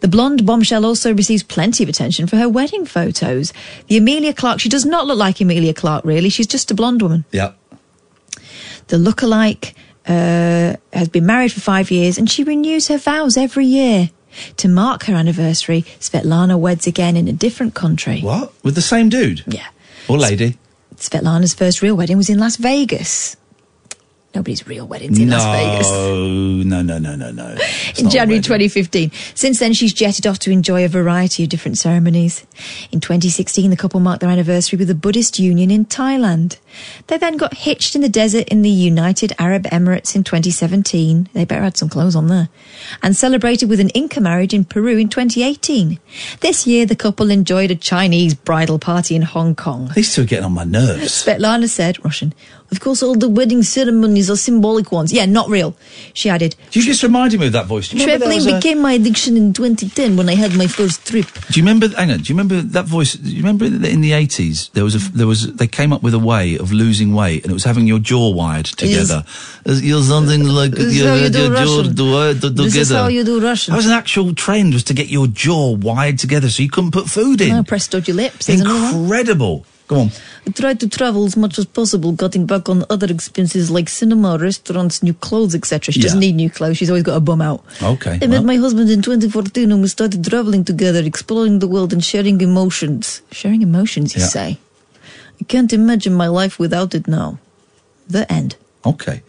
Speaker 4: The blonde bombshell also receives plenty of attention for her wedding photos. The Amelia Clark, she does not look like Amelia Clark, really. She's just a blonde woman.
Speaker 3: yeah.
Speaker 4: The lookalike uh, has been married for five years and she renews her vows every year. To mark her anniversary, Svetlana weds again in a different country.
Speaker 3: What? With the same dude?
Speaker 4: Yeah.
Speaker 3: Or lady?
Speaker 4: Svetlana's first real wedding was in Las Vegas. Nobody's real weddings in
Speaker 3: no,
Speaker 4: Las Vegas.
Speaker 3: no, no, no, no, no. It's
Speaker 4: in
Speaker 3: not a
Speaker 4: January
Speaker 3: wedding.
Speaker 4: 2015. Since then, she's jetted off to enjoy a variety of different ceremonies. In 2016, the couple marked their anniversary with the Buddhist Union in Thailand. They then got hitched in the desert in the United Arab Emirates in 2017. They better add some clothes on there. And celebrated with an Inca marriage in Peru in 2018. This year, the couple enjoyed a Chinese bridal party in Hong Kong.
Speaker 3: These two are getting on my nerves.
Speaker 4: Svetlana said, Russian, of course, all the wedding ceremonies are symbolic ones. Yeah, not real. She added,
Speaker 3: You just reminded me of that voice. Do you remember there was
Speaker 4: Traveling
Speaker 3: a-
Speaker 4: became my addiction in 2010 when I had my first trip.
Speaker 3: Do you remember? Hang on. Do you remember that voice? Do you remember that in the eighties there was a there was they came up with a way of losing weight, and it was having your jaw wired together. You're something like
Speaker 4: This is
Speaker 3: your,
Speaker 4: how you do
Speaker 3: your jaw
Speaker 4: Russian.
Speaker 3: do- uh, do-
Speaker 4: This is
Speaker 3: together.
Speaker 4: how you do Russian.
Speaker 3: That was an actual trend was to get your jaw wired together so you couldn't put food in.
Speaker 4: Now pressed out your lips. There's another one.
Speaker 3: Incredible. Go on.
Speaker 4: I tried to travel as much as possible, cutting back on other expenses like cinema, restaurants, new clothes, etc. She doesn't
Speaker 3: Yeah.
Speaker 4: need new clothes. She's always got a bum out.
Speaker 3: Okay.
Speaker 4: I
Speaker 3: well.
Speaker 4: met my husband in 2014 and we started traveling together, exploring the world and sharing emotions. Sharing emotions, you
Speaker 3: Yeah.
Speaker 4: say? I can't imagine my life without it now. The end.
Speaker 3: Okay.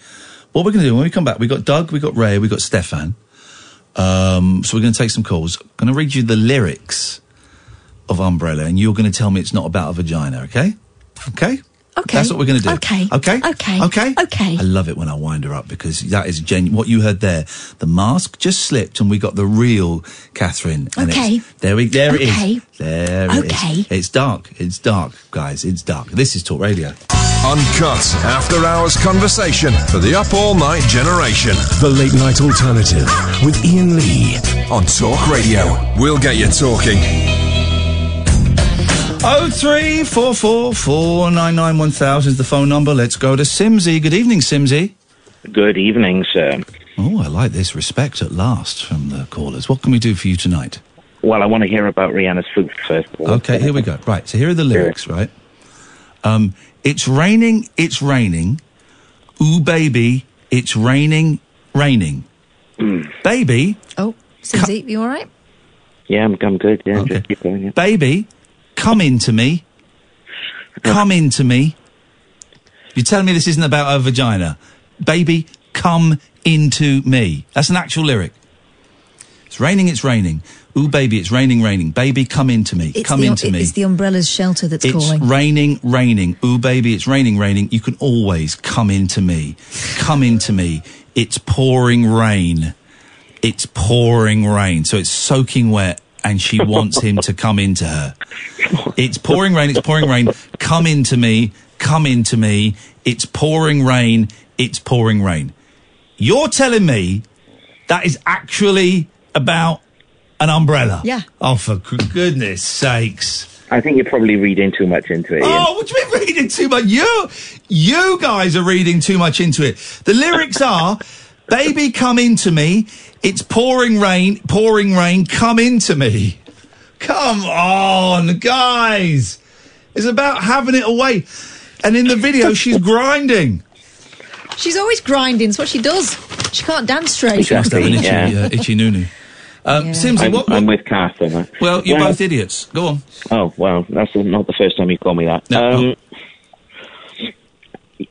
Speaker 3: What we're going to do when we come back, we got Doug, we got Ray, we got Stefan. Um, so we're going to take some calls. I'm going to read you the lyrics of Umbrella, and you're going to tell me it's not about a vagina. Okay. Okay.
Speaker 4: Okay.
Speaker 3: That's what we're going to do.
Speaker 4: Okay.
Speaker 3: Okay.
Speaker 4: Okay.
Speaker 3: Okay.
Speaker 4: Okay.
Speaker 3: I love it when I wind her up because that is genuine. What you heard there, the mask just slipped, and we got the real Catherine. And it's-
Speaker 4: Okay.
Speaker 3: there we. There it
Speaker 4: Okay.
Speaker 3: is. There it is.
Speaker 4: Okay.
Speaker 3: It's dark. It's dark, guys. It's dark. This is Talk Radio.
Speaker 14: Uncut after hours conversation for the up all night generation.
Speaker 8: The Late Night Alternative with Ian Lee.
Speaker 14: On Talk Radio, we'll get you talking.
Speaker 3: Oh three four four four nine nine one thousand is the phone number. Let's go to Simsy. Good evening, Simsy.
Speaker 2: Good evening, sir.
Speaker 3: Oh, I like this respect at last from the callers. What can we do for you tonight?
Speaker 2: Well, I want to hear about Rihanna's food first of all.
Speaker 3: Okay, here we go. Right, so here are the lyrics. Right, um, it's raining, it's raining. Ooh, baby, it's raining, raining. Baby,
Speaker 4: Oh, Susie, you all right?
Speaker 2: Yeah, I'm, I'm good. Yeah, just keep going. Yeah.
Speaker 3: baby, come into me. Come into me. You're telling me this isn't about a vagina. Baby, come into me. That's an actual lyric. It's raining, it's raining. Ooh, baby, it's raining, raining. Baby, come into me. come
Speaker 4: the,
Speaker 3: into me.
Speaker 4: It's the umbrella's shelter that's
Speaker 3: It's
Speaker 4: calling.
Speaker 3: raining, raining. Ooh, baby, it's raining, raining. You can always come into me. Come into me. It's pouring rain. It's pouring rain. So it's soaking wet, and she wants him to come into her. It's pouring rain. It's pouring rain. Come into me. Come into me. It's pouring rain. It's pouring rain. You're telling me that is actually about an umbrella?
Speaker 4: Yeah.
Speaker 3: Oh, for g- goodness sakes.
Speaker 2: I think you're probably reading too much into it. Ian.
Speaker 3: Oh, what do you mean reading too much? You, you guys are reading too much into it. The lyrics are, "Baby, come into me. It's pouring rain, pouring rain. Come into me. Come on, guys. It's about having it away." And in the video, she's grinding.
Speaker 4: She's always grinding. It's what she does. She can't dance straight.
Speaker 3: itchy nunu. Um, Simsy,
Speaker 2: I'm,
Speaker 3: what?
Speaker 2: I'm with Kath on that.
Speaker 3: Well, you're both idiots. Go on.
Speaker 2: Oh, well, that's not the first time you call me that. um,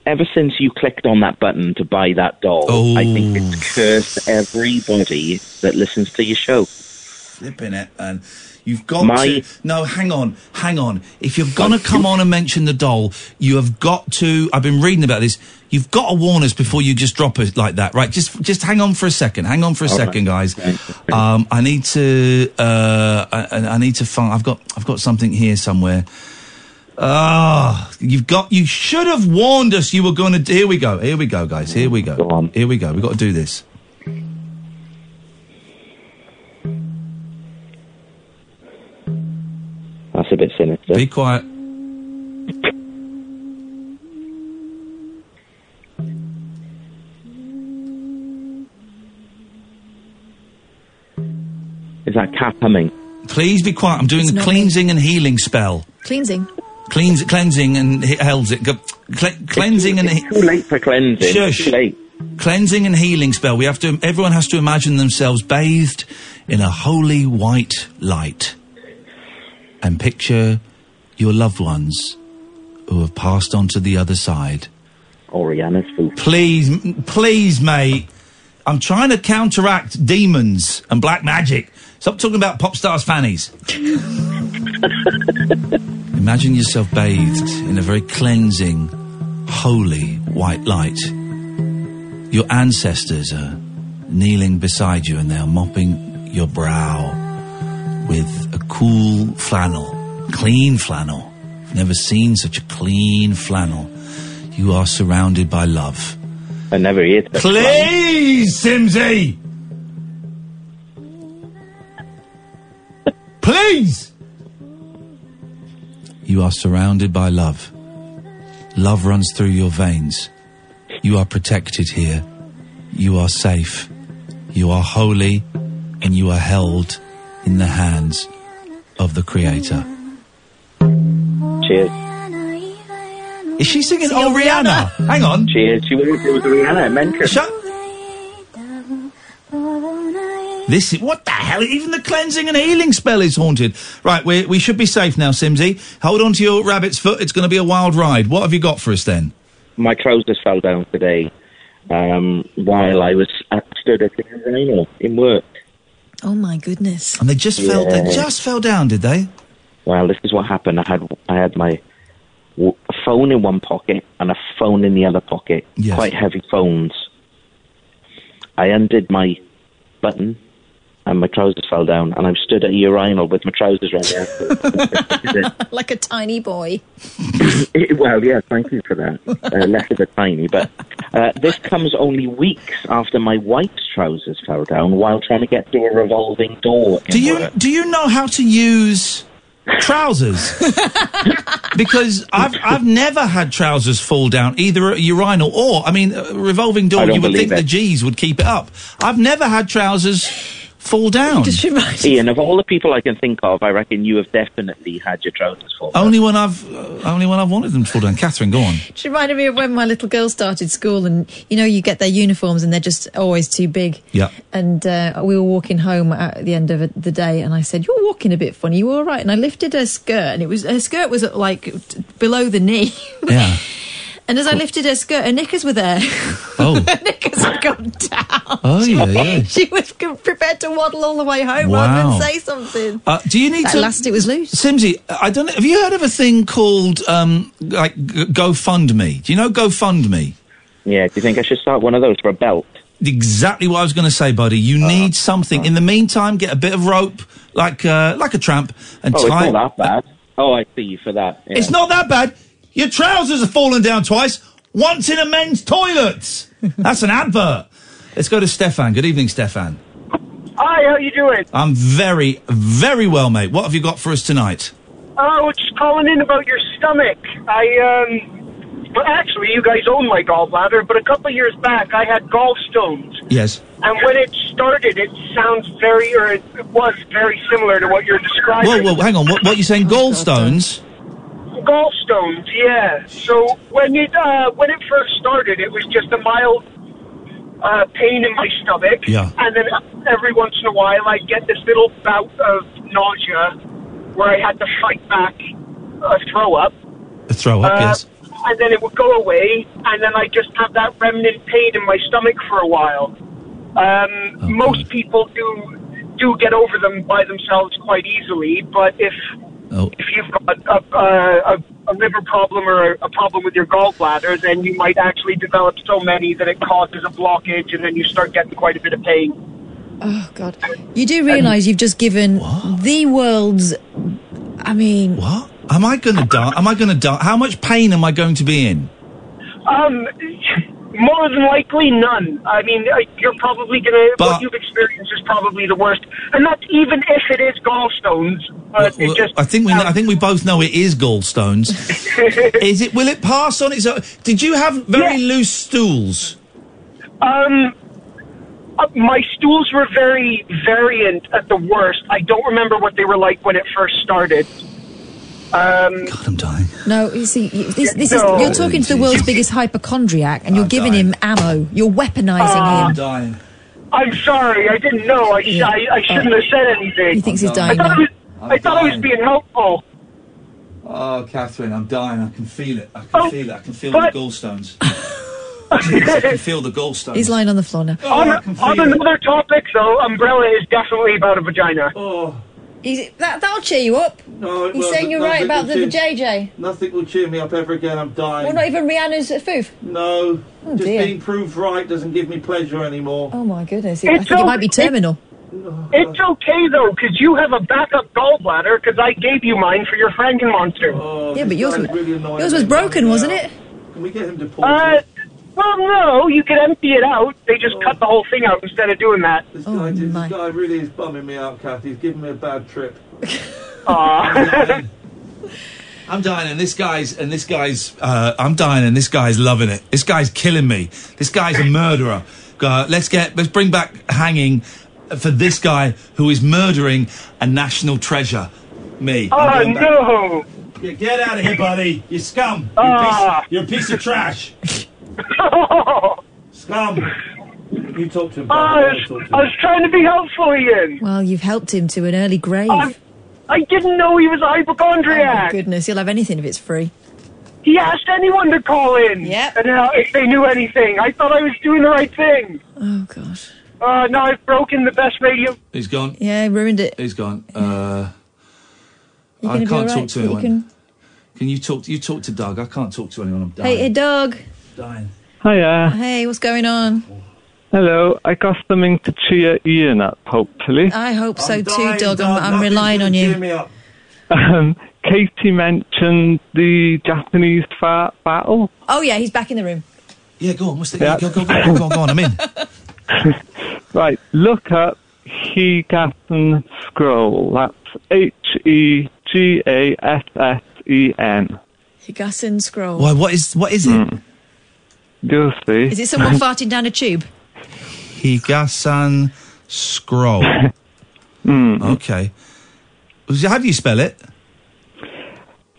Speaker 2: Ever since you clicked on that button to buy that doll, I think
Speaker 3: Oh.
Speaker 2: it's cursed everybody that listens to your show.
Speaker 3: Flipping it, and You've got
Speaker 20: My-
Speaker 3: to. No, hang on, hang on. If you're gonna come on and mention the doll, you have got to. I've been reading about this. You've got to warn us before you just drop it like that, right? Just, just hang on for a second. Hang on for a
Speaker 14: All right.
Speaker 3: second, guys. Um, I need to. Uh, I, I- I need to find. I've got. I've got something here somewhere. Ah, you've got. You should have warned us you were going to. Here we go. Here we go, guys. Here we go. Here we go. We've got to do this.
Speaker 20: That's a bit sinister.
Speaker 3: Be quiet.
Speaker 20: Is that cat humming?
Speaker 3: Please be quiet. I'm doing
Speaker 4: It's
Speaker 3: the
Speaker 4: not
Speaker 3: cleansing and healing spell.
Speaker 4: Cleansing.
Speaker 3: Cleans, cleansing and he- held it. Go- Cle- cleansing and he-
Speaker 20: Too late for cleansing.
Speaker 3: Shush.
Speaker 20: Too late.
Speaker 3: cleansing and healing spell. We have to. Everyone has to imagine themselves bathed in a holy white light, and picture your loved ones who have passed on to the other side.
Speaker 20: Oriana's food.
Speaker 3: Please, m- please, mate. I'm trying to counteract demons and black magic. Stop talking about pop stars' fannies. Imagine yourself bathed in a very cleansing, holy white light. Your ancestors are kneeling beside you and they are mopping your brow with a cool flannel, clean flannel. I've never seen such a clean flannel. You are surrounded by love.
Speaker 20: I never hear that.
Speaker 3: Please, Simsy! Please! You are surrounded by love. Love runs through your veins. You are protected here. You are safe. You are holy. And you are held in the hands of the Creator.
Speaker 20: Cheers.
Speaker 3: Is she singing Oh Rihanna? Hang on.
Speaker 20: Cheers. She was, it was Rihanna. I meant to.
Speaker 3: Shut. This is what the hell? Even the cleansing and healing spell is haunted. Right, we we should be safe now, Simsy. Hold on to your rabbit's foot. It's going to be a wild ride. What have you got for us then?
Speaker 20: My clothes just fell down today um, while I was I stood at the urinal in work.
Speaker 4: Oh my goodness.
Speaker 3: And they just fell. They
Speaker 20: Yeah.
Speaker 3: just fell down, did they?
Speaker 20: Well, this is what happened. I had I had my w- phone in one pocket and a phone in the other pocket.
Speaker 3: Yes.
Speaker 20: Quite heavy phones. I undid my button and my trousers fell down, and I'm stood at a urinal with my trousers right there.
Speaker 4: like a tiny boy.
Speaker 20: well, yeah, thank you for that. Uh, less of a tiny, but uh, this comes only weeks after my wife's trousers fell down while trying to get through a revolving door.
Speaker 3: Do you do you know how to use trousers? because I've I've never had trousers fall down either at a urinal or I mean a revolving door.
Speaker 20: I don't
Speaker 3: You would
Speaker 20: believe
Speaker 3: think the
Speaker 20: it.
Speaker 3: G's would keep it up. I've never had trousers fall down.
Speaker 20: Ian, of all the people I can think of, I reckon you have definitely had your trousers fall.
Speaker 3: Only when I've uh, only when I've wanted them to fall down. Catherine, go on.
Speaker 4: She reminded me of when my little girl started school, and you know, you get their uniforms, and they're just always too big.
Speaker 3: Yeah.
Speaker 4: And uh, we were walking home at the end of the day, and I said, "You're walking a bit funny. You all right?" And I lifted her skirt, and it was her skirt was at, like t- below the knee.
Speaker 3: Yeah.
Speaker 4: And as I lifted her skirt, her knickers were there.
Speaker 3: Oh.
Speaker 4: her knickers had gone down.
Speaker 3: Oh, yeah, yeah.
Speaker 4: she was co- prepared to waddle all the way home rather
Speaker 3: Wow.
Speaker 4: than say something.
Speaker 3: Uh, do you need
Speaker 4: That
Speaker 3: to?
Speaker 4: last it was loose.
Speaker 3: Simsy, I don't. know- Have you heard of a thing called um, like G- GoFundMe? Do you know GoFundMe?
Speaker 20: Yeah, do you think I should start one of those for a belt?
Speaker 3: Exactly what I was going to say, buddy.
Speaker 20: Uh,
Speaker 3: You need something. In the meantime, get a bit of rope, like uh, like a tramp, and
Speaker 20: oh,
Speaker 3: tie.
Speaker 20: it's not that bad. Oh, I see you for that. yeah.
Speaker 3: It's not that bad. Your trousers have fallen down twice. Once in a men's toilet. That's an advert. Let's go to Stefan. Good evening, Stefan.
Speaker 21: Hi, how you doing?
Speaker 3: I'm very, very well, mate. What have you got for us tonight?
Speaker 21: Oh, I was just calling in about your stomach. I, um, well, actually, you guys own my gallbladder, but a couple of years back, I had gallstones.
Speaker 3: Yes.
Speaker 21: And when it started, it sounds very, or it it was very similar to what you're
Speaker 3: Whoa,
Speaker 21: describing.
Speaker 3: whoa, hang on. What, what are you saying? Gallstones?
Speaker 21: Gallstones, yeah. So when it, uh, when it first started, it was just a mild, uh, pain in my stomach.
Speaker 3: Yeah.
Speaker 21: And then every once in a while, I'd get this little bout of nausea where I had to fight back a throw up.
Speaker 3: A throw up,
Speaker 21: Uh,
Speaker 3: yes.
Speaker 21: And then it would go away, and then I just have that remnant pain in my stomach for a while. Um, most people do do get over them by themselves quite easily. But if
Speaker 3: Oh.
Speaker 21: if you've got a, a, a, a liver problem or a problem with your gallbladder, then you might actually develop so many that it causes a blockage, and then you start getting quite a bit of pain.
Speaker 4: Oh God! You do realise you've just given the world's. I mean,
Speaker 3: what? Am I going to die? Am I going to die? How much pain am I going to be in?
Speaker 21: Um, more than likely, none. I mean, uh, you're probably going to, what you've experienced is probably the worst. And that's even if it is gallstones, but it
Speaker 3: Well,
Speaker 21: just.
Speaker 3: I think we. I think we both know it is gallstones. is it? Will it pass on its own? Did you have very loose stools?
Speaker 21: Um, uh, my stools were very variant at the worst. I don't remember what they were like when it first started. Um, God,
Speaker 3: I'm dying.
Speaker 4: no. You see, you- this, this
Speaker 21: No.
Speaker 4: is you're talking to the world's biggest hypochondriac, and you're giving him ammo. You're
Speaker 21: Ah.
Speaker 4: weaponising
Speaker 21: I'm
Speaker 4: him.
Speaker 3: dying.
Speaker 21: I'm sorry, I didn't know. I, sh- I, I shouldn't have said anything.
Speaker 4: He thinks he's
Speaker 21: I
Speaker 4: dying
Speaker 21: thought, I
Speaker 4: now.
Speaker 21: was, I, thought I was being helpful.
Speaker 3: Oh, Catherine, I'm dying. I can feel it. I can feel it. I can feel the gallstones. I can feel the gallstones.
Speaker 4: He's lying on the floor now.
Speaker 21: On, on another topic, though, umbrella is definitely about a vagina.
Speaker 3: Oh,
Speaker 4: He's, that that'll cheer you up.
Speaker 3: No, it
Speaker 4: he's saying
Speaker 3: won't.
Speaker 4: you're
Speaker 3: No,
Speaker 4: right
Speaker 3: it
Speaker 4: about the
Speaker 3: won't.
Speaker 4: JJ.
Speaker 3: nothing will cheer me up ever again. I'm dying.
Speaker 4: Well, not even Rihanna's a foof.
Speaker 3: No,
Speaker 4: Oh, just dear. being
Speaker 3: proved right doesn't give me pleasure anymore.
Speaker 4: Oh my goodness! I
Speaker 21: It's
Speaker 4: think it might be
Speaker 21: okay.
Speaker 4: terminal.
Speaker 21: It's okay, though, because you have a backup gallbladder, because I gave you mine for your Frankenmonster.
Speaker 3: Oh,
Speaker 4: yeah, but yours, yours was broken, wasn't it?
Speaker 3: Can we get him to pause?
Speaker 21: Uh, well, no, you could empty it out. They just cut the whole thing out instead of doing that.
Speaker 3: This
Speaker 4: Oh,
Speaker 3: guy, did, this guy really is bumming me out, Kathy. He's giving me a bad trip. I'm dying, and this guy's and this guy's. Uh, I'm dying, and this guy's loving it. This guy's killing me. This guy's a murderer. Uh, let's get. Let's bring back hanging for this guy who is murdering a national treasure. Me. I'm
Speaker 21: Oh,
Speaker 3: going back.
Speaker 21: no.
Speaker 3: Yeah, get out of here, buddy. You scum. You're, a,
Speaker 21: Ah.
Speaker 3: piece, you're a piece of trash. scum. You talk to him.
Speaker 21: Oh, I was, I was trying to be helpful, Ian.
Speaker 4: Well, you've helped him to an early grave.
Speaker 21: I didn't know he was a
Speaker 4: Oh my
Speaker 21: hypochondriac.
Speaker 4: goodness, he'll have anything if it's free.
Speaker 21: he asked anyone to call in and, uh, if they knew anything. I thought I was doing the right thing.
Speaker 4: Oh gosh.
Speaker 21: Uh, now I've broken the best radio.
Speaker 3: He's gone.
Speaker 4: Yeah, ruined it.
Speaker 3: He's gone. Uh,
Speaker 4: You're
Speaker 3: I
Speaker 4: gonna
Speaker 3: can't
Speaker 4: be all
Speaker 3: talk
Speaker 4: right.
Speaker 3: to
Speaker 4: You
Speaker 3: anyone. Can...
Speaker 4: can-
Speaker 3: you talk? You talk to Doug. I can't talk to anyone. I'm dying.
Speaker 4: Hey, hey, dog.
Speaker 3: dying.
Speaker 5: Hiya.
Speaker 4: Hey, what's going on?
Speaker 5: Hello. I got something to cheer Ian up, hopefully.
Speaker 4: I hope so
Speaker 5: I'm
Speaker 4: too,
Speaker 5: dying,
Speaker 4: dog.
Speaker 5: Doug.
Speaker 4: I'm, I'm
Speaker 5: Nothing's
Speaker 4: relying
Speaker 5: gonna
Speaker 4: on you.
Speaker 5: cheer me Um, Katie mentioned the Japanese fart battle.
Speaker 4: Oh yeah, he's back in the room.
Speaker 3: Yeah, go on. What's the, yeah. go, go, go, go, go, go on. I'm in.
Speaker 5: Right. Look up Hegathen Scroll. That's H E G A S S E N.
Speaker 4: Higassen scroll.
Speaker 3: Why? What is? What is it?
Speaker 5: You'll Hmm. see.
Speaker 4: Is it someone farting down a tube?
Speaker 3: Higasan scroll.
Speaker 5: Hmm.
Speaker 3: Okay. Was- How do you spell it?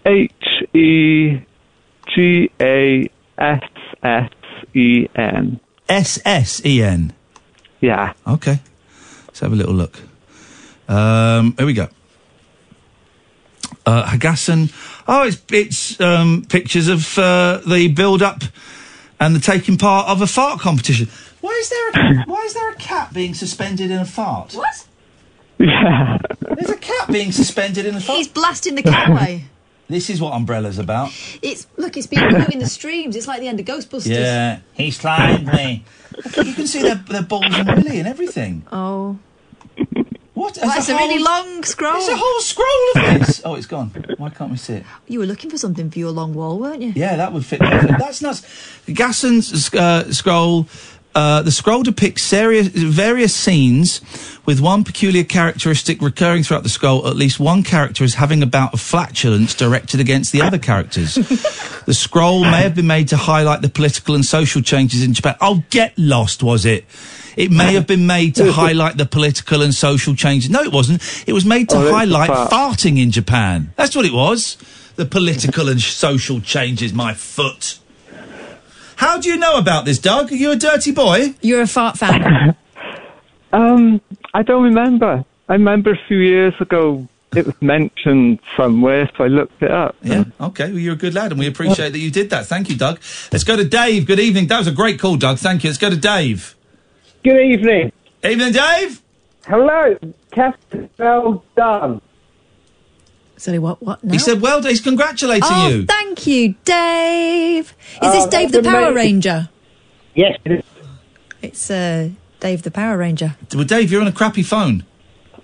Speaker 5: H E G A S S E N.
Speaker 3: S S E N.
Speaker 5: Yeah.
Speaker 3: Okay. Let's have a little look. Um, here we go. Uh, Hagassen. Oh, it's it's um, pictures of uh, the build up and the taking part of a fart competition. Why is there a Why is there a cat being suspended in a fart? What?
Speaker 5: Yeah.
Speaker 3: There's a cat being suspended in a fart.
Speaker 4: He's blasting the cat away.
Speaker 3: This is what Umbrella's about.
Speaker 4: It's look, it's been moving the streams. It's like the end of Ghostbusters.
Speaker 3: Yeah, he's climbed me. you can see their, their balls and willy and everything.
Speaker 4: Oh.
Speaker 3: What?
Speaker 4: Well,
Speaker 3: It's
Speaker 4: it's
Speaker 3: a
Speaker 4: a really
Speaker 3: whole-
Speaker 4: long scroll.
Speaker 3: It's a whole scroll of this. oh, it's gone. Why can't we see it?
Speaker 4: You were looking for something for your long wall, weren't you?
Speaker 3: Yeah, that would fit. perfectly. That's nuts. Gassen's uh, scroll. Uh, the scroll depicts various, various scenes with one peculiar characteristic recurring throughout the scroll. At least one character is having a bout of flatulence directed against the other characters. the scroll may have been made to highlight the political and social changes in Japan. Oh, get lost, was it? It may have been made to highlight the political and social changes. No, it wasn't. It was made to
Speaker 5: Oh, it's a
Speaker 3: highlight
Speaker 5: fart.
Speaker 3: farting in Japan. That's what it was. The political and social changes, my foot. How do you know about this, Doug? Are you a dirty boy?
Speaker 4: You're a fart fan.
Speaker 5: Um, I don't remember. I remember a few years ago it was mentioned somewhere, so I looked it up.
Speaker 3: Yeah. Okay, well, you're a good lad, and we appreciate that you did that. Thank you, Doug. Let's go to Dave. Good evening. That was a great call, Doug. Thank you. Let's go to Dave.
Speaker 1: Good evening.
Speaker 3: Evening, Dave.
Speaker 13: Hello, Captain. Well done.
Speaker 4: Sorry, what? What? No.
Speaker 3: He said, "Well, done, he's congratulating
Speaker 4: oh,
Speaker 3: you."
Speaker 4: thank you, Dave. Is
Speaker 3: Oh,
Speaker 4: this Dave the
Speaker 3: that's
Speaker 4: Power
Speaker 3: amazing.
Speaker 4: Ranger?
Speaker 13: Yes.
Speaker 4: It's uh, Dave the Power Ranger.
Speaker 3: well, Dave, you're on a crappy phone.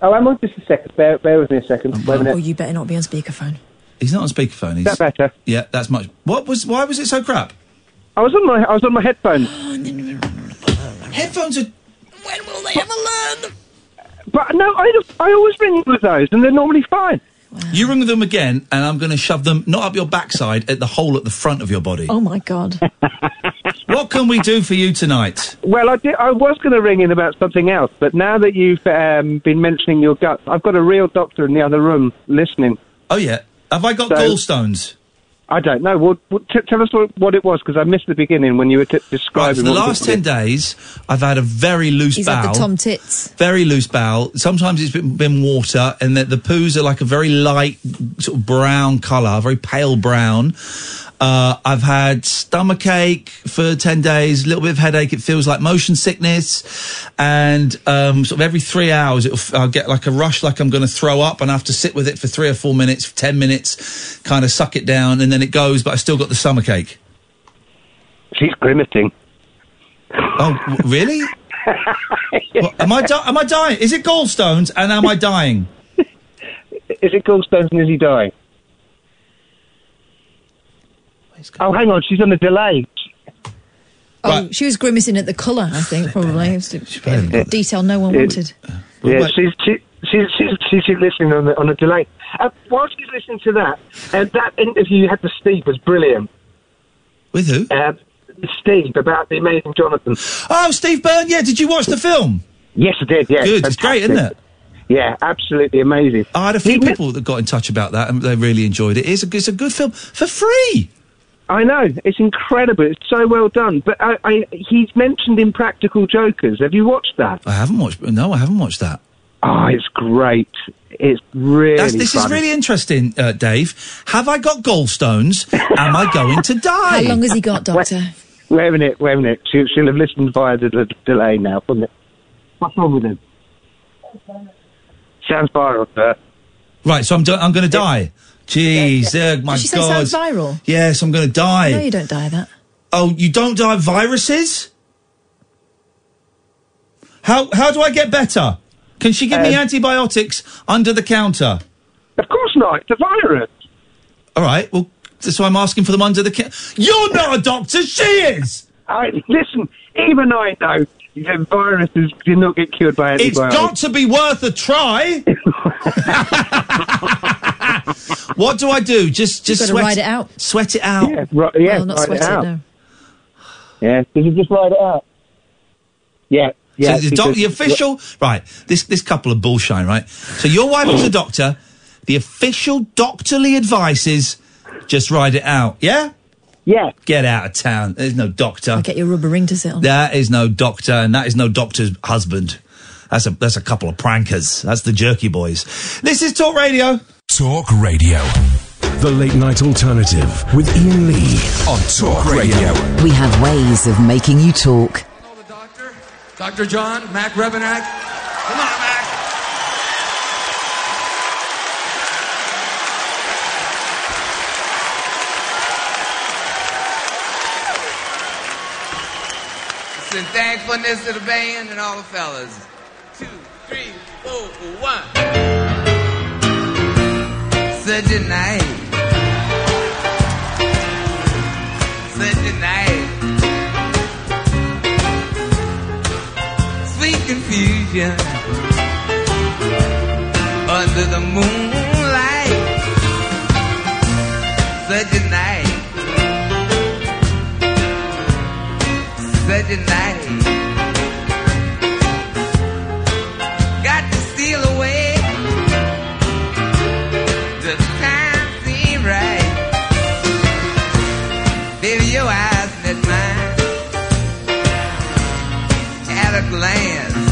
Speaker 13: Oh, I'm on just a second. Bear, bear with me a second. Wait a
Speaker 4: Oh,
Speaker 13: minute.
Speaker 4: you better not be on speakerphone.
Speaker 3: He's not on speakerphone. He's,
Speaker 13: Is that better?
Speaker 3: Yeah, that's much. What was? Why was it so crap?
Speaker 13: I was on my I was on my headphones.
Speaker 3: Headphones are.
Speaker 4: When will they ever learn?
Speaker 13: But no, I just, I always ring with those, and they're normally fine.
Speaker 3: You ring them again, and I'm going to shove them not up your backside, at the hole at the front of your body.
Speaker 4: Oh my god!
Speaker 3: What can we do for you tonight?
Speaker 13: Well, I did, I was going to ring in about something else, but now that you've um, been mentioning your guts, I've got a real doctor in the other room listening.
Speaker 3: Oh yeah, have I got
Speaker 13: So-
Speaker 3: gallstones?
Speaker 13: I don't know. Well, well, t- tell us what, what it was because I missed the beginning when you were t-
Speaker 3: Right,
Speaker 13: describing.
Speaker 3: for the
Speaker 13: what it
Speaker 3: last
Speaker 13: was.
Speaker 3: ten days, I've had a very loose
Speaker 4: He's
Speaker 3: bowel.
Speaker 4: had the Tom Tits.
Speaker 3: very loose bowel. Sometimes it's been, been water, and the, the poos are like a very light, sort of brown colour, very pale brown. Uh, I've had stomach ache for 10 days, a little bit of headache. It feels like motion sickness. And um, sort of every three hours, it'll, f- I'll get like a rush, like I'm going to throw up, and I have to sit with it for three or four minutes, 10 minutes, kind of suck it down, and then it goes, but I still got the stomach ache.
Speaker 13: She's grimacing.
Speaker 3: Oh, w- really? What, am, I di- am I dying? Is it gallstones, and am I dying?
Speaker 13: Is it gallstones and is he dying? Oh, hang on, she's on a delay.
Speaker 4: Oh, she was grimacing at the colour. I think probably it was a bit of detail no one
Speaker 13: Yeah.
Speaker 4: wanted.
Speaker 13: Yeah, she's she, she's she's she's she's listening on the, on a delay. Uh, while she's listening to that, uh, that interview you had with Steve was brilliant.
Speaker 3: With who?
Speaker 13: Uh, Steve about the amazing Jonathan.
Speaker 3: Oh, Steve Byrne. Yeah, did you watch the film?
Speaker 13: Yes, I did. Yeah,
Speaker 3: Good. It's great, isn't
Speaker 13: fantastic.
Speaker 3: it?
Speaker 13: Yeah, absolutely amazing.
Speaker 3: I had a few people that got in touch about that and they really enjoyed it. It's a, it's a good film for free.
Speaker 13: I know it's incredible. It's so well done. But I, I, he's mentioned Impractical Jokers. Have you watched that?
Speaker 3: I haven't watched. No, I haven't watched that.
Speaker 13: Oh, it's great. It's really.
Speaker 3: That's, this is
Speaker 13: funny.
Speaker 3: really interesting, uh, Dave. Have I got gallstones? Am I going to die?
Speaker 4: How long has he got, Doctor?
Speaker 13: Wait a minute, wait a minute. She, she'll have listened via the, the delay now, wouldn't it? What's wrong with him? Sounds viral, sir.
Speaker 3: Right, so I'm, do- I'm going to die. Jeez, uh, my
Speaker 4: Did she say
Speaker 3: God.
Speaker 4: sounds viral?
Speaker 3: Yes, I'm going to
Speaker 4: No,
Speaker 3: die.
Speaker 4: you don't die of that.
Speaker 3: oh, you don't die of viruses? How, how do I get better? Can she give me antibiotics under the counter?
Speaker 13: Um, Of course not. It's a virus.
Speaker 3: All right. Well, so I'm asking for them under the. Ca- You're not a doctor. She is.
Speaker 13: I, listen, even I know that viruses do not get cured by
Speaker 3: It's
Speaker 13: antibiotics.
Speaker 3: got to be worth a try. what do I do? Just just
Speaker 4: gotta
Speaker 3: sweat
Speaker 4: ride it out.
Speaker 3: Sweat it out.
Speaker 13: Yeah, ri- yeah, Oh,
Speaker 4: well, not
Speaker 13: ride
Speaker 4: sweat
Speaker 13: it
Speaker 4: it,
Speaker 13: out.
Speaker 4: no.
Speaker 13: Yeah, did you just ride it out? Yeah, yeah.
Speaker 3: so the, doc-
Speaker 13: because-
Speaker 3: the official right. This this couple of bullshine, right? So your wife is a doctor. The official doctorly advice is just ride it out. Yeah.
Speaker 13: Yeah.
Speaker 3: Get out of town. There's no doctor.
Speaker 4: Get your rubber ring to sit on.
Speaker 3: That is no doctor, and that is no doctor's husband. That's a that's a couple of prankers. That's the jerky boys. This is Talk Radio.
Speaker 8: Talk Radio. The late night alternative with Ian Lee on Talk Radio.
Speaker 15: We have ways of making you talk.
Speaker 1: Dr. John, Mac Rebenak. Come on, Mac.
Speaker 22: Send thankfulness to the band and all the fellas. Two, three, four, one. Such a night. Such a night. Sweet confusion. Under the moonlight. Such a night. such a night. Got to steal away. The time seemed right. Baby, your eyes met mine. At a glance,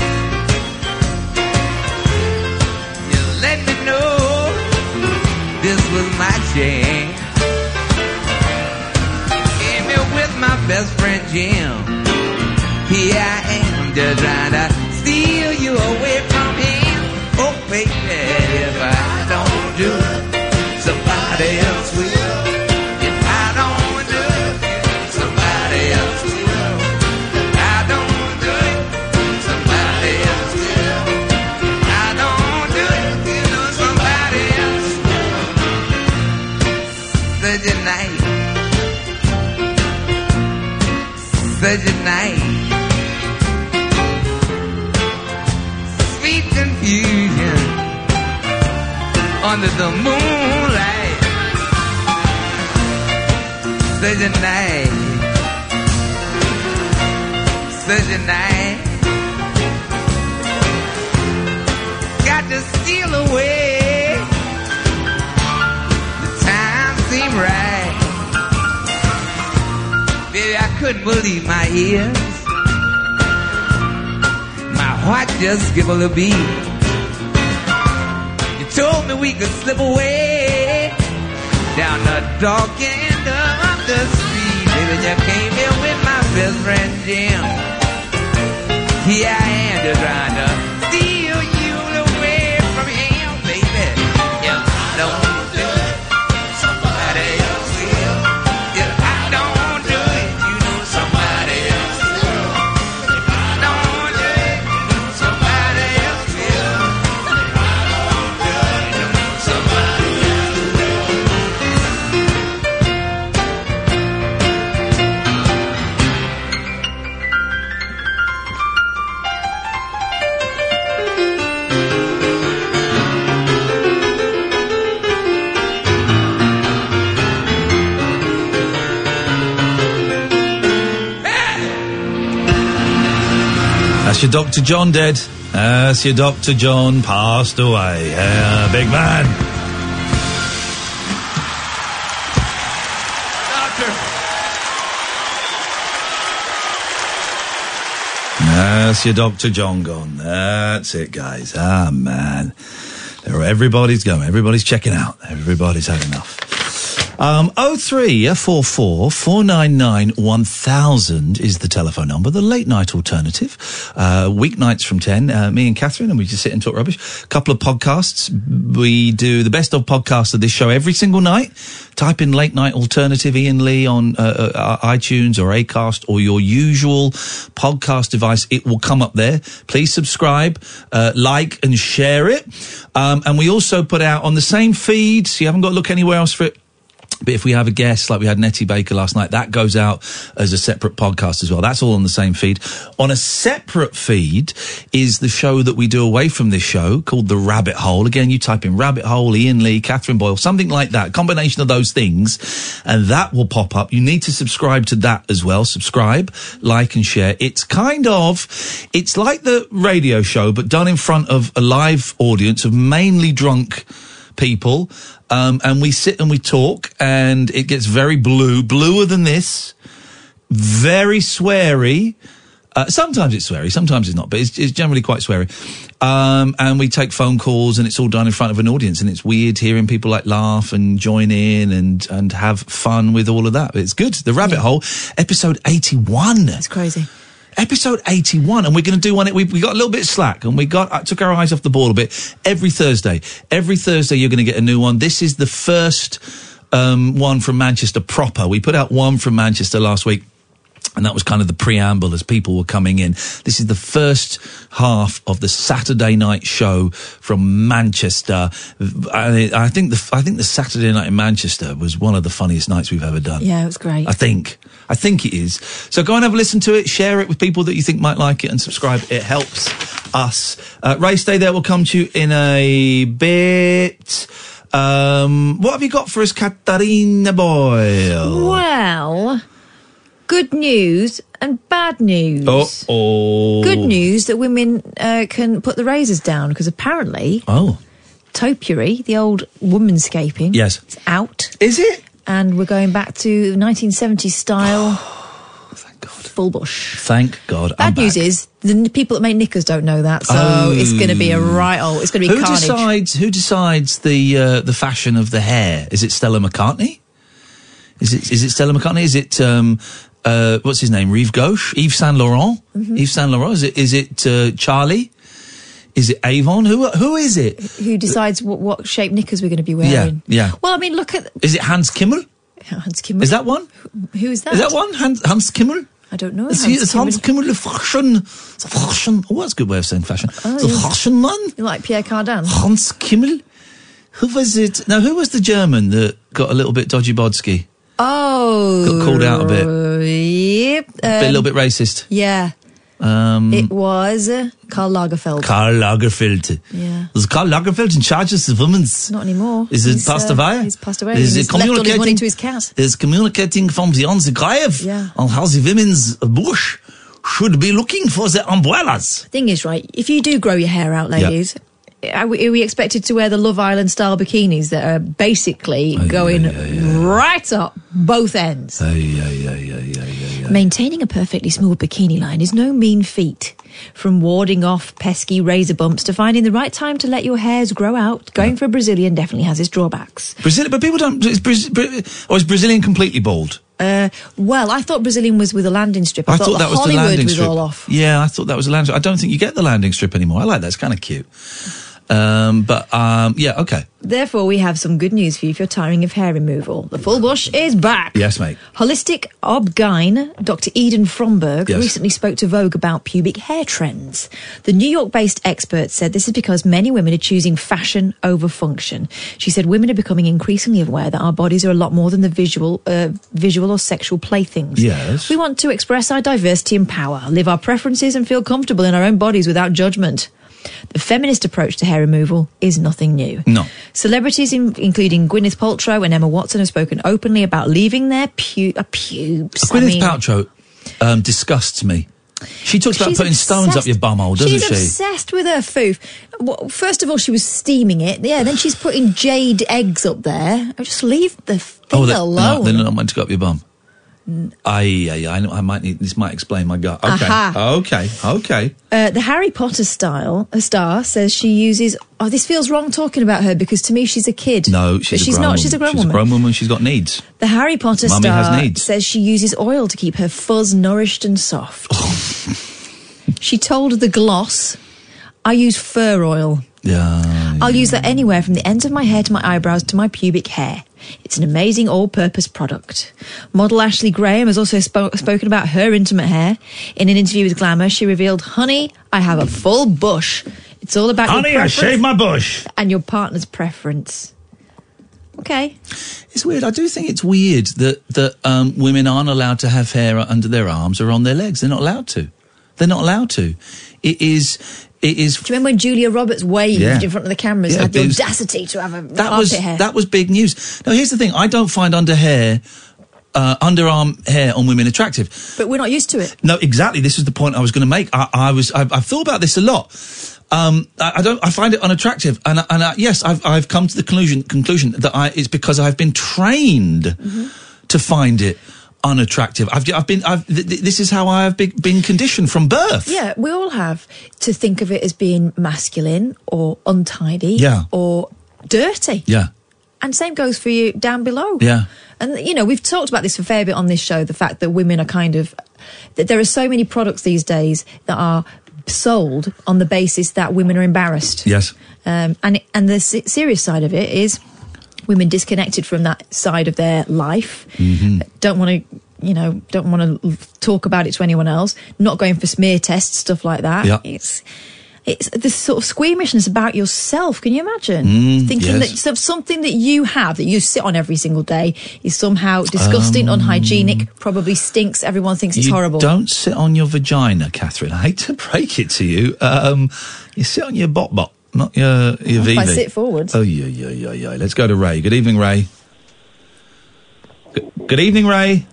Speaker 22: you let me know this was my chance. Came here with my best friend Jim. Here I am, just trying to steal you away from him. Oh, such a night. Sweet confusion under the moonlight. Such a night. Such a night. Got to steal away. The time seemed right. Baby, I couldn't believe my ears. My heart just skipped a little beat. You told me we could slip away down the dark end of the street. Baby, you came here with my best friend Jim. Here I am, just trying to steal you away from him, baby. You don't do it, somebody else will. You I don't do it, you know somebody else will. If I don't do it, you know somebody else will. If I don't do it, you know somebody else will.
Speaker 3: That's your Dr. John dead. That's your Dr. John passed away. Yeah, big man.
Speaker 1: Doctor.
Speaker 3: That's your Dr. John gone. That's it, guys. Ah, man. There, everybody's going. Everybody's checking out. Everybody's had enough. Um, 0344 499 1000 is the telephone number, the late night alternative. Uh, weeknights from 10, uh, me and Catherine, and we just sit and talk rubbish. A couple of podcasts. We do the best of podcasts of this show every single night. Type in late night alternative Ian Lee on uh, uh, iTunes or Acast or your usual podcast device. It will come up there. Please subscribe, uh, like, and share it. Um, and we also put out on the same feed, so you haven't got to look anywhere else for it. But if we have a guest, like we had Nettie Baker last night, that goes out as a separate podcast as well. That's all on the same feed. On a separate feed is the show that we do away from this show called The Rabbit Hole. Again, you type in Rabbit Hole, Ian Lee, Catherine Boyle, something like that, combination of those things, and that will pop up. You need to subscribe to that as well. Subscribe, like, and share. It's kind of, it's like the radio show, but done in front of a live audience of mainly drunk people, um, and we sit and we talk, and it gets very blue, bluer than this, very sweary. Uh, sometimes it's sweary, sometimes it's not, but it's, it's generally quite sweary. Um, and we take phone calls, and it's all done in front of an audience, and it's weird hearing people like laugh and join in and and have fun with all of that. It's good. The Rabbit Hole, episode eighty-one. It's
Speaker 4: crazy.
Speaker 3: Episode 81, and we're going to do one. We, we got a little bit slack, and we got I took our eyes off the ball a bit. Every Thursday, every Thursday, you're going to get a new one. This is the first um, one from Manchester proper. We put out one from Manchester last week. And that was kind of the preamble as people were coming in. This is the first half of the Saturday night show from Manchester. And it- I think the, I think the Saturday night in Manchester was one of the funniest nights we've ever done.
Speaker 4: Yeah, it was great.
Speaker 3: I think. I think it is. So go and have a listen to it, share it with people that you think might like it, and subscribe. It helps us. Uh, race day there will come to you in a bit. Um, what have you got for us, Katarina Boyle?
Speaker 4: Well, good news and bad news.
Speaker 3: oh.
Speaker 4: Good news that women uh, can put the razors down because apparently
Speaker 3: Oh.
Speaker 4: topiary, the old womanscaping,
Speaker 3: Yes.
Speaker 4: it's out.
Speaker 3: Is it?
Speaker 4: And we're going back to 1970s style. Oh, Thank God. Full bush.
Speaker 3: Thank God.
Speaker 4: Bad news is the n- people that make knickers don't know that, so it's going to be a right old. It's going to be
Speaker 3: Oh. who
Speaker 4: carnage.
Speaker 3: decides who decides the uh, the fashion of the hair? Is it Stella McCartney? Is it is it Stella McCartney? Is it um, uh, what's his name? Reeve Gauche, Yves Saint Laurent,
Speaker 4: Mm-hmm.
Speaker 3: Yves Saint Laurent. Is it is it uh, Charlie? Is it Avon? Who who is it?
Speaker 4: Who decides what, what shape knickers we're going to be
Speaker 3: Yeah,
Speaker 4: wearing?
Speaker 3: yeah.
Speaker 4: Well, I mean, look at
Speaker 3: Is it Hans Kimmel?
Speaker 4: Hans Kimmel.
Speaker 3: Is that one?
Speaker 4: Who is that? Oh,
Speaker 3: Is that one? Hans, Hans Kimmel?
Speaker 4: I don't know.
Speaker 3: Is he- is Hans Kimmel the fashion? The fashion. Oh, that's a good way of saying fashion. the
Speaker 4: Oh, yeah.
Speaker 3: fashion man.
Speaker 4: You like Pierre Cardin?
Speaker 3: Hans Kimmel. Who was it? Now, who was the German that got a little bit dodgy bodsky?
Speaker 4: Oh,
Speaker 3: Got called out a bit.
Speaker 4: Yep.
Speaker 3: a
Speaker 4: um,
Speaker 3: little bit racist.
Speaker 4: Yeah.
Speaker 3: Um,
Speaker 4: It was uh, Karl Lagerfeld.
Speaker 3: Karl Lagerfeld.
Speaker 4: Yeah.
Speaker 3: Is Karl Lagerfeld in charge of the women's?
Speaker 4: Not anymore.
Speaker 3: Is it
Speaker 4: He's,
Speaker 3: passed
Speaker 4: uh,
Speaker 3: away?
Speaker 4: He's passed away.
Speaker 3: Is
Speaker 4: He's
Speaker 3: it
Speaker 4: left all his money
Speaker 3: communicating?
Speaker 4: to his cat.
Speaker 3: There's communicating from beyond the grave
Speaker 4: Yeah.
Speaker 3: on how the women's bush should be looking for the umbrellas.
Speaker 4: Thing is, right, if you do grow your hair out,
Speaker 3: Yeah.
Speaker 4: ladies, are we, are we expected to wear the Love Island style bikinis that are basically
Speaker 3: Oh,
Speaker 4: going right up both ends? Maintaining a perfectly smooth bikini line is no mean feat. From warding off pesky razor bumps to finding the right time to let your hairs grow out, going for a Brazilian definitely has its drawbacks.
Speaker 3: Brazil, but people don't. Is Braz, Bra- or is Brazilian completely bald?
Speaker 4: Uh, well, I thought Brazilian was with a landing strip. I, the
Speaker 3: that was
Speaker 4: Hollywood
Speaker 3: the landing
Speaker 4: was
Speaker 3: strip.
Speaker 4: all off.
Speaker 3: Yeah, I thought that was a landing strip. I don't think you get the landing strip anymore. I like that. It's kind of cute. Um, but um, yeah, okay.
Speaker 4: Therefore, we have some good news for you if you're tiring of hair removal. The full bush is back.
Speaker 3: Yes, mate.
Speaker 4: Holistic obgyn Dr. Eden Fromberg
Speaker 3: Yes.
Speaker 4: recently spoke to Vogue about pubic hair trends. The New York based expert said this is because many women are choosing fashion over function. She said women are becoming increasingly aware that our bodies are a lot more than the visual, uh, visual or sexual playthings.
Speaker 3: Yes.
Speaker 4: We want to express our diversity and power, live our preferences, and feel comfortable in our own bodies without judgment. The feminist approach to hair removal is nothing new.
Speaker 3: No.
Speaker 4: Celebrities, in, including Gwyneth Paltrow and Emma Watson, have spoken openly about leaving their pu- uh, pubes. I
Speaker 3: Gwyneth
Speaker 4: mean,
Speaker 3: Paltrow um, disgusts me. She talks about
Speaker 4: she's
Speaker 3: putting stones up
Speaker 4: obsessed-
Speaker 3: your bumhole, doesn't
Speaker 4: she's
Speaker 3: she?
Speaker 4: obsessed with her foof. Well, first of all, she was steaming it. Yeah, then she's putting jade eggs up there. Oh, Just leave the thing
Speaker 3: oh, they're,
Speaker 4: alone.
Speaker 3: They're, not, they're not meant to go up your bum. Aye, aye, aye, I, know- I might need this. Might explain my gut. Okay,
Speaker 4: Aha.
Speaker 3: okay, okay.
Speaker 4: Uh, the Harry Potter style a star says she uses. Oh, this feels wrong talking about her because to me she's a kid.
Speaker 3: No,
Speaker 4: But
Speaker 3: she's, a
Speaker 4: she's
Speaker 3: grown
Speaker 4: not.
Speaker 3: Woman.
Speaker 4: She's a grown
Speaker 3: She's
Speaker 4: woman.
Speaker 3: a grown woman. She's got needs.
Speaker 4: The Harry Potter
Speaker 3: Mummy has
Speaker 4: star
Speaker 3: needs.
Speaker 4: says she uses oil to keep her fuzz nourished and soft.
Speaker 3: Oh.
Speaker 4: she told the gloss, "I use fur oil.
Speaker 3: Yeah.
Speaker 4: I'll use that anywhere from the ends of my hair to my eyebrows to my pubic hair. It's an amazing all purpose product. Model Ashley Graham has also spo- spoken about her intimate hair. In an interview with Glamour, she revealed, Honey, I have a full bush. It's all about
Speaker 3: Honey, I
Speaker 4: your
Speaker 3: shaved my bush.
Speaker 4: And your partner's preference. Okay.
Speaker 3: It's weird. I do think it's weird that that um, women aren't allowed to have hair under their arms or on their legs. They're not allowed to. They're not allowed to. It is. It is.
Speaker 4: Do you remember when Julia Roberts waved
Speaker 3: Yeah.
Speaker 4: in front of the cameras
Speaker 3: Yeah,
Speaker 4: and had the
Speaker 3: it was-
Speaker 4: audacity to have a
Speaker 3: That
Speaker 4: carpet
Speaker 3: was
Speaker 4: hair?
Speaker 3: that was big news. Now here's the thing. I don't find under hair, uh, underarm hair on women attractive.
Speaker 4: but we're not used to it.
Speaker 3: No, exactly. This is the point I was going to make. I, I was, I've, I've thought about this a lot. Um, I, I don't, I find it unattractive. And, I- and I, yes, I've, I've come to the conclusion, conclusion that I, it's because I've been trained
Speaker 4: Mm-hmm.
Speaker 3: to find it unattractive. I've, I've been, I've, th- th- this is how I have been, been conditioned from birth.
Speaker 4: Yeah, we all have to think of it as being masculine or untidy
Speaker 3: Yeah.
Speaker 4: or dirty.
Speaker 3: Yeah.
Speaker 4: And same goes for you down below.
Speaker 3: Yeah.
Speaker 4: And, you know, we've talked about this a fair bit on this show the fact that women are kind of, that there are so many products these days that are sold on the basis that women are embarrassed.
Speaker 3: Yes.
Speaker 4: Um, and, and the se- serious side of it is women disconnected from that side of their life
Speaker 3: Mm-hmm.
Speaker 4: don't want to you know don't want to talk about it to anyone else not going for smear tests stuff like that
Speaker 3: Yeah.
Speaker 4: it's it's this sort of squeamishness about yourself can you imagine
Speaker 3: Mm,
Speaker 4: thinking
Speaker 3: yes.
Speaker 4: that so- something that you have that you sit on every single day is somehow disgusting unhygienic probably stinks everyone thinks it's
Speaker 3: Um, you
Speaker 4: horrible
Speaker 3: Don't sit on your vagina, Catherine. I hate to break it to you. Um, you sit on your bot bot, not your your
Speaker 4: If
Speaker 3: VV.
Speaker 4: I sit forwards.
Speaker 3: Oh yeah, yeah, yeah, yeah. Let's go to Ray. Good evening, Ray. Good, good evening, Ray.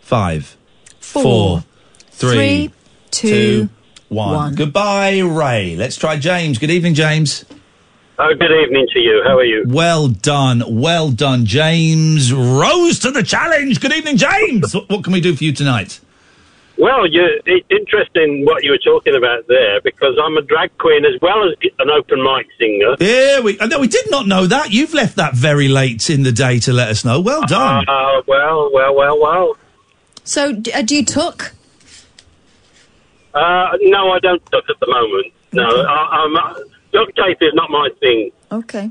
Speaker 3: Five,
Speaker 4: Four,
Speaker 3: four,
Speaker 4: three,
Speaker 3: three,
Speaker 4: two,
Speaker 3: two, one.
Speaker 4: one.
Speaker 3: Goodbye, Ray. Let's try James. Good evening, James.
Speaker 23: Oh, good evening to you. How are you?
Speaker 3: Well done, well done, James. Rose to the challenge. Good evening, James. what, what can we do for you tonight?
Speaker 23: Well, you i- interesting what you were talking about there because I'm a drag queen as well as an open mic singer.
Speaker 3: There we. oh, No, we did not know that. You've left that very late in the day to let us know. Well done.
Speaker 23: Uh, well, well, well, well.
Speaker 4: so d- uh, do you tuck
Speaker 23: Uh, no, I don't duck at the moment. No, I, I'm, uh, duct tape is not my thing.
Speaker 4: okay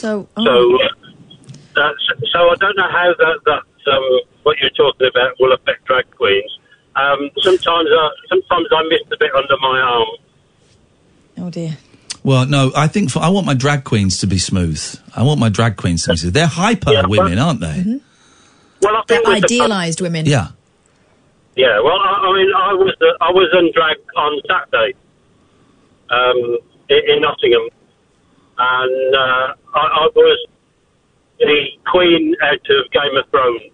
Speaker 4: so oh.
Speaker 23: So, uh, uh, so- so I don't know how that, that um, what you're talking about will affect drag queens. Um, sometimes, I, sometimes I miss the bit under my arm.
Speaker 4: oh dear
Speaker 3: Well, no, I think for, I want my
Speaker 4: Mm-hmm.
Speaker 3: drag queens to be smooth. I want my drag queens to be smooth. They're hyper women, aren't they?
Speaker 23: Well, I think
Speaker 4: They're
Speaker 23: with the-
Speaker 4: idealised women.
Speaker 3: Yeah.
Speaker 23: Yeah, well, I, I mean, I was uh, I was in drag on Saturday um, in, in Nottingham, and uh, I, I was the queen out of Game of Thrones,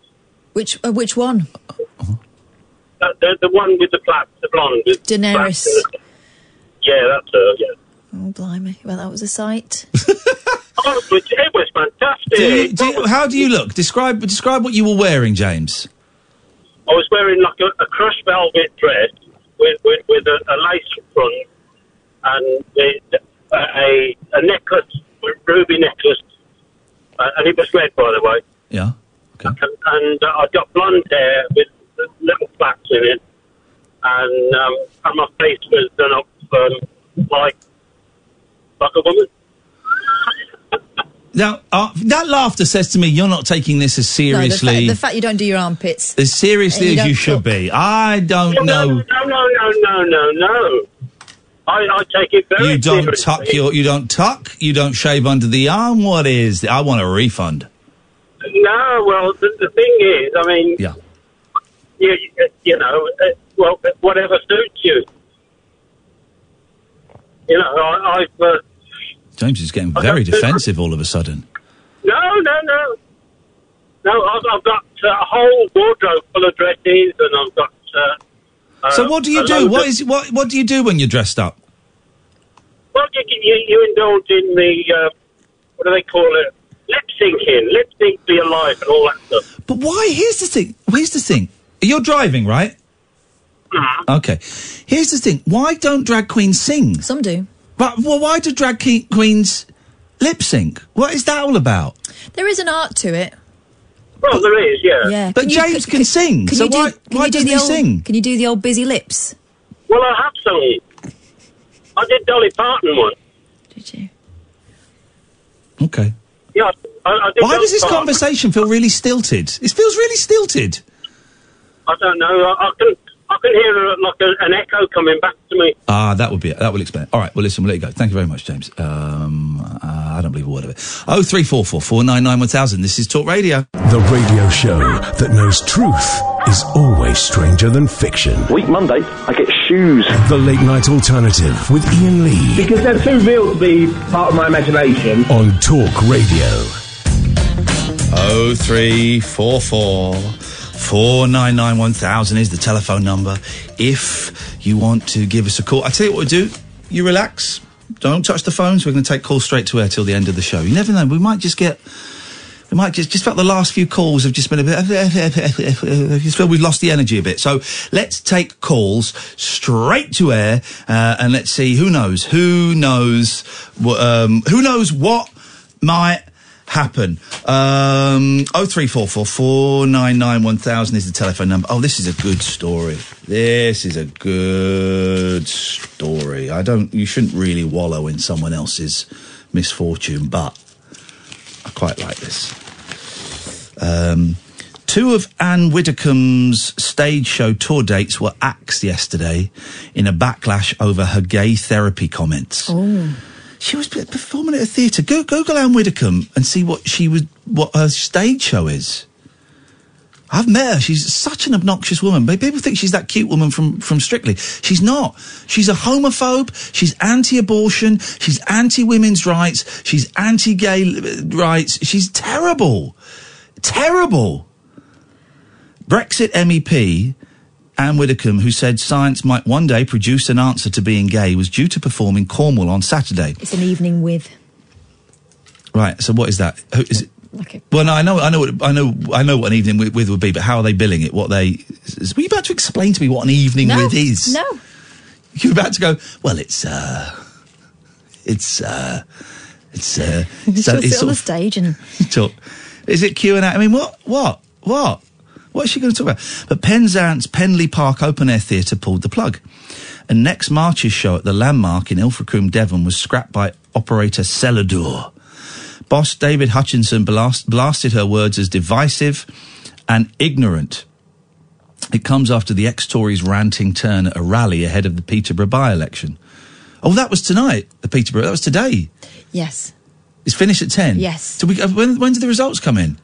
Speaker 4: Which uh, which one?
Speaker 23: Uh, the, the one with the flat, the blonde. With
Speaker 4: Daenerys.
Speaker 23: flat- yeah, that's her. Yeah.
Speaker 4: Oh, blimey. Well, that was a sight.
Speaker 23: Oh, it was, it was fantastic.
Speaker 3: Do you, do you- how do you look? Describe describe what you were wearing, James.
Speaker 23: I was wearing like a, a crushed velvet dress with with, with a, a lace front and the, the- a a necklace, a ruby necklace, uh, and it was red, by the way.
Speaker 3: Yeah.
Speaker 23: And, and uh, I got blonde hair with little plaits in it, and um, and my face was done up um, like like a woman.
Speaker 3: Now, uh, that laughter says to me, you're not taking this as seriously.
Speaker 4: No, the, fa- the fact you don't do your armpits.
Speaker 3: as seriously
Speaker 4: You
Speaker 3: as
Speaker 4: don't
Speaker 3: you should be. I don't know.
Speaker 23: No, no, no, no, no, no. I, I take it very
Speaker 3: You don't
Speaker 23: seriously.
Speaker 3: tuck your. You don't tuck. You don't shave under the arm. What is? I want a refund.
Speaker 23: No, well, the, the thing is, I mean,
Speaker 3: Yeah.
Speaker 23: you, you know, uh, well, whatever suits you. You know, I, I've uh,
Speaker 3: James is getting very defensive all of a sudden.
Speaker 23: no, no, no, no. I've, I've got uh, a whole wardrobe full of dresses, and I've got. Uh,
Speaker 3: so
Speaker 23: uh,
Speaker 3: what do
Speaker 23: a
Speaker 3: you do?
Speaker 23: load
Speaker 3: What
Speaker 23: of-
Speaker 3: is what? What do you do when you're dressed up?
Speaker 23: Well, you, can- you, you indulge in the uh, what do they call it? Lip syncing, lip sync, be alive, and all that stuff.
Speaker 3: But why? Here's the thing. Here's the thing. You're driving, right?
Speaker 23: Mm-hmm.
Speaker 3: Okay. Here's the thing. Why don't drag queens sing?
Speaker 4: Some do.
Speaker 3: But well, why do drag ke- queens lip sync? What is that all about?
Speaker 4: There is an art to it.
Speaker 23: Well, there is, yeah.
Speaker 4: Yeah.
Speaker 3: But
Speaker 4: Can you-
Speaker 3: James can, sing.
Speaker 4: Can
Speaker 3: so
Speaker 4: you do,
Speaker 3: why?
Speaker 4: can
Speaker 3: why
Speaker 4: you do
Speaker 3: doesn't
Speaker 4: the
Speaker 3: he
Speaker 4: old,
Speaker 3: sing?
Speaker 4: Can you do the old busy lips?
Speaker 23: Well, I have sung. I did Dolly Parton one.
Speaker 4: Did you?
Speaker 3: Okay.
Speaker 23: Yeah, I, I did
Speaker 3: Why
Speaker 23: Dolly
Speaker 3: does this
Speaker 23: Parton.
Speaker 3: conversation feel really stilted? It feels really stilted.
Speaker 23: I don't know. I, I can I can hear a, like a, an echo coming back to me.
Speaker 3: Ah, that would be it. That will explain it. All right, well, listen, we'll let you go. Thank you very much, James. Um, uh, I don't believe a word of it. Oh, three four four four nine nine one thousand. This is Talk Radio.
Speaker 8: The radio show that knows truth is always stranger than fiction.
Speaker 7: Week Monday, I get shoes.
Speaker 8: The Late Night Alternative with Ian Lee.
Speaker 13: Because they're too real to be part of my imagination.
Speaker 8: On Talk Radio.
Speaker 3: Oh, three four four four nine nine one thousand is the telephone number. If you want to give us a call, I tell you what we do. You relax. Don't touch the phones. We're going to take calls straight to air till the end of the show. You never know. We might just get. We might just just about the last few calls have just been a bit. Just feel we've lost the energy a bit. So let's take calls straight to air uh, and let's see who knows who knows wh- um, who knows what might happen. Um, oh three four four four nine nine one thousand is the telephone number. Oh, this is a good story. This is a good story. I don't. You shouldn't really wallow in someone else's misfortune, but I quite like this. Um, two of Anne Widdecombe's stage show tour dates were axed yesterday in a backlash over her gay therapy comments.
Speaker 4: Oh.
Speaker 3: She was p- performing at a theatre. Go Google Anne Widdecombe and see what she was, what her stage show is. I've met her. She's such an obnoxious woman. But people think she's that cute woman from, from Strictly. She's not. She's a homophobe. She's anti-abortion. She's anti-women's rights. She's anti-gay l- rights. She's terrible. Terrible. Brexit MEP Anne Widdecombe, who said science might one day produce an answer to being gay, was due to perform in Cornwall on Saturday.
Speaker 4: It's an evening with.
Speaker 3: Right. So what is that? Who is it? Well, no, I know, I know, what, I know, I know what an evening with, with would be, but how are they billing it? What they? Is, were you about to explain to me what an evening
Speaker 4: no,
Speaker 3: with is?
Speaker 4: No.
Speaker 3: You're about to go. Well, it's uh, it's uh, it's uh,
Speaker 4: She'll
Speaker 3: it's, uh,
Speaker 4: sit
Speaker 3: it's
Speaker 4: on
Speaker 3: sort
Speaker 4: the
Speaker 3: of
Speaker 4: stage and
Speaker 3: talk. Is it Q and A? I mean, what, what, what, what is she going to talk about? But Penzance Penley Park Open Air Theatre pulled the plug, and next March's show at the Landmark in Ilfracombe, Devon, was scrapped by operator Celador. Boss David Hutchinson blast, blasted her words as divisive and ignorant. It comes after the ex-Tories ranting turn at a rally ahead of the Peterborough by-election. Oh, that was tonight. The Peterborough. That was today.
Speaker 4: yes,
Speaker 3: It's finished at ten.
Speaker 4: Yes.
Speaker 3: So we, uh, when, when do the results come in?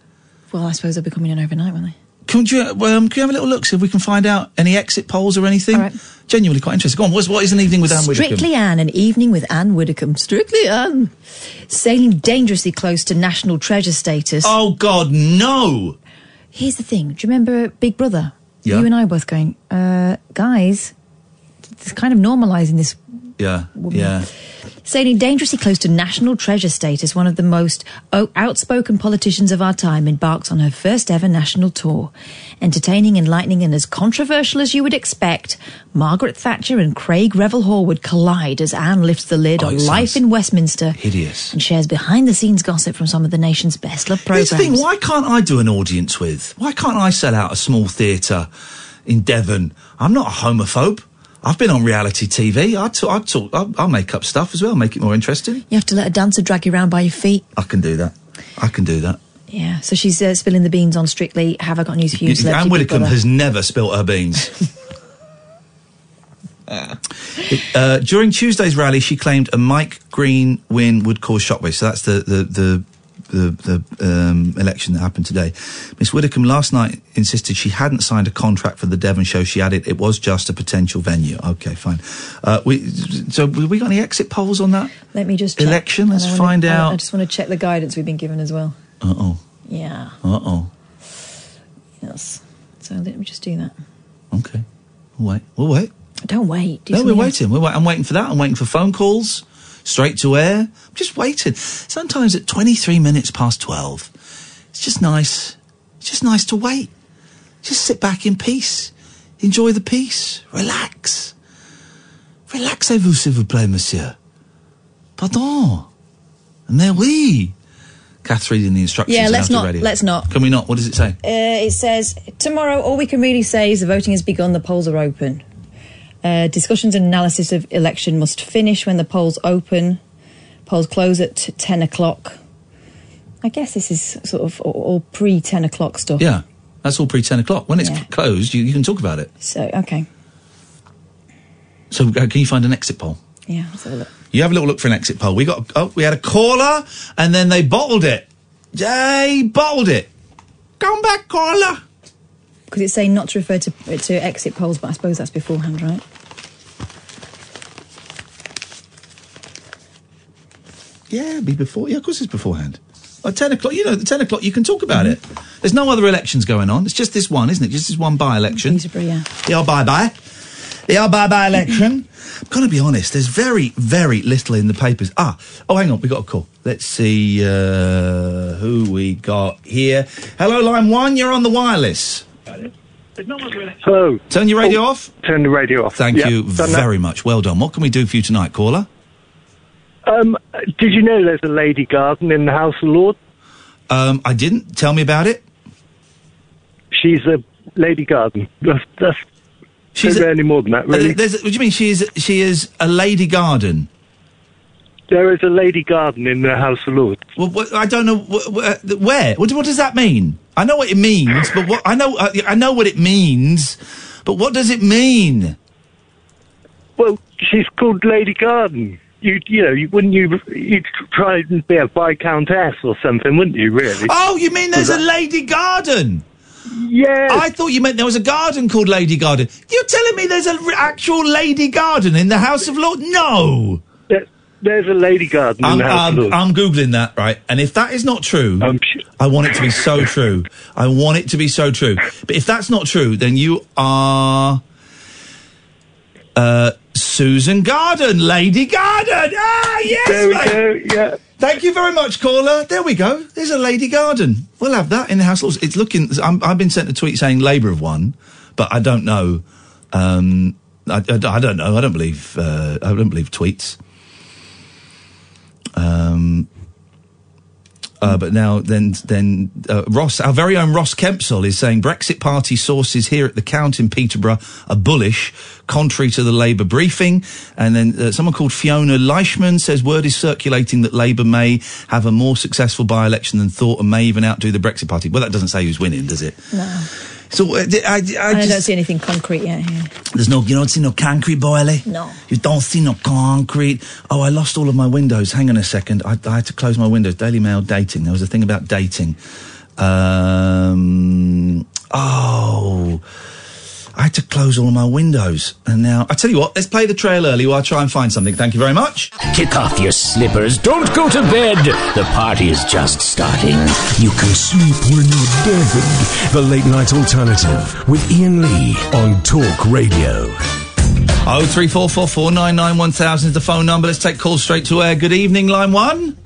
Speaker 4: Well, I suppose they'll be coming in overnight, won't they?
Speaker 3: Can you, um, can you have a little look, see if we can find out any exit polls or anything? Genuinely quite interesting. Go on, what's, what is an evening with Anne Widdecombe?
Speaker 4: Strictly Anne, an evening with Anne Widdecombe. Strictly Anne. Sailing dangerously close to national treasure status.
Speaker 3: Oh, God, no!
Speaker 4: Here's the thing. Do you remember Big Brother?
Speaker 3: Yeah.
Speaker 4: You and I were both going, uh, guys, it's kind of normalising this
Speaker 3: Yeah,
Speaker 4: Woman.
Speaker 3: yeah.
Speaker 4: sailing dangerously close to national treasure status, one of the most o- outspoken politicians of our time embarks on her first ever national tour. Entertaining, enlightening, and as controversial as you would expect, Margaret Thatcher and Craig Revel Horwood collide as Anne lifts the lid
Speaker 3: Oh,
Speaker 4: on
Speaker 3: it
Speaker 4: life in Westminster
Speaker 3: Hideous.
Speaker 4: and shares behind the scenes gossip from some of the nation's best loved
Speaker 3: Here's
Speaker 4: programs.
Speaker 3: the thing, why can't I do an audience with? Why can't I sell out a small theatre in Devon? I'm not a homophobe. I've been on reality TV. I talk, I talk, I'll, I'll make up stuff as well, make it more interesting.
Speaker 4: You have to let a dancer drag you around by your feet.
Speaker 3: I can do that. I can do that.
Speaker 4: Yeah, so she's uh, spilling the beans on Strictly. Have I got news for you?
Speaker 3: Y-
Speaker 4: Celebrity
Speaker 3: Anne
Speaker 4: Big
Speaker 3: Widdecombe
Speaker 4: Brother?
Speaker 3: has never spilt her beans. Uh, during Tuesday's rally, she claimed a Mike Green win would cause shockwaves. So that's the the the the, the um, election that happened today. Miss Widdecombe last night insisted she hadn't signed a contract for the Devon show. She added it was just a potential venue. Okay, fine. Uh, we, so have we got any exit polls on that?
Speaker 4: Let me just check.
Speaker 3: Election, let's
Speaker 4: I wanna-
Speaker 3: find
Speaker 4: I- I
Speaker 3: out.
Speaker 4: just want to check the guidance we've been given as well.
Speaker 3: Uh oh.
Speaker 4: Yeah.
Speaker 3: Uh oh.
Speaker 4: Yes. So let me just do that.
Speaker 3: Okay. We'll wait. We'll wait.
Speaker 4: Don't wait. Do
Speaker 3: no, we're
Speaker 4: something else.
Speaker 3: waiting. We're wait- I'm waiting for that. I'm waiting for phone calls, straight to air. I'm just waiting. Sometimes at 23 minutes past 12, it's just nice. It's just nice to wait. Just sit back in peace. Enjoy the peace. Relax. Relaxez-vous, s'il vous plaît, monsieur. Pardon. Mais oui. Kath reading the instructions.
Speaker 4: Yeah,
Speaker 3: on how
Speaker 4: let's
Speaker 3: to
Speaker 4: not-
Speaker 3: Radio.
Speaker 4: let's not.
Speaker 3: Can we not? What does it say?
Speaker 4: Uh, it says tomorrow. All we can really say is the voting has begun. The polls are open. Uh, discussions and analysis of election must finish when the polls open. Polls close at t- ten o'clock. I guess this is sort of all- all pre ten o'clock stuff.
Speaker 3: Yeah, that's all pre 10 o'clock. When it's closed, you, you can talk about it.
Speaker 4: So okay.
Speaker 3: So, uh, can you find an exit poll?
Speaker 4: Yeah. Let's have a look.
Speaker 3: You have a little look for an exit poll. We got oh, we had a caller, and then they bottled it. They bottled it. Come back, caller.
Speaker 4: Because it's saying not to refer to to exit polls, but I suppose that's beforehand, right?
Speaker 3: Yeah, be before. Yeah, of course, it's beforehand. At ten o'clock, you know, at ten o'clock, you can talk about it. There's no other elections going on. It's just this one, isn't it? Just this one by-election.
Speaker 4: yeah.
Speaker 3: The old bye-bye. The old bye-bye election. I'm going to be honest. There's very, very little in the papers. Ah, oh, hang on, we got a call. Let's see uh, who we got here. Hello, line one. You're on the wireless.
Speaker 10: Hello.
Speaker 3: Turn your radio off.
Speaker 10: Oh, Turn the radio off.
Speaker 3: Thank
Speaker 10: Yeah,
Speaker 3: you
Speaker 10: done that.
Speaker 3: very much. Well done. What can we do for you tonight, caller?
Speaker 10: Um, did you know there's a lady garden in the House of Lords?
Speaker 3: Um, I didn't. Tell me about it.
Speaker 10: She's a lady garden. That's, that's
Speaker 3: She's
Speaker 10: she's any more than that, really.
Speaker 3: Uh, there's- what do you mean? She is she is a lady garden.
Speaker 10: there is a lady garden in the House of Lords.
Speaker 3: Well, what, I don't know wh- wh- uh, where. What, do- what does that mean? I know what it means, but what I know uh, I know what it means, but what does it mean?
Speaker 10: Well, she's called Lady Garden. You, you know, you, wouldn't you? You'd try and be a viscountess or something, wouldn't you? Really?
Speaker 3: Oh, you mean there's
Speaker 10: Was
Speaker 3: a lady garden?
Speaker 10: Yeah.
Speaker 3: I thought you meant there was a garden called Lady Garden. You're telling me there's an actual lady garden in the House of Lords? No.
Speaker 10: There- there's a lady garden in
Speaker 3: I'm,
Speaker 10: the House of
Speaker 3: I'm,
Speaker 10: Lords.
Speaker 3: I'm googling that right, and if that is not true, I want it to be so true. I want it to be so true. But if that's not true, then you are uh, Susan Garden, Lady Garden. Ah, yes,
Speaker 10: There we
Speaker 3: mate.
Speaker 10: go. Yeah.
Speaker 3: Thank you very much, caller. There we go. There's a Lady Garden. We'll have that in the House of Lords. It's looking. I'm, I've been sent a tweet saying Labour have won, but I don't know. Um, I, I don't- I don't know. I don't believe. Uh, I don't believe tweets. Um, uh, but now, then, then uh, Ross, our very own Ross Kempsel, is saying Brexit Party sources here at the Count in Peterborough are bullish, contrary to the Labour briefing. And then uh, someone called Fiona Leishman says word is circulating that Labour may have a more successful by-election than thought, and may even outdo the Brexit Party. Well, that doesn't say who's winning, does it?
Speaker 4: No.
Speaker 3: So uh, d- I, I
Speaker 4: I, don't
Speaker 3: just,
Speaker 4: see anything concrete yet. Here.
Speaker 3: there's no, you don't see no concrete, boily.
Speaker 4: No.
Speaker 3: You don't see no concrete. Oh, I lost all of my windows. Hang on a second. I, I had to close my windows. Daily Mail dating. There was a thing about dating. Um, oh, I had to close all my windows. And now, I tell you what, let's play the trail early while I try and find something. Thank you very much.
Speaker 6: Kick off your slippers. Don't go to bed. The party is just starting.
Speaker 8: You can sleep when you're dead. The late night alternative with Ian Lee on Talk Radio.
Speaker 3: Oh three four four four nine nine one thousand is the phone number. Let's take calls straight to air. Good evening, line one.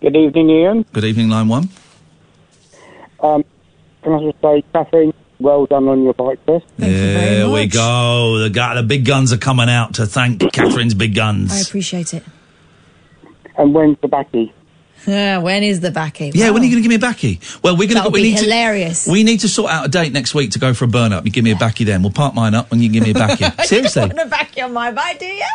Speaker 11: Good evening, Ian.
Speaker 3: Good evening, line one.
Speaker 11: Um, can I just say, Catherine, well done on your bike test.
Speaker 3: There we go. The, gu the big guns are coming out to thank Catherine's big
Speaker 4: I
Speaker 3: guns.
Speaker 4: appreciate it.
Speaker 11: And when's the baccy?
Speaker 4: Ah, when is the backie?
Speaker 3: Yeah, when are you going to give me a baccy? Well, we're going
Speaker 4: That
Speaker 3: to.
Speaker 4: would
Speaker 3: We
Speaker 4: be
Speaker 3: need
Speaker 4: hilarious.
Speaker 3: to. We need to sort out a date next week to go for a burn up. You give me a baccy then. We'll park mine up and you can give me a baccy.
Speaker 4: you
Speaker 3: Seriously.
Speaker 4: don't want a backie on my bike, do you?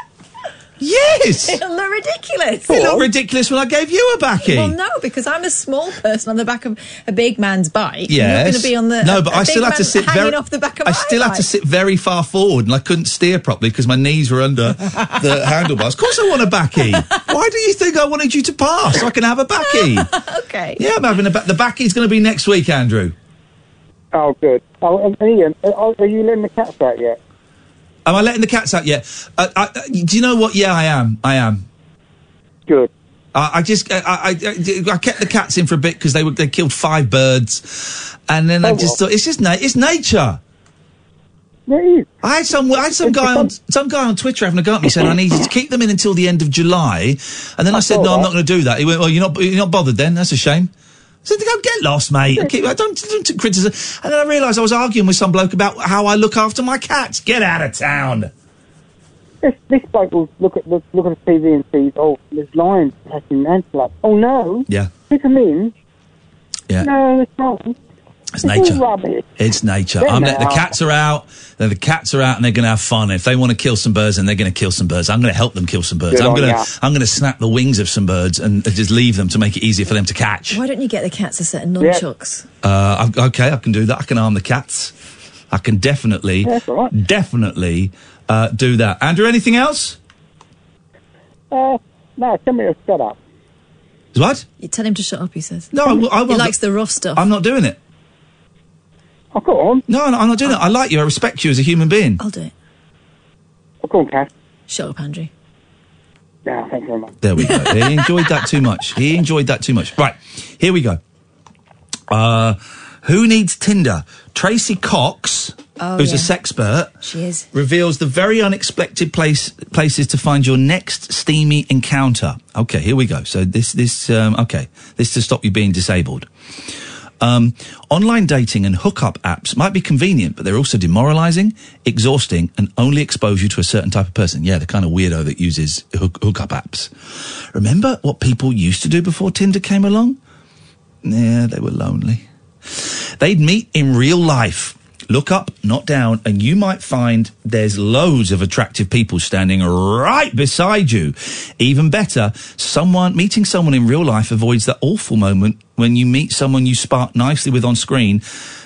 Speaker 3: Yes.
Speaker 4: It'll look ridiculous.
Speaker 3: It looked ridiculous when I gave you a baccy.
Speaker 4: Well, no, because I'm a small person on the back of a big man's bike. Yeah,
Speaker 3: Yes.
Speaker 4: going to be on the
Speaker 3: no,
Speaker 4: a-
Speaker 3: but
Speaker 4: a
Speaker 3: I still
Speaker 4: big
Speaker 3: had to
Speaker 4: man
Speaker 3: sit
Speaker 4: hanging
Speaker 3: very.
Speaker 4: off the back of
Speaker 3: I
Speaker 4: my
Speaker 3: still had
Speaker 4: bike.
Speaker 3: to sit very far forward, and I couldn't steer properly because my knees were under the handlebars. Of course, I want a backy. Why do you think I wanted you to pass so I can have a backy?
Speaker 4: okay.
Speaker 3: Yeah, I'm having a ba- the backy's going to be next week, Andrew.
Speaker 11: Oh, good. Oh, and Ian, are are you letting the cats out yet?
Speaker 3: Am I letting the cats out yet? Uh, I, uh, do you know what? Yeah, I am. I am.
Speaker 11: Good.
Speaker 3: I, I just I, I, I- I kept the cats in for a bit because they were they killed five birds, and then I
Speaker 11: Oh,
Speaker 3: just
Speaker 11: well.
Speaker 3: thought it's just na- it's nature.
Speaker 11: Yeah, it is.
Speaker 3: I had some I had some guy on some guy on Twitter having a go at me saying I need to keep them in until the end of July, and then I, said
Speaker 11: saw
Speaker 3: no, I'm
Speaker 11: that.
Speaker 3: not going to do that. He went, well, you're not you're not bothered then. That's a shame. I said, go get lost, mate. I, keep, I don't, don't criticize. And then I realised I was arguing with some bloke about how I look after my cats. Get out of town.
Speaker 11: This, this bloke will look at the, look at the TV and see, oh, there's lions attacking antelope. Oh, no.
Speaker 3: Yeah,
Speaker 11: Pick them in.
Speaker 3: Yeah.
Speaker 11: No, it's wrong.
Speaker 3: It's nature.
Speaker 11: all rubbish.
Speaker 3: It's nature.
Speaker 11: They're
Speaker 3: I'm let, the
Speaker 11: not.
Speaker 3: cats are out. Then the cats are out, and they're going to have fun. If they want to kill some birds, then they're going to kill some birds. I'm going to help them kill some birds.
Speaker 11: Good
Speaker 3: I'm
Speaker 11: on
Speaker 3: going
Speaker 11: ya.
Speaker 3: to I'm going to snap the wings of some birds and uh, just leave them to make it easier for them to catch.
Speaker 4: Why don't you get the cats a set of nunchucks?
Speaker 3: Uh, i okay, I can do that. I can arm the cats. I can definitely,
Speaker 4: Yeah, that's all right.
Speaker 3: definitely uh, do that. Andrew, anything else?
Speaker 11: Uh, no, tell me to shut up.
Speaker 3: What?
Speaker 4: You tell him to shut up. He says.
Speaker 3: No, I will- I
Speaker 4: He
Speaker 3: will-
Speaker 4: likes the rough stuff.
Speaker 3: I'm not doing it.
Speaker 11: Oh, go on.
Speaker 3: No, no, I'm not doing it. I like you. I respect you as a human being.
Speaker 4: I'll do it.
Speaker 11: Oh, go on, Cass.
Speaker 4: Shut up, Andrew.
Speaker 11: Yeah, thank you very much.
Speaker 3: There we go. he enjoyed that too much. He enjoyed that too much. Right, here we go. Uh, who needs Tinder? Tracy Cox,
Speaker 4: Oh,
Speaker 3: who's
Speaker 4: yeah.
Speaker 3: a sexpert,
Speaker 4: She is.
Speaker 3: reveals the very unexpected place places to find your next steamy encounter. Okay, here we go. So this this um, okay this to stop you being disabled. Um, online dating and hookup apps might be convenient, but they're also demoralizing, exhausting, and only expose you to a certain type of person. Yeah, the kind of weirdo that uses hook- hookup apps. Remember what people used to do before Tinder came along? Yeah, they were lonely. They'd meet in real life. Look up, not down, and you might find there's loads of attractive people standing right beside you. Even better, someone meeting someone in real life avoids that awful moment when you meet someone you spark nicely with on screen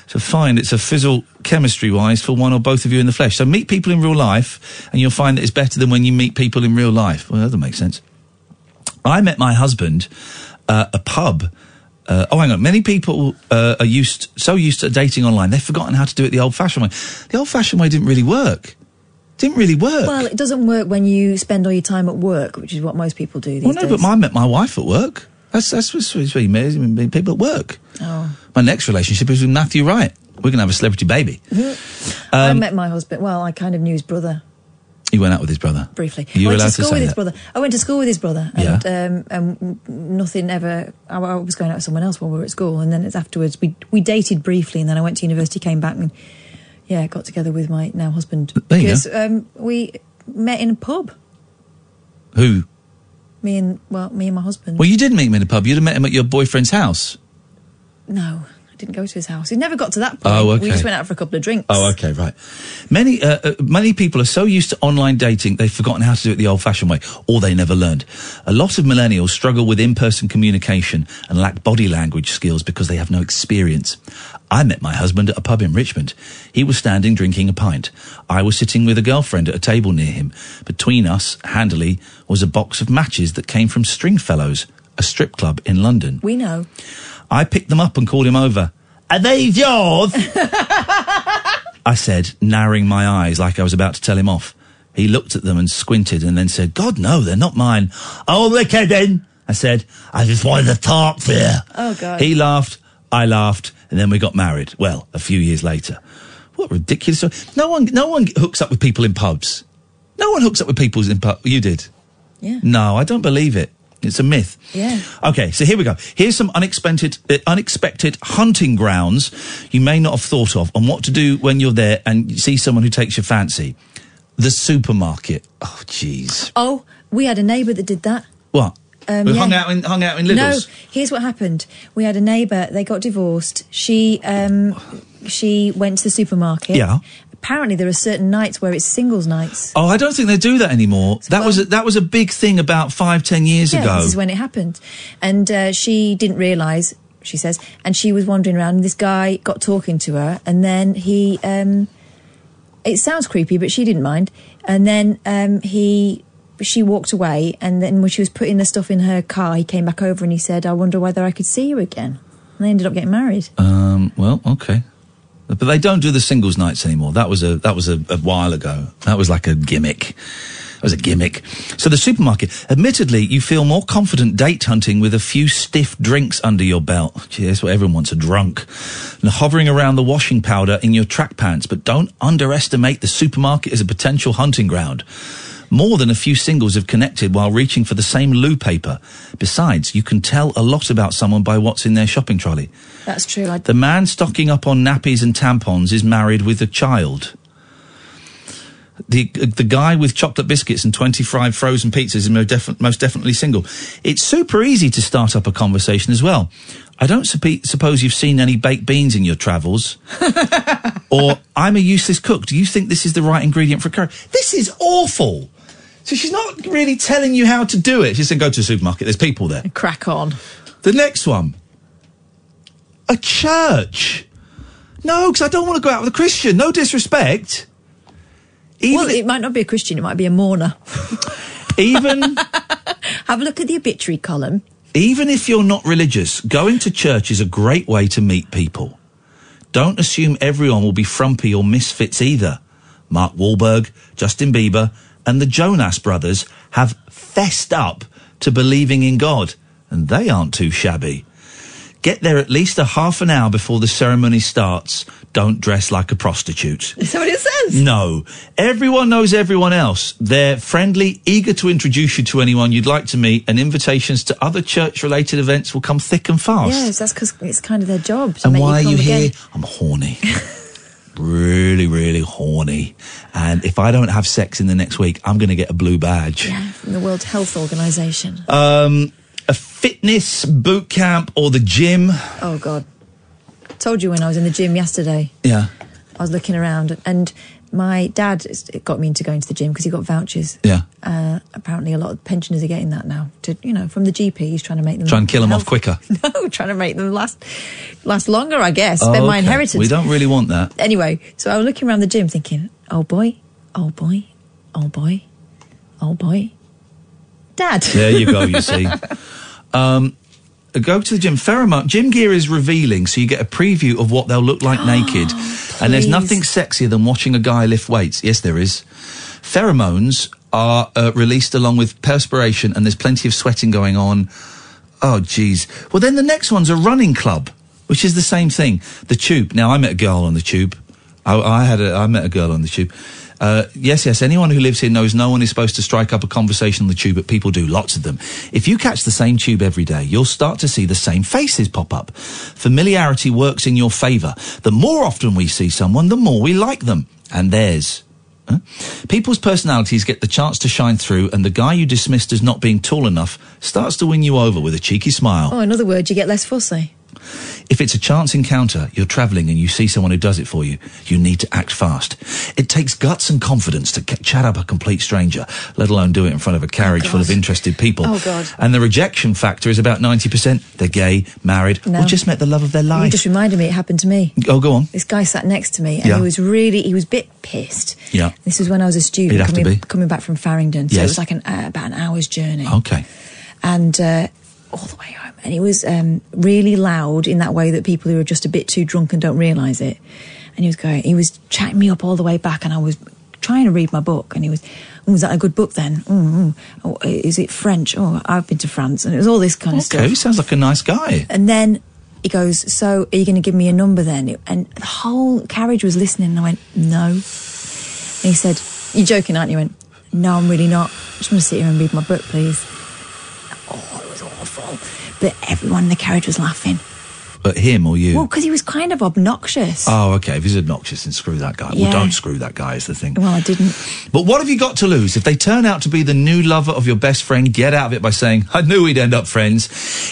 Speaker 3: to find it's a fizzle chemistry wise for one or both of you in the flesh. So meet people in real life and you'll find that it's better than when you meet people in real life. Well, that doesn't make sense. I met my husband uh, a pub. Uh, oh, hang on. Many people uh, are used so used to dating online, they've forgotten how to do it the old-fashioned way. The old-fashioned way didn't really work. Didn't really work.
Speaker 4: Well, it doesn't work when you spend all your time at work, which is what most people do these
Speaker 3: Well, no,
Speaker 4: days.
Speaker 3: but I met my wife at work. That's that's what's what's really amazing. I mean, People at work.
Speaker 4: Oh.
Speaker 3: My next relationship is with Matthew Wright. We're gonna have a celebrity baby.
Speaker 4: I
Speaker 3: Um,
Speaker 4: met my husband. Well, I kind of knew his brother
Speaker 3: He went out with his brother.
Speaker 4: briefly.
Speaker 3: You
Speaker 4: I
Speaker 3: were
Speaker 4: went
Speaker 3: allowed
Speaker 4: to
Speaker 3: to
Speaker 4: school
Speaker 3: say
Speaker 4: with his
Speaker 3: that.
Speaker 4: brother. I went to school with his brother, and um, and nothing ever. I, I was going out with someone else while we were at school, and then it's afterwards we we dated briefly, and then I went to university, came back, and yeah, got together with my now husband
Speaker 3: There you go.
Speaker 4: because um, we met in a pub.
Speaker 3: Who?
Speaker 4: Me and well, me and my husband.
Speaker 3: Well, you did meet him in a pub. You'd have met him at your boyfriend's house.
Speaker 4: no, I didn't go to his house. He never got to that point.
Speaker 3: Oh, okay.
Speaker 4: We just went out for a couple of drinks.
Speaker 3: Oh, okay, right. Many uh, uh, many people are so used to online dating they've forgotten how to do it the old-fashioned way, or they never learned. A lot of millennials struggle with in-person communication and lack body language skills because they have no experience. I met my husband at a pub in Richmond. He was standing drinking a pint. I was sitting with a girlfriend at a table near him. Between us, handily, was a box of matches that came from Stringfellows, a strip club in London.
Speaker 4: We know.
Speaker 3: I picked them up and called him over. Are these yours? I said, narrowing my eyes like I was about to tell him off. He looked at them and squinted and then said, God, no, they're not mine. Oh, look at them. I said, I just wanted to talk to you.
Speaker 4: Oh, God.
Speaker 3: He laughed, I laughed, and then we got married. Well, a few years later. What ridiculous. No one, no one hooks up with people in pubs. No one hooks up with people in pubs. You did.
Speaker 4: Yeah.
Speaker 3: No, I don't believe it. It's a myth.
Speaker 4: Yeah.
Speaker 3: Okay, so here we go. Here's some unexpected, uh, unexpected hunting grounds you may not have thought of on what to do when you're there and you see someone who takes your fancy. The supermarket. Oh, jeez.
Speaker 4: Oh, we had a neighbour that did that.
Speaker 3: What?
Speaker 4: Um,
Speaker 3: we hung
Speaker 4: yeah.
Speaker 3: out in hung out in
Speaker 4: No,
Speaker 3: Lidl's.
Speaker 4: here's what happened. We had a neighbour. They got divorced. She um, she went to the supermarket.
Speaker 3: Yeah.
Speaker 4: Apparently, there are certain nights where it's singles nights.
Speaker 3: Oh, I don't think they do that anymore. That was a, that was a big thing about five, ten years
Speaker 4: yeah,
Speaker 3: ago.
Speaker 4: this is when it happened, and uh, she didn't realise. She says, and she was wandering around. And this guy got talking to her, and then he. Um, it sounds creepy, but she didn't mind. And then um, he, she walked away, and then when she was putting the stuff in her car, he came back over and he said, "I wonder whether I could see you again." And they ended up getting married.
Speaker 3: Um, well, okay, but they don't do the singles nights anymore. That was a that was a, a while ago. That was like a gimmick. That was a gimmick. So the supermarket. Admittedly, you feel more confident date hunting with a few stiff drinks under your belt. Gee, that's what everyone wants—a drunk. And hovering around the washing powder in your track pants. But don't underestimate the supermarket as a potential hunting ground. More than a few singles have connected while reaching for the same loo paper. Besides, you can tell a lot about someone by what's in their shopping trolley.
Speaker 4: That's true. I,
Speaker 3: The man stocking up on nappies and tampons is married with a child. The the guy with chocolate biscuits and 20 fried frozen pizzas is most, defi- most definitely single. It's super easy to start up a conversation as well. I don't suppe- suppose you've seen any baked beans in your travels. or I'm a useless cook. Do you think this is the right ingredient for curry? This is awful. So she's not really telling you how to do it. She said, go to the supermarket. There's people there.
Speaker 4: Crack on.
Speaker 3: The next one. A church. No, because I don't want to go out with a Christian. No disrespect.
Speaker 4: well, it might not be a Christian; it might be a mourner.
Speaker 3: Even
Speaker 4: have a look at the obituary column.
Speaker 3: Even if you're not religious, going to church is a great way to meet people. Don't assume everyone will be frumpy or misfits either. Mark Wahlberg, Justin Bieber, and the Jonas brothers have fessed up to believing in God, and they aren't too shabby. Get there at least a half an hour before the ceremony starts. Don't dress like a prostitute.
Speaker 4: Is that what it says?
Speaker 3: No. Everyone knows everyone else. They're friendly, eager to introduce you to anyone you'd like to meet, and invitations to other church related events will come thick and fast.
Speaker 4: Yes, that's because it's kind of their job. To
Speaker 3: Oh, And
Speaker 4: make
Speaker 3: why are you
Speaker 4: congregate.
Speaker 3: here? I'm horny. really, really horny. And if I don't have sex in the next week, I'm going to get a blue badge.
Speaker 4: Yeah, from the World Health Organization.
Speaker 3: Um, a fitness boot camp or the gym.
Speaker 4: Oh God, told you when I was in the gym yesterday.
Speaker 3: Yeah.
Speaker 4: I was looking around, and my dad is- it got me into going to the gym because he got vouchers.
Speaker 3: Yeah.
Speaker 4: Uh, apparently, a lot of pensioners are getting that now. To you know, from the GP, he's trying to make them
Speaker 3: Try and kill them off
Speaker 4: health-
Speaker 3: quicker.
Speaker 4: No, trying to make them last last longer. I guess. They're my
Speaker 3: Okay.
Speaker 4: inheritance.
Speaker 3: We don't really want that.
Speaker 4: Anyway, so I was looking around the gym, thinking, "Oh boy, oh boy, oh boy, oh boy, dad."
Speaker 3: There you go, you see. Um, go to the gym. Pheromone, gym gear is revealing, so you get a preview of what they'll look like naked. And there's
Speaker 17: please.
Speaker 3: nothing sexier than watching a guy lift weights. Yes, there is. Pheromones are uh, released along with perspiration, and there's plenty of sweating going on. Oh, geez. Well, then the next one's a running club, which is the same thing. The tube. Now, I met a girl on the tube. I, I had a, I met a girl on the tube. Uh, yes, yes. Anyone who lives here knows no one is supposed to strike up a conversation on the tube, but people do, lots of them. If you catch the same tube every day, you'll start to see the same faces pop up. Familiarity works in your favour. The more often we see someone, the more we like them and theirs. Huh? People's personalities get the chance to shine through, and the guy you dismissed as not being tall enough starts to win you over with a cheeky smile.
Speaker 4: Oh, in other words, you get less fussy.
Speaker 3: If it's a chance encounter, you're travelling and you see someone who does it for you, you need to act fast. It takes guts and confidence to c- chat up a complete stranger, let alone do it in front of a carriage full of interested people.
Speaker 4: Oh, God.
Speaker 3: And the rejection factor is about 90%. They're gay, married,
Speaker 4: No.
Speaker 3: or just met the love of their
Speaker 4: You
Speaker 3: life.
Speaker 4: just reminded me it happened to me.
Speaker 3: oh, go on.
Speaker 4: This guy sat next to me, and
Speaker 3: Yeah.
Speaker 4: he was really he was a bit pissed.
Speaker 3: Yeah.
Speaker 4: This was when I was a student
Speaker 3: He'd have to
Speaker 4: coming,
Speaker 3: be. Oh,
Speaker 4: coming back from Farringdon, so it
Speaker 3: Yes.
Speaker 4: was like an uh, about an hour's journey.
Speaker 3: Okay.
Speaker 4: And uh, all the way home. And it was um, really loud in that way that people who are just a bit too drunk and don't realise it. And he was going, he was chatting me up all the way back, and I was trying to read my book, and he was, "Oh, "Is that a good book then? Mm, mm. Oh, is it French? Oh, I've been to France," and it was all this kind of
Speaker 3: Okay,
Speaker 4: stuff.
Speaker 3: he sounds like a nice guy.
Speaker 4: And then he goes, So are you going to give me a number then? And the whole carriage was listening. And I went, No. And he said, You're joking, aren't you? I went, No, I'm really not. I just want to sit here and read my book, please. Oh, it was awful. But everyone in the carriage was laughing.
Speaker 3: But him or you?
Speaker 4: Well, because he was kind of obnoxious.
Speaker 3: Oh, okay. If he's obnoxious, then screw that guy.
Speaker 4: Yeah.
Speaker 3: Well, don't screw that guy is the thing.
Speaker 4: Well, I didn't.
Speaker 3: But what have you got to lose? If they turn out to be the new lover of your best friend, get out of it by saying, I knew we'd end up friends.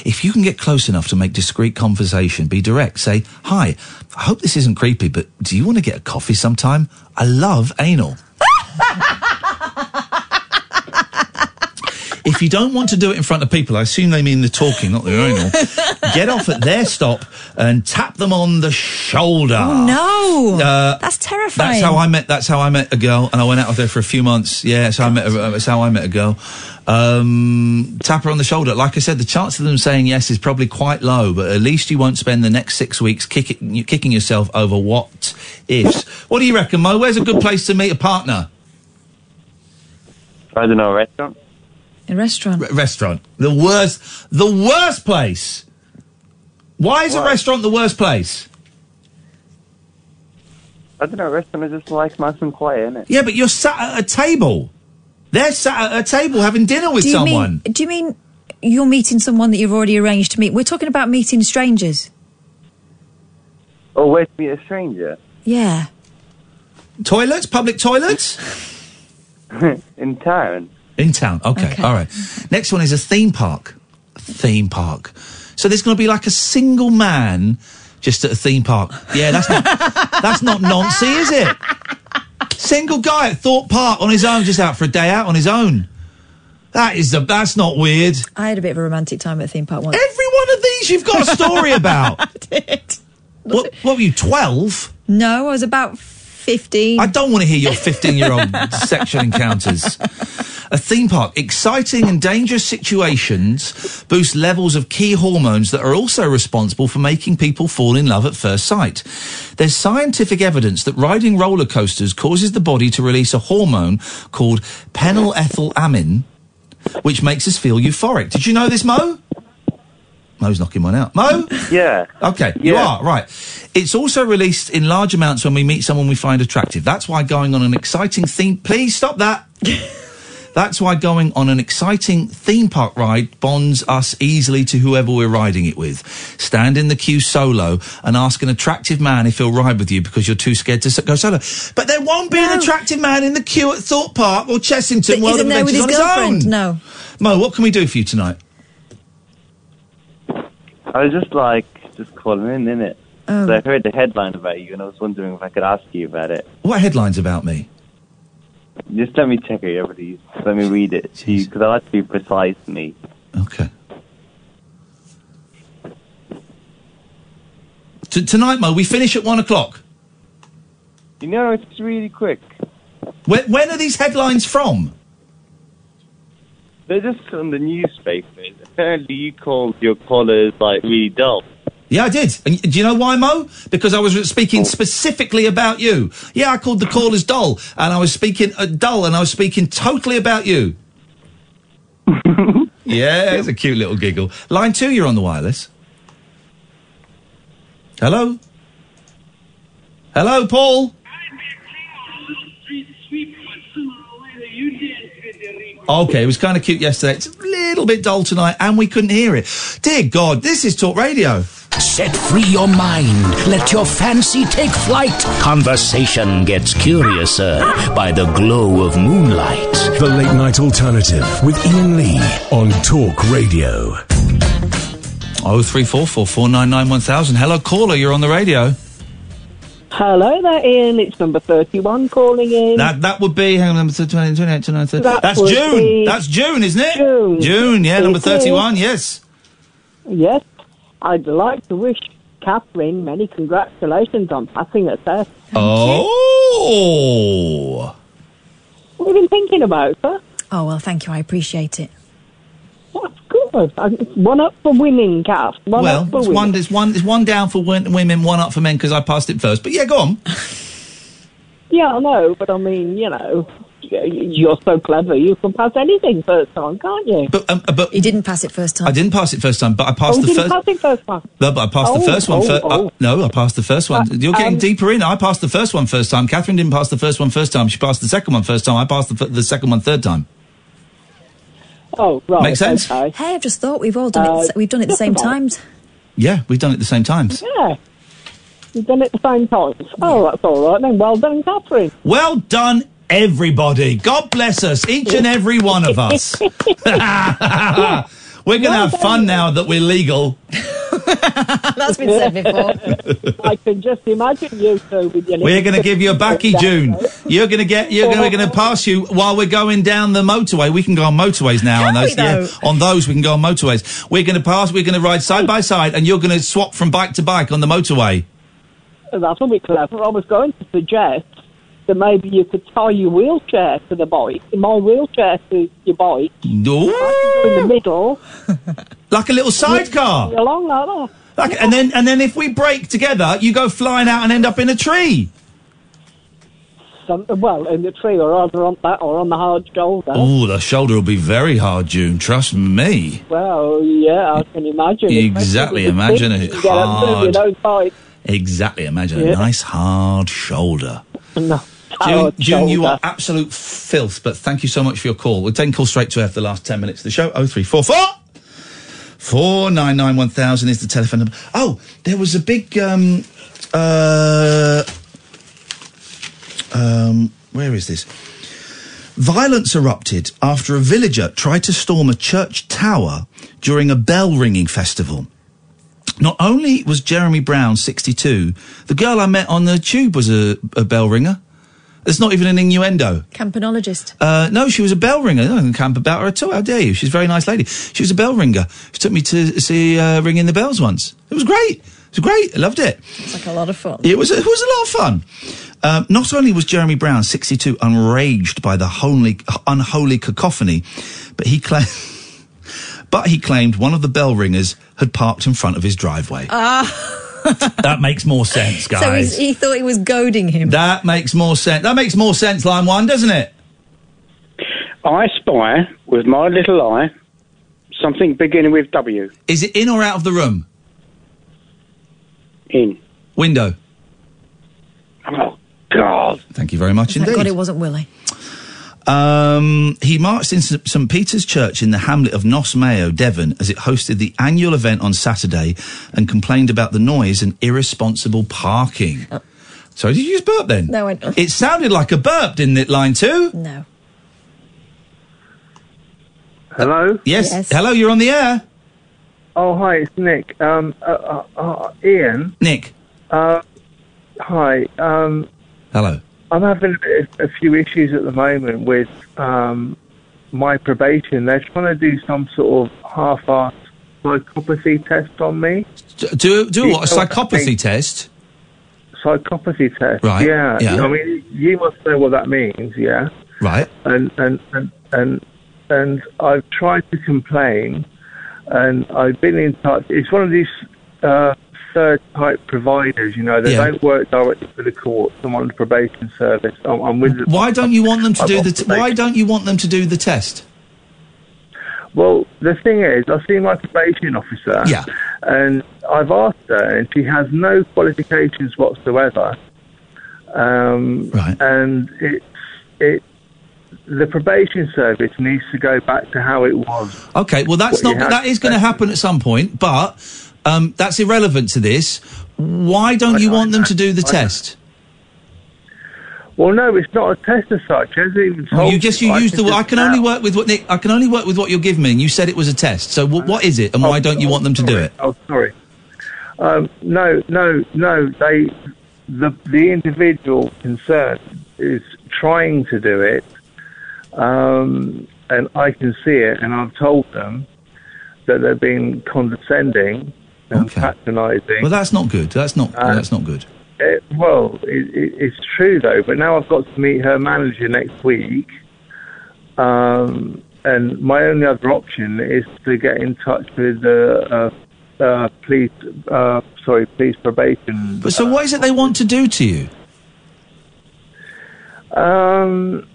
Speaker 3: If you can get close enough to make discreet conversation, be direct. Say, Hi, I hope this isn't creepy, but do you want to get a coffee sometime? I love anal. if you don't want to do it in front of people, I assume they mean the talking, not the anal, get off at their stop and tap them on the shoulder.
Speaker 4: Oh, no.
Speaker 3: Uh,
Speaker 4: That's terrifying.
Speaker 3: Ah. that's how I met. That's how I met a girl, and I went out with her for a few months. Yeah, that's how I met. A, that's how I met a girl. Um, tap her on the shoulder. Like I said, the chance of them saying yes is probably quite low, but at least you won't spend the next six weeks kicking kicking yourself over what ifs. What do you reckon, Mo? Where's a good place to meet a partner?
Speaker 12: I don't know, restaurant.
Speaker 4: A restaurant.
Speaker 3: restaurant. The worst. The worst place. Why is a restaurant the worst place?
Speaker 12: I don't know, restaurant is just like nice and quiet, isn't it?
Speaker 3: Yeah, but you're sat at a table. They're sat at a table having dinner with
Speaker 4: do you
Speaker 3: someone.
Speaker 4: Mean, do you mean you're meeting someone that you've already arranged to meet? We're talking about meeting strangers.
Speaker 12: Or where to meet a stranger?
Speaker 4: Yeah.
Speaker 3: Toilets, public toilets?
Speaker 12: In town.
Speaker 3: In town. Okay. All right. Next one is a theme park. Theme park. So there's going to be like a single man just at a theme park. Yeah, that's not that's not Nancy, is it? Single guy at Thorpe Park on his own, just out for a day out on his own. That is the that's not weird.
Speaker 4: I had a bit of a romantic time at a theme park once.
Speaker 3: Every one of these you've got a story about. What, what were you, 12?
Speaker 4: No, I was about 15.
Speaker 3: I don't want to hear your 15 year old sexual encounters. A theme park, exciting and dangerous situations boost levels of key hormones that are also responsible for making people fall in love at first sight. There's scientific evidence that riding roller coasters causes the body to release a hormone called penylethylamine, which makes us feel euphoric. Did you know this, Mo? Mo's knocking one out. Mo?
Speaker 12: Yeah.
Speaker 3: Okay, you
Speaker 12: Yeah.
Speaker 3: are, right. It's also released in large amounts when we meet someone we find attractive. That's why going on an exciting theme. Please stop that. That's why going on an exciting theme park ride bonds us easily to whoever we're riding it with. Stand in the queue solo and ask an attractive man if he'll ride with you because you're too scared to s- go solo. But there won't be an attractive man in the queue at Thorpe Park or Chessington.
Speaker 4: That
Speaker 3: World
Speaker 4: isn't
Speaker 3: of
Speaker 4: there with
Speaker 3: Adventures
Speaker 4: his
Speaker 3: on his
Speaker 4: girlfriend.
Speaker 3: own.
Speaker 4: No.
Speaker 3: Mo, what can we do for you tonight?
Speaker 12: I was just like, just calling in, innit?
Speaker 3: Oh.
Speaker 12: So I heard the headline about you and I was wondering if I could ask you about it.
Speaker 3: What headlines about me?
Speaker 12: Just let me check it, over please. Let me read it to you because I like to be precise, me.
Speaker 3: T- tonight, Mo, we finish at one o'clock.
Speaker 12: You know, it's really quick.
Speaker 3: When, when are these headlines from?
Speaker 12: They're just on the newspapers. Apparently, you called your callers like really dull.
Speaker 3: Yeah, I did. And y- do you know why, Mo? Because I was speaking specifically about you. Yeah, I called the callers dull, and I was speaking uh, dull, and I was speaking totally about you. yeah, it's a cute little giggle. Line two, you're on the wireless. Hello. Hello, Paul. Okay, it was kind of cute yesterday. It's a little bit dull tonight, and we couldn't hear it. Dear God, this is talk radio.
Speaker 6: Set free your mind. Let your fancy take flight. Conversation gets curiouser by the glow of moonlight.
Speaker 8: The Late Night Alternative with Ian Lee on Talk Radio.
Speaker 3: Oh three four four four nine nine one thousand. Hello, caller. You're on the radio.
Speaker 17: Hello there, Ian. It's number 31 calling in.
Speaker 3: That that would be hang on number 30, 28, 29, 30.
Speaker 17: That
Speaker 3: That's
Speaker 17: would
Speaker 3: June.
Speaker 17: be-
Speaker 3: That's June, isn't it?
Speaker 17: June.
Speaker 3: yeah,
Speaker 17: It
Speaker 3: number thirty one.
Speaker 17: is.
Speaker 3: Yes.
Speaker 17: Yes, I'd like to wish Catherine many congratulations on passing her test.
Speaker 3: Oh.
Speaker 17: We've been thinking about her.
Speaker 4: Oh, well, thank you. I appreciate it.
Speaker 17: What's good?
Speaker 21: upward. I- One up for women, Kath. One
Speaker 3: well,
Speaker 21: up for
Speaker 3: it's
Speaker 21: women.
Speaker 3: one, it's one, it's one down for win- women, one up for men because I passed it first. But yeah, go on.
Speaker 21: Yeah, I know, but I mean, you know, y- you're so clever, you can pass anything first time, can't you?
Speaker 3: But, um, but
Speaker 4: he didn't pass it first time.
Speaker 3: I didn't pass it first time, but I passed
Speaker 21: Uh-huh. oh,
Speaker 3: the
Speaker 21: didn't
Speaker 3: first.
Speaker 21: pass it first time.
Speaker 3: No, but I passed
Speaker 21: Oh,
Speaker 3: the first one
Speaker 21: oh,
Speaker 3: fir-
Speaker 21: oh.
Speaker 3: I- no, I passed the first one. You're getting
Speaker 21: um,
Speaker 3: deeper in. I passed the first one first time. Catherine didn't pass the first one first time. She passed the second one first time. I passed the, f- the second one third time.
Speaker 21: Oh, right.
Speaker 3: Makes sense.
Speaker 4: Hey, I've just thought we've all done it. We've done it at the same times.
Speaker 3: Yeah, we've done it at the same times.
Speaker 21: Yeah. You've done it at the same time. Oh, that's all right then. Well done, Catherine.
Speaker 3: Well done, everybody. God bless us, each and every one of us. We're going to have fun now that we're legal.
Speaker 4: That's been said before.
Speaker 21: I can just imagine you two with your.
Speaker 3: We're going to give you a backy, June. You're going to get. You're going to pass you while we're going down the motorway. We can go on motorways now. on
Speaker 21: Can we,
Speaker 3: those, yeah,
Speaker 21: though?
Speaker 3: on those we can go on motorways. We're going to pass. We're going to ride side by side, and you're going to swap from bike to bike on the motorway.
Speaker 21: That'll be clever. I was going to suggest that maybe you could tie your wheelchair to the bike, my wheelchair to your bike.
Speaker 3: No.
Speaker 21: In the middle.
Speaker 3: Like a little sidecar.
Speaker 21: Along like that.
Speaker 3: Like, and then, and then if we break together, you go flying out and end up in a tree.
Speaker 21: Some, well, in the tree, or either on that or on the hard shoulder.
Speaker 3: Oh, the shoulder will be very hard, June. Trust me.
Speaker 21: Well, yeah, I can imagine. Especially
Speaker 3: Exactly,
Speaker 21: with
Speaker 3: imagine
Speaker 21: things
Speaker 3: it
Speaker 21: you get up to, you
Speaker 3: hard.
Speaker 21: know, bike.
Speaker 3: Exactly. Imagine a
Speaker 21: Yeah.
Speaker 3: nice hard shoulder.
Speaker 21: No.
Speaker 3: June,
Speaker 21: Hard
Speaker 3: June, you
Speaker 21: shoulder.
Speaker 3: are absolute filth, but thank you so much for your call. We're taking calls straight to air for the last 10 minutes of the show. 0344 499 1000 is the telephone number. Oh, there was a big. Um, uh, um, where is this? Violence erupted after a villager tried to storm a church tower during a bell ringing festival. Not only was Jeremy Brown 62, the girl I met on the tube was a, a bell ringer. It's not even an innuendo.
Speaker 4: Campanologist.
Speaker 3: Uh, no, she was a bell ringer. I don't camp about her at all. How dare you? She's a very nice lady. She was a bell ringer. She took me to see uh, Ringing the Bells once. It was great. It was great. I loved it.
Speaker 4: It's like a lot of fun.
Speaker 3: It was it was a lot of fun. Um, not only was Jeremy Brown, 62, enraged by the homely, unholy cacophony, but he claimed, but he claimed one of the bell ringers had parked in front of his driveway.
Speaker 4: Ah,
Speaker 3: that makes more sense,
Speaker 4: so
Speaker 3: guys.
Speaker 4: he's, he thought he was goading him.
Speaker 3: that makes more sense. That makes more sense, line one, doesn't it?
Speaker 24: I spy with my little eye something beginning with W.
Speaker 3: Is it in or out of the room?
Speaker 24: In.
Speaker 3: Window.
Speaker 24: Oh, God.
Speaker 3: Thank you very much
Speaker 4: Thank
Speaker 3: indeed.
Speaker 4: God it wasn't Willie.
Speaker 3: Um, he marched in S- St Peter's Church in the hamlet of Nos Mayo, Devon, as it hosted the annual event on Saturday and complained about the noise and irresponsible parking. Sorry, did you just burp then?
Speaker 4: Oh. No, I-
Speaker 3: It sounded like a burp, didn't it, line two?
Speaker 4: No.
Speaker 3: Hello? Yes.
Speaker 4: Yes.
Speaker 3: Hello, you're on the air.
Speaker 5: Oh, hi, it's Nick. Um, uh, uh, uh, Ian.
Speaker 3: Nick.
Speaker 5: Uh, hi. Um,
Speaker 3: Hello.
Speaker 5: I'm having a, bit of- a few issues at the moment with um, my probation. They're trying to do some sort of half-assed psychopathy test on me.
Speaker 3: Do, do, do
Speaker 5: You
Speaker 3: what? A
Speaker 5: know what I
Speaker 3: psychopathy
Speaker 5: think.
Speaker 3: test?
Speaker 5: Psychopathy test.
Speaker 3: Right,
Speaker 5: Yeah.
Speaker 3: yeah.
Speaker 5: I mean, you must know what that means. Yeah.
Speaker 3: Right.
Speaker 5: and and and and, and I've tried to complain, and I've been in touch. It's one of these uh, third type providers, you know, they
Speaker 3: Yeah.
Speaker 5: don't work directly for the court. I'm on the probation service. I'm, I'm with. them.
Speaker 3: Why don't you want them to
Speaker 5: I'm
Speaker 3: do
Speaker 5: on
Speaker 3: the? T-
Speaker 5: probation.
Speaker 3: why don't you want them to do the test?
Speaker 5: Well, the thing is, I've seen my probation officer.
Speaker 3: Yeah.
Speaker 5: And I've asked her, and she has no qualifications whatsoever. Um,
Speaker 3: right.
Speaker 5: And it's it. The probation service needs to go back to how it was.
Speaker 3: Okay, well that's
Speaker 5: What you
Speaker 3: not
Speaker 5: had
Speaker 3: that is going to happen at some point, but um, that's irrelevant to this. Why don't you want them to do the test?
Speaker 5: Well, no, it's not a test as such. It hasn't even told
Speaker 3: you just you
Speaker 5: me.
Speaker 3: used the.
Speaker 5: Oh, can
Speaker 3: word I
Speaker 5: just
Speaker 3: can only
Speaker 5: now-
Speaker 3: work with what Nick. I can only work with what you're giving me. And you said it was a test. So wh- what is it, and why don't you want them to do it?
Speaker 5: Oh, sorry. Um, no, no, no. They, the the individual concerned is trying to do it, um, and I can see it, and I've told them that they're being condescending and patronising.
Speaker 3: Well, that's not good. That's not.
Speaker 5: Uh,
Speaker 3: that's not good.
Speaker 5: It, Eh, well, it, it, it's true though. But now I've got to meet her manager next week, um, and my only other option is to get in touch with the uh, uh, police. Uh, sorry, police probation.
Speaker 3: But so, what is it they want to do to you?
Speaker 5: Um,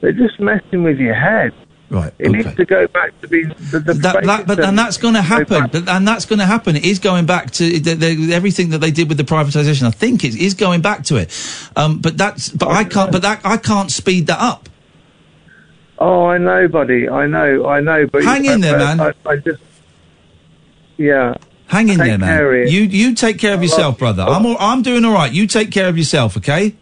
Speaker 5: they're just messing with your head.
Speaker 3: Right.
Speaker 5: It needs to go back to being the, the
Speaker 3: That, that, but and that's going to happen. But- And that's going to happen. It is going back to the, the, everything that they did with the privatisation. I think it is going back to it. Um, but that's. But I can't. But that I can't speed that up.
Speaker 5: Oh, I know, buddy. I know. I know. But uh,
Speaker 3: Hang in there, man.
Speaker 5: I, I just. Yeah.
Speaker 3: Hang in
Speaker 5: Take
Speaker 3: there, man.
Speaker 5: care of it.
Speaker 3: You you take care of yourself, brother. I'm all, I'm doing all right. You take care of yourself, okay?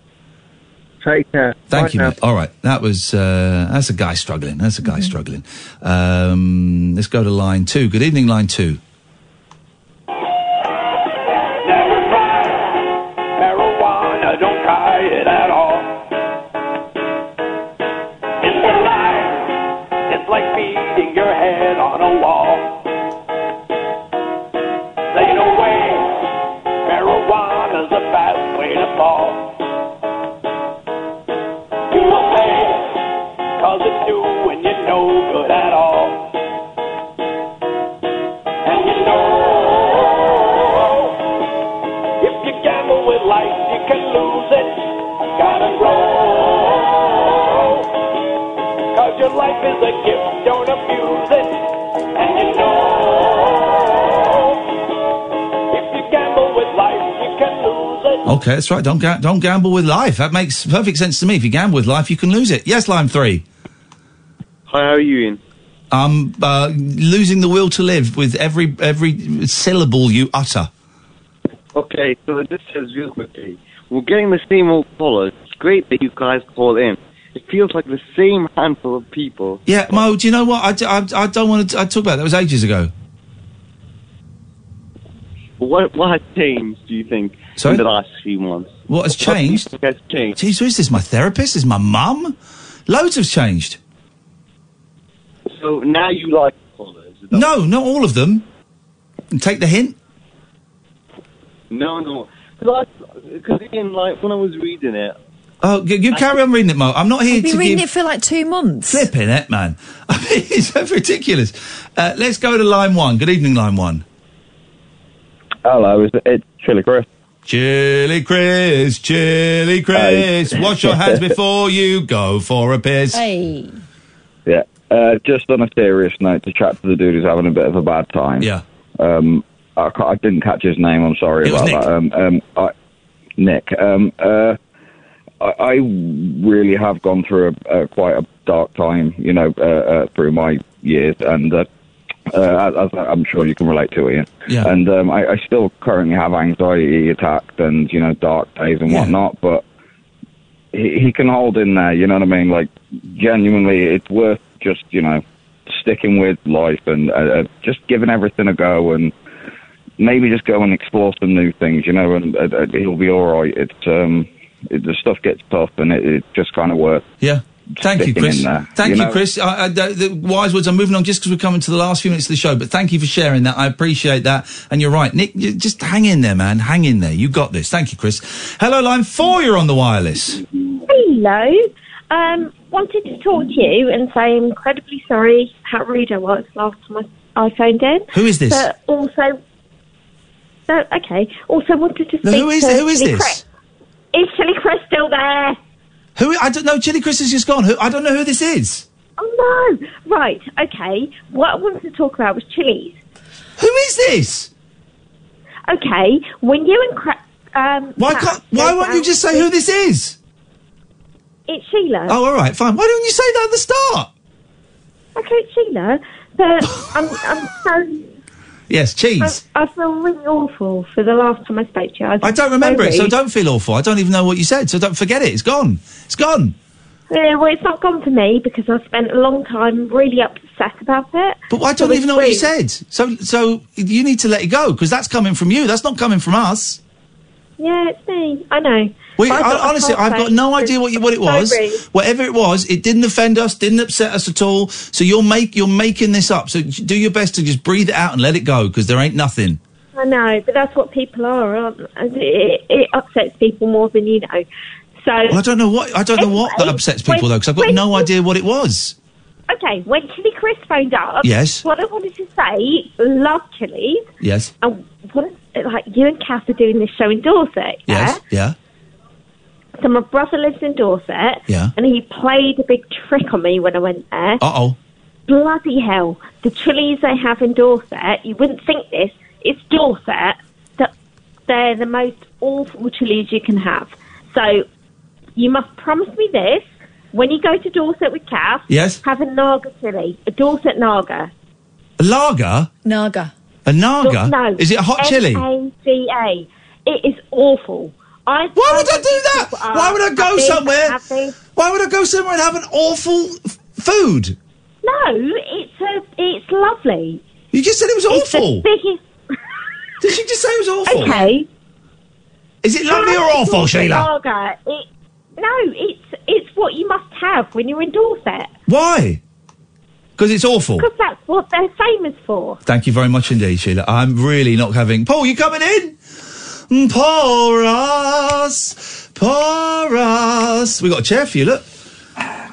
Speaker 5: Take care.
Speaker 3: Thank
Speaker 5: Bye
Speaker 3: you,
Speaker 5: now. Mm-hmm.
Speaker 3: mate. All right, that was uh, that's a guy struggling. That's a guy struggling. Um, let's go to line two. Good evening, line two.
Speaker 6: Marijuana, don't try it at all. It's a lie. It's like beating your head on a wall. Stay away. Marijuana's a bad way to fall. You will pay, cause it's doing you no good at all. And you know if you gamble with life, you can lose it. Gotta grow. Cause your life is a gift, don't abuse it. And you know, if you gamble with life, you can lose it.
Speaker 3: Okay, that's right. Don't ga- don't gamble with life. That makes perfect sense to me. If you gamble with life, you can lose it. Yes, line three.
Speaker 21: Hi, how are you, Ian?
Speaker 3: I'm uh, losing the will to live with every every syllable you utter.
Speaker 21: Okay, so it just says real quickly, we're getting the same old callers. It's great that you guys call in. It feels like the same handful of people.
Speaker 3: Yeah, Mo. Do you know what? I, d- I- I don't want to. I talk about it. that was ages ago.
Speaker 21: What what has changed? Do you think
Speaker 3: Sorry?
Speaker 21: in the last few months?
Speaker 3: What has changed?
Speaker 21: What do you think has changed?
Speaker 3: Jeez, who is this? My therapist? Is my mum? Loads have changed.
Speaker 21: So now you like callers?
Speaker 3: No, not all of them. And take the hint.
Speaker 21: No, no. Because Ian, like when I was reading it,
Speaker 3: Oh, you, you carry on reading it, Mo. I'm not here
Speaker 4: I've
Speaker 3: to
Speaker 4: been reading
Speaker 3: give
Speaker 4: it for like two months.
Speaker 3: flipping it, man. I mean, it's so ridiculous. Uh, let's go to line one. Good evening, line one.
Speaker 11: Hello, it's, it's Chili Chris.
Speaker 3: Chili Chris, Chili Chris,
Speaker 11: Hey.
Speaker 3: wash your hands before you go for a piss.
Speaker 25: 哎
Speaker 4: Hey.
Speaker 11: Yeah. Uh, just on a serious note, to chat to the dude who's having a bit of a bad time.
Speaker 3: Yeah.
Speaker 11: Um, I, ca- I didn't catch his name. I'm sorry
Speaker 3: It was
Speaker 11: about
Speaker 3: Nick.
Speaker 11: that. Um, um, I, Nick. Um, uh, I, I really have gone through a, a quite a dark time, you know, uh, uh, through my years, and uh, uh, as, as I'm sure you can relate to, Ian.
Speaker 26: Yeah.
Speaker 11: And um, I, I still currently have anxiety attacked and you know dark days and whatnot, but he, he can hold in there. You know what I mean? Like genuinely, it's worth just you know sticking with life and uh, uh, just giving everything a go and maybe just go and explore some new things. You know, and uh, uh, he'll be all right. It's um, it, the stuff gets tough and it, it's just kind of worth.
Speaker 3: Yeah. Thank you,
Speaker 11: sticking
Speaker 3: Chris.
Speaker 11: in there,
Speaker 3: Thank
Speaker 11: you
Speaker 3: you,
Speaker 11: know?
Speaker 3: Chris. I, I, the, the wise words. I'm moving on just because we're coming to the last few minutes of the show, but thank you for sharing that. I appreciate that. And you're right, Nick. You, just hang in there, man. Hang in there. You got this. Thank you, Chris. Hello, line four. You're on the wireless.
Speaker 25: Hello. Um, wanted to talk to you and say I'm incredibly sorry how rude I was last time I, I phoned in.
Speaker 3: Who is this?
Speaker 25: But also, no, okay. Also wanted to speak
Speaker 3: No, who is
Speaker 25: to
Speaker 3: who is
Speaker 25: Chili
Speaker 3: this?
Speaker 25: Chris. Is Chili Chris still there?
Speaker 3: Who I don't know. Chili Chris has just gone. Who, I don't know who this is.
Speaker 25: Oh no! Right, okay. What I wanted to talk about was chilies.
Speaker 3: Who is this?
Speaker 25: Okay, when you and Cra- um,
Speaker 3: Why
Speaker 25: Pat
Speaker 3: can't? Why
Speaker 25: go
Speaker 3: won't you
Speaker 25: down-
Speaker 3: just say who this is?
Speaker 25: It's Sheila.
Speaker 3: Oh, all right, fine. Why didn't you say that at the start?
Speaker 25: Okay, it's Sheila. But I'm, I'm so
Speaker 3: Yes, cheese.
Speaker 25: I, I feel really awful for the last time I spoke to you.
Speaker 3: I don't remember it, so
Speaker 25: sorry.
Speaker 3: don't feel awful. I don't even know what you said, so don't forget it. It's gone. It's gone.
Speaker 25: Yeah, well, it's not gone for me because I spent a long time really upset about it.
Speaker 3: But I don't even know what you said. So, so you need to let it go because that's coming from you. That's not coming from us.
Speaker 25: Yeah, it's me. I know.
Speaker 3: We,
Speaker 25: But I've
Speaker 3: I-
Speaker 25: got a
Speaker 3: honestly,
Speaker 25: cold
Speaker 3: I've got
Speaker 25: face.
Speaker 3: no idea what you, what it
Speaker 25: I'm
Speaker 3: was.
Speaker 25: sorry.
Speaker 3: Whatever it was, it didn't offend us, didn't upset us at all. So you're make you're making this up. So do your best to just breathe it out and let it go because there ain't nothing.
Speaker 25: I know, but that's what people are, aren't they? It, it upsets people more than you know. So
Speaker 3: Well, I don't know what I don't know what that upsets people though, because I've got no idea what it was.
Speaker 25: Okay, when Chili Chris phoned up,
Speaker 3: Yes.
Speaker 25: what I wanted to say, love Chili's,
Speaker 3: Yes.
Speaker 25: and what like you and Kath are doing this show in Dorset.
Speaker 3: Yes. Yeah.
Speaker 25: So my brother lives in Dorset,
Speaker 3: Yeah.
Speaker 25: and he played a big trick on me when I went there.
Speaker 3: Uh oh.
Speaker 25: Bloody hell! The chilies they have in Dorset, you wouldn't think this. It's Dorset. That they're the most awful chilies you can have. So you must promise me this when you go to Dorset with Cass.
Speaker 3: Yes.
Speaker 25: Have a Naga chili, a Dorset Naga.
Speaker 3: A lager?
Speaker 25: Naga.
Speaker 3: A naga?
Speaker 25: No.
Speaker 3: Is it a hot chili?
Speaker 25: N-A-G-A. It is awful. I
Speaker 3: Why would I do that? Why would I go somewhere?
Speaker 25: Happy.
Speaker 3: Why would I go somewhere and have an awful f- food?
Speaker 25: No, it's a, it's lovely.
Speaker 3: You just said it was
Speaker 25: It's the
Speaker 3: awful.
Speaker 25: biggest-
Speaker 3: Did you just say it was awful?
Speaker 25: Okay.
Speaker 3: Is it lovely or
Speaker 25: Have a
Speaker 3: awful,
Speaker 25: Dorset
Speaker 3: Sheila?
Speaker 25: lager. It, no, it's it's what you must have when you're in Dorset
Speaker 3: Why? Because it's awful.
Speaker 25: because that's what they're famous for.
Speaker 3: Thank you very much indeed, Sheila. I'm really not having. Paul, you coming in? Mm, Pour us, pour us. We got a chair for you. Look,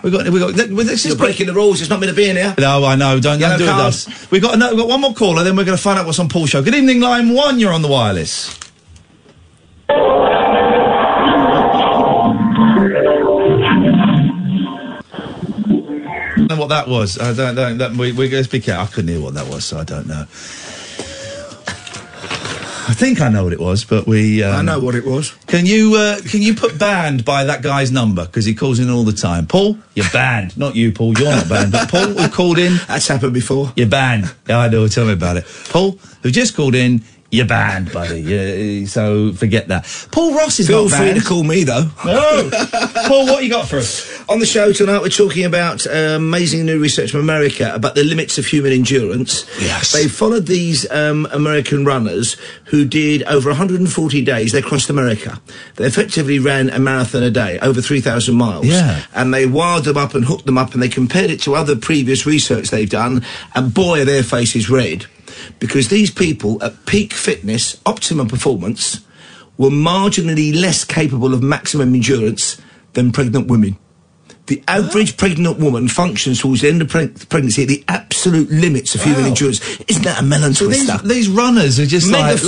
Speaker 3: we got, we got. Look, well, this is
Speaker 14: You're breaking the rules. It's not meant to be in here.
Speaker 3: No, I know. Don't,
Speaker 14: Yellow
Speaker 3: don't do it.
Speaker 14: card.
Speaker 3: Dubs. We got another, we got one more caller. Then we're going to find out what's on Paul's show. Good evening, line one. You're on the wireless. I don't know what that was. I don't know. That, we, we're going to speak out. I couldn't hear what that was, so I don't know. I think I know what it was, but we. Um, I know what it was. Can you uh, can you put banned by that guy's number because he calls in all the time? Paul, you're banned. Not you, Paul. You're not banned, but Paul who called in. That's happened before. You're banned. Yeah, I know. Tell me about it, Paul who just called in. You're banned, buddy. Yeah, so forget that. Paul Ross is
Speaker 14: Feel
Speaker 3: not
Speaker 14: free
Speaker 3: banned.
Speaker 14: to call me though.
Speaker 3: No, Paul, what you got for us?
Speaker 14: On the show tonight, we're talking about uh, amazing new research from America about the limits of human endurance. Yes. They followed these um, American runners who did over 140 days. They crossed America. They effectively ran a marathon a day, over 3,000 miles.
Speaker 3: Yeah.
Speaker 14: And they wired them up and hooked them up and they compared it to other previous research they've done. And boy, are their faces red. Because these people at peak fitness, optimum performance, were marginally less capable of maximum endurance than pregnant women. The average pregnant woman functions towards the end of preg- pregnancy at the absolute limits of human endurance. Isn't that a melon
Speaker 3: So these,
Speaker 14: twister?
Speaker 3: these runners are just
Speaker 14: Mega
Speaker 3: like
Speaker 14: fit-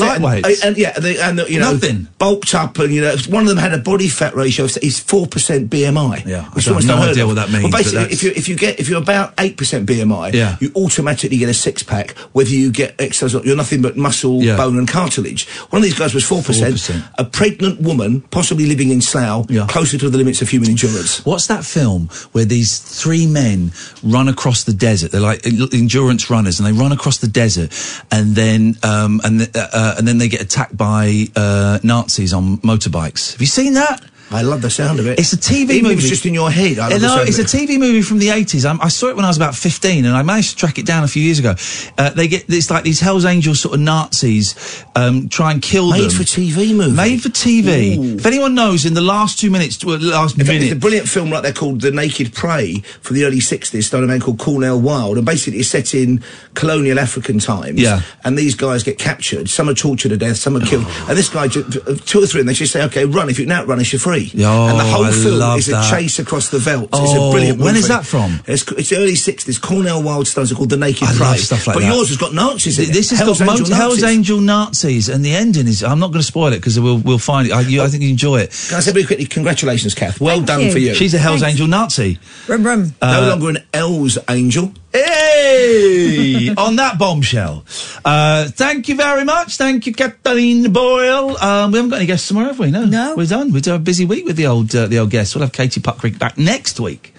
Speaker 3: lightweights.
Speaker 14: uh, and yeah, they, and you know,
Speaker 3: Nothing.
Speaker 14: bulked up, and you know, one of them had a body fat ratio of is four percent BMI. Yeah,
Speaker 3: I don't- no idea what that means,
Speaker 14: Well,
Speaker 3: but
Speaker 14: basically,
Speaker 3: that's-
Speaker 14: if you if you get if you're about eight percent BMI,
Speaker 3: Yeah.
Speaker 14: you automatically get a six pack. Whether you get exercise, or you're nothing but muscle,
Speaker 3: Yeah.
Speaker 14: bone, and cartilage. One of these guys was four percent.
Speaker 3: 4%.
Speaker 14: A pregnant woman, possibly living in Slough, closer to the limits of human endurance.
Speaker 3: What's that film where these three men run across the desert? They're like en- endurance runners, and they run across the desert, and then um, and th- uh, uh, and then they get attacked by uh, Nazis on motorbikes. Have you seen that?
Speaker 14: I love the sound of it.
Speaker 3: It's a TV
Speaker 14: Even if
Speaker 3: movie. Uh,
Speaker 14: it's just in your head, I love
Speaker 3: no,
Speaker 14: the sound of
Speaker 3: it's
Speaker 14: it.
Speaker 3: a TV movie from the 80s. i I saw it when I was about 15 and I managed to track it down a few years ago. Uh, they get, it's like these Hells Angels sort of Nazis um, try and kill
Speaker 14: Made
Speaker 3: them.
Speaker 14: for TV movie.
Speaker 3: Made for TV.
Speaker 14: Ooh.
Speaker 3: If anyone knows, in the last two minutes, well, last
Speaker 14: In fact,
Speaker 3: minute.
Speaker 14: There's a brilliant film like that called The Naked Prey from the early 60s, starring a man called Cornell Wilde, and basically it's set in colonial African times.
Speaker 3: Yeah.
Speaker 14: And these guys get captured. Some are tortured to death, some are killed.
Speaker 3: Oh.
Speaker 14: And this guy, ju- two or three, and they just say, okay, run. If you can outrun us, you're free.
Speaker 3: Oh,
Speaker 14: and the whole
Speaker 3: I
Speaker 14: film
Speaker 3: love
Speaker 14: is
Speaker 3: that.
Speaker 14: a chase across the veldt.
Speaker 3: Oh,
Speaker 14: it's a brilliant
Speaker 3: when
Speaker 14: movie.
Speaker 3: is that from?
Speaker 14: It's, c- it's the early 60s. Cornell Wilde stars are called The Naked
Speaker 3: I
Speaker 14: Prey.
Speaker 3: love stuff like
Speaker 14: but
Speaker 3: that.
Speaker 14: yours has got Nazis in
Speaker 3: Th-
Speaker 14: it.
Speaker 3: This has
Speaker 14: Hell's
Speaker 3: got
Speaker 14: Angel
Speaker 3: Mot- Hell's
Speaker 14: Nazis.
Speaker 3: Angel Nazis, and the ending is. I'm not going to spoil it because we'll we'll find it. I, you, I think you enjoy it.
Speaker 14: Can I say very quickly, congratulations, Kath. Well done for you.
Speaker 3: She's a Hell's Angel Nazi.
Speaker 14: Rum, rum.
Speaker 3: Uh,
Speaker 14: no longer an L's angel.
Speaker 3: Hey! On that bombshell. Uh, thank you very much. Thank you, Kathleen Boyle. Um, we haven't got any guests tomorrow, have we? No. No. We're done. We've done a busy week with the old uh, the old guests. We'll have Katie Puckrick back next week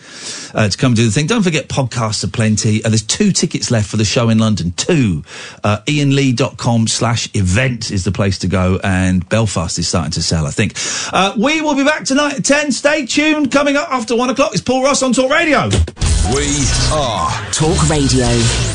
Speaker 3: uh, to come do the thing. Don't forget, podcasts are plenty. Uh, there's two tickets left for the show in London. Two. Uh, IanLee.com slash event is the place to go, and Belfast is starting to sell, I think. Uh, we will be back tonight at 10. Stay tuned. Coming up after 1 o'clock, it's Paul Ross on Talk Radio.
Speaker 15: We are Talk Radio.